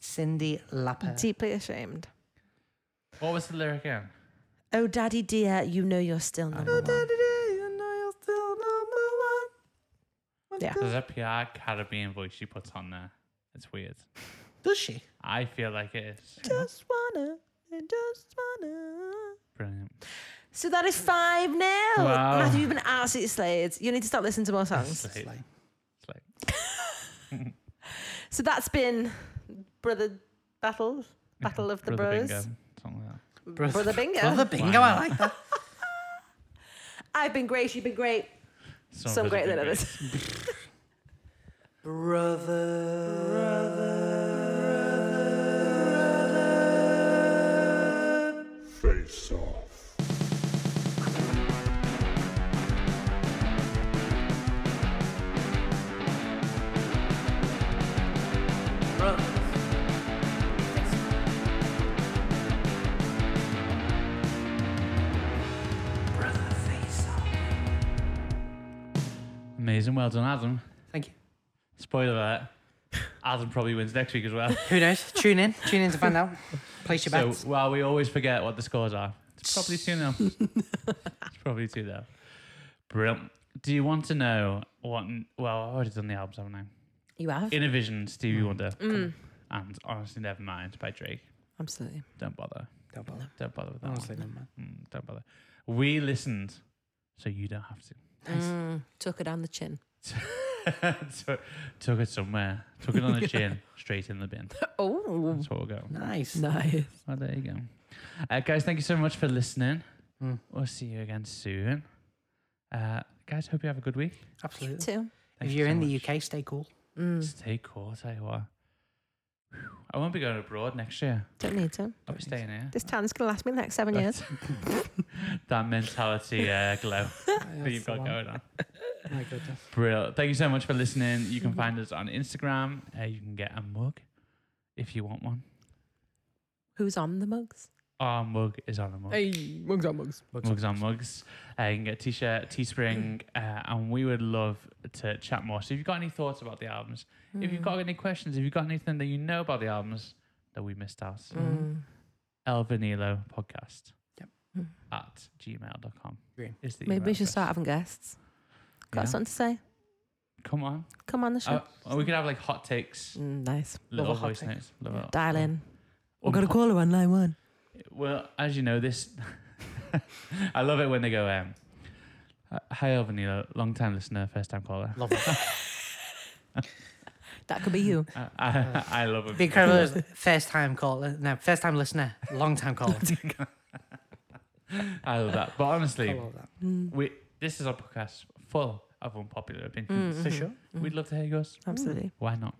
Speaker 2: Cindy Lapper.
Speaker 3: Deeply ashamed.
Speaker 1: What was the lyric again?
Speaker 3: Oh, daddy dear, you know you're still
Speaker 1: Oh,
Speaker 3: number one. Yeah.
Speaker 1: There's a PR Caribbean voice she puts on there. It's weird.
Speaker 2: Does she?
Speaker 1: I feel like it is.
Speaker 3: Just wanna, just wanna.
Speaker 1: Brilliant.
Speaker 3: So that is 5 0.
Speaker 1: Wow.
Speaker 3: Matthew, you've been absolutely slayed. You need to stop listening to
Speaker 1: (laughs)
Speaker 3: more songs.
Speaker 1: It's like, it's like
Speaker 3: So that's been Brother Battles, Battle of the
Speaker 1: Brother
Speaker 3: Bros.
Speaker 1: Bingo, something like that.
Speaker 2: Brother-
Speaker 3: Brother Bingo.
Speaker 2: Brother Bingo, I
Speaker 1: Wow.
Speaker 2: like that.
Speaker 3: I've been great, you've been great.
Speaker 1: Some,
Speaker 3: Some
Speaker 1: of us
Speaker 3: greater
Speaker 1: have
Speaker 3: than
Speaker 1: been
Speaker 3: others.
Speaker 4: Face off.
Speaker 1: Amazing. Well done, Adam.
Speaker 2: Thank you.
Speaker 1: Spoiler alert. Adam probably wins next week as
Speaker 3: (laughs)
Speaker 1: well.
Speaker 2: Who knows? Tune in. Tune in to find out. Place your
Speaker 1: so
Speaker 2: bets.
Speaker 1: while we always forget what the scores are, it's probably 2 0.
Speaker 3: (laughs)
Speaker 1: it's probably 2 0. Brilliant. Do you want to know what? Well, I've already done the albums, haven't I?
Speaker 3: You have?
Speaker 1: In a Vision, Stevie Wonder,
Speaker 3: Mm,
Speaker 1: and Honestly Nevermind by Drake.
Speaker 3: absolutely.
Speaker 1: Don't bother.
Speaker 2: Don't bother.
Speaker 1: Don't bother with that. one.
Speaker 2: Honestly, never mind.
Speaker 1: Mm, don't bother. We listened, so you don't have to. (laughs)
Speaker 2: Nice.
Speaker 3: Mm, took her down the chin.
Speaker 1: took, took it somewhere. Took it
Speaker 2: (laughs)
Speaker 1: on the chin, straight in the bin.
Speaker 3: Oh,
Speaker 1: That's what we'll go.
Speaker 2: Nice.
Speaker 3: nice.
Speaker 1: Well, there you go. Uh, guys, thank you so much for listening.
Speaker 2: Mm.
Speaker 1: We'll see you again soon. Uh, guys, hope you have a good week.
Speaker 3: You
Speaker 2: Absolutely.
Speaker 3: too.
Speaker 1: Thank
Speaker 2: if you're
Speaker 1: so
Speaker 2: in
Speaker 1: much.
Speaker 2: the hmm. UK, stay cool.
Speaker 3: Mm,
Speaker 1: stay cool. I'll tell you what. Whew. I won't be going abroad next year.
Speaker 3: don't need to.
Speaker 1: I'll be staying here.
Speaker 3: This tan's going to last me the next seven years.
Speaker 1: (laughs) That mentality uh, glow that you've
Speaker 2: the
Speaker 1: got
Speaker 2: one.
Speaker 1: going on.
Speaker 2: My goodness.
Speaker 1: Brilliant. Thank you so much for listening. You
Speaker 3: Mm-hmm.
Speaker 1: can find us on Instagram. Uh, you can get a mug if you want one.
Speaker 3: (laughs) Who's on the mugs?
Speaker 1: Our mug is on a mug.
Speaker 3: Hey, mugs on mugs.
Speaker 1: Mugs on mugs. Uh, you can get a t-shirt, Teespring,
Speaker 3: Mm-hmm.
Speaker 1: uh, and we would love to chat more. So if you've got any thoughts about the albums, if you've
Speaker 3: Mm.
Speaker 1: got any questions, if you've got anything that you know about the albums that we missed out,
Speaker 3: Mm.
Speaker 1: El Vanilo podcast
Speaker 2: Yep.
Speaker 3: Mm.
Speaker 1: at gmail.com.
Speaker 2: Green.
Speaker 1: Is the
Speaker 3: Maybe
Speaker 1: email
Speaker 3: we should
Speaker 1: address.
Speaker 3: start having guests. Got
Speaker 1: Yeah.
Speaker 3: something to say?
Speaker 1: Come on.
Speaker 3: Come on the show.
Speaker 1: Uh, we could have like hot takes,
Speaker 3: Mm, nice.
Speaker 1: little
Speaker 2: a hot
Speaker 1: voice
Speaker 2: take.
Speaker 1: notes. Love it.
Speaker 3: Dial in.
Speaker 1: Um,
Speaker 3: call her on line one.
Speaker 1: Well, as you know, this (laughs) I love it when they go, um, "Hi, El Vanilo, long time listener, first time caller."
Speaker 2: Love it.
Speaker 3: That could be you.
Speaker 1: I, I, I love it.
Speaker 2: Be incredible. first time caller. No, first time listener. Long time caller.
Speaker 1: I love that. But
Speaker 2: I
Speaker 1: honestly,
Speaker 2: love that.
Speaker 3: Mm.
Speaker 1: we this is a podcast full of unpopular opinions.
Speaker 3: Mm,
Speaker 2: For
Speaker 3: mm,
Speaker 2: sure.
Speaker 3: mm.
Speaker 1: We'd love to hear yours.
Speaker 3: Absolutely.
Speaker 1: Why not?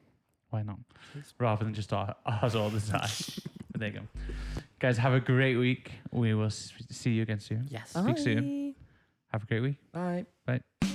Speaker 1: Why not?
Speaker 2: Please.
Speaker 1: Rather than just our, ours all the time. but there you go. Guys, have a great week. We will s- see you again soon.
Speaker 2: Yes.
Speaker 1: Speak soon.
Speaker 3: Bye.
Speaker 1: Have a great week.
Speaker 2: Bye.
Speaker 1: Bye.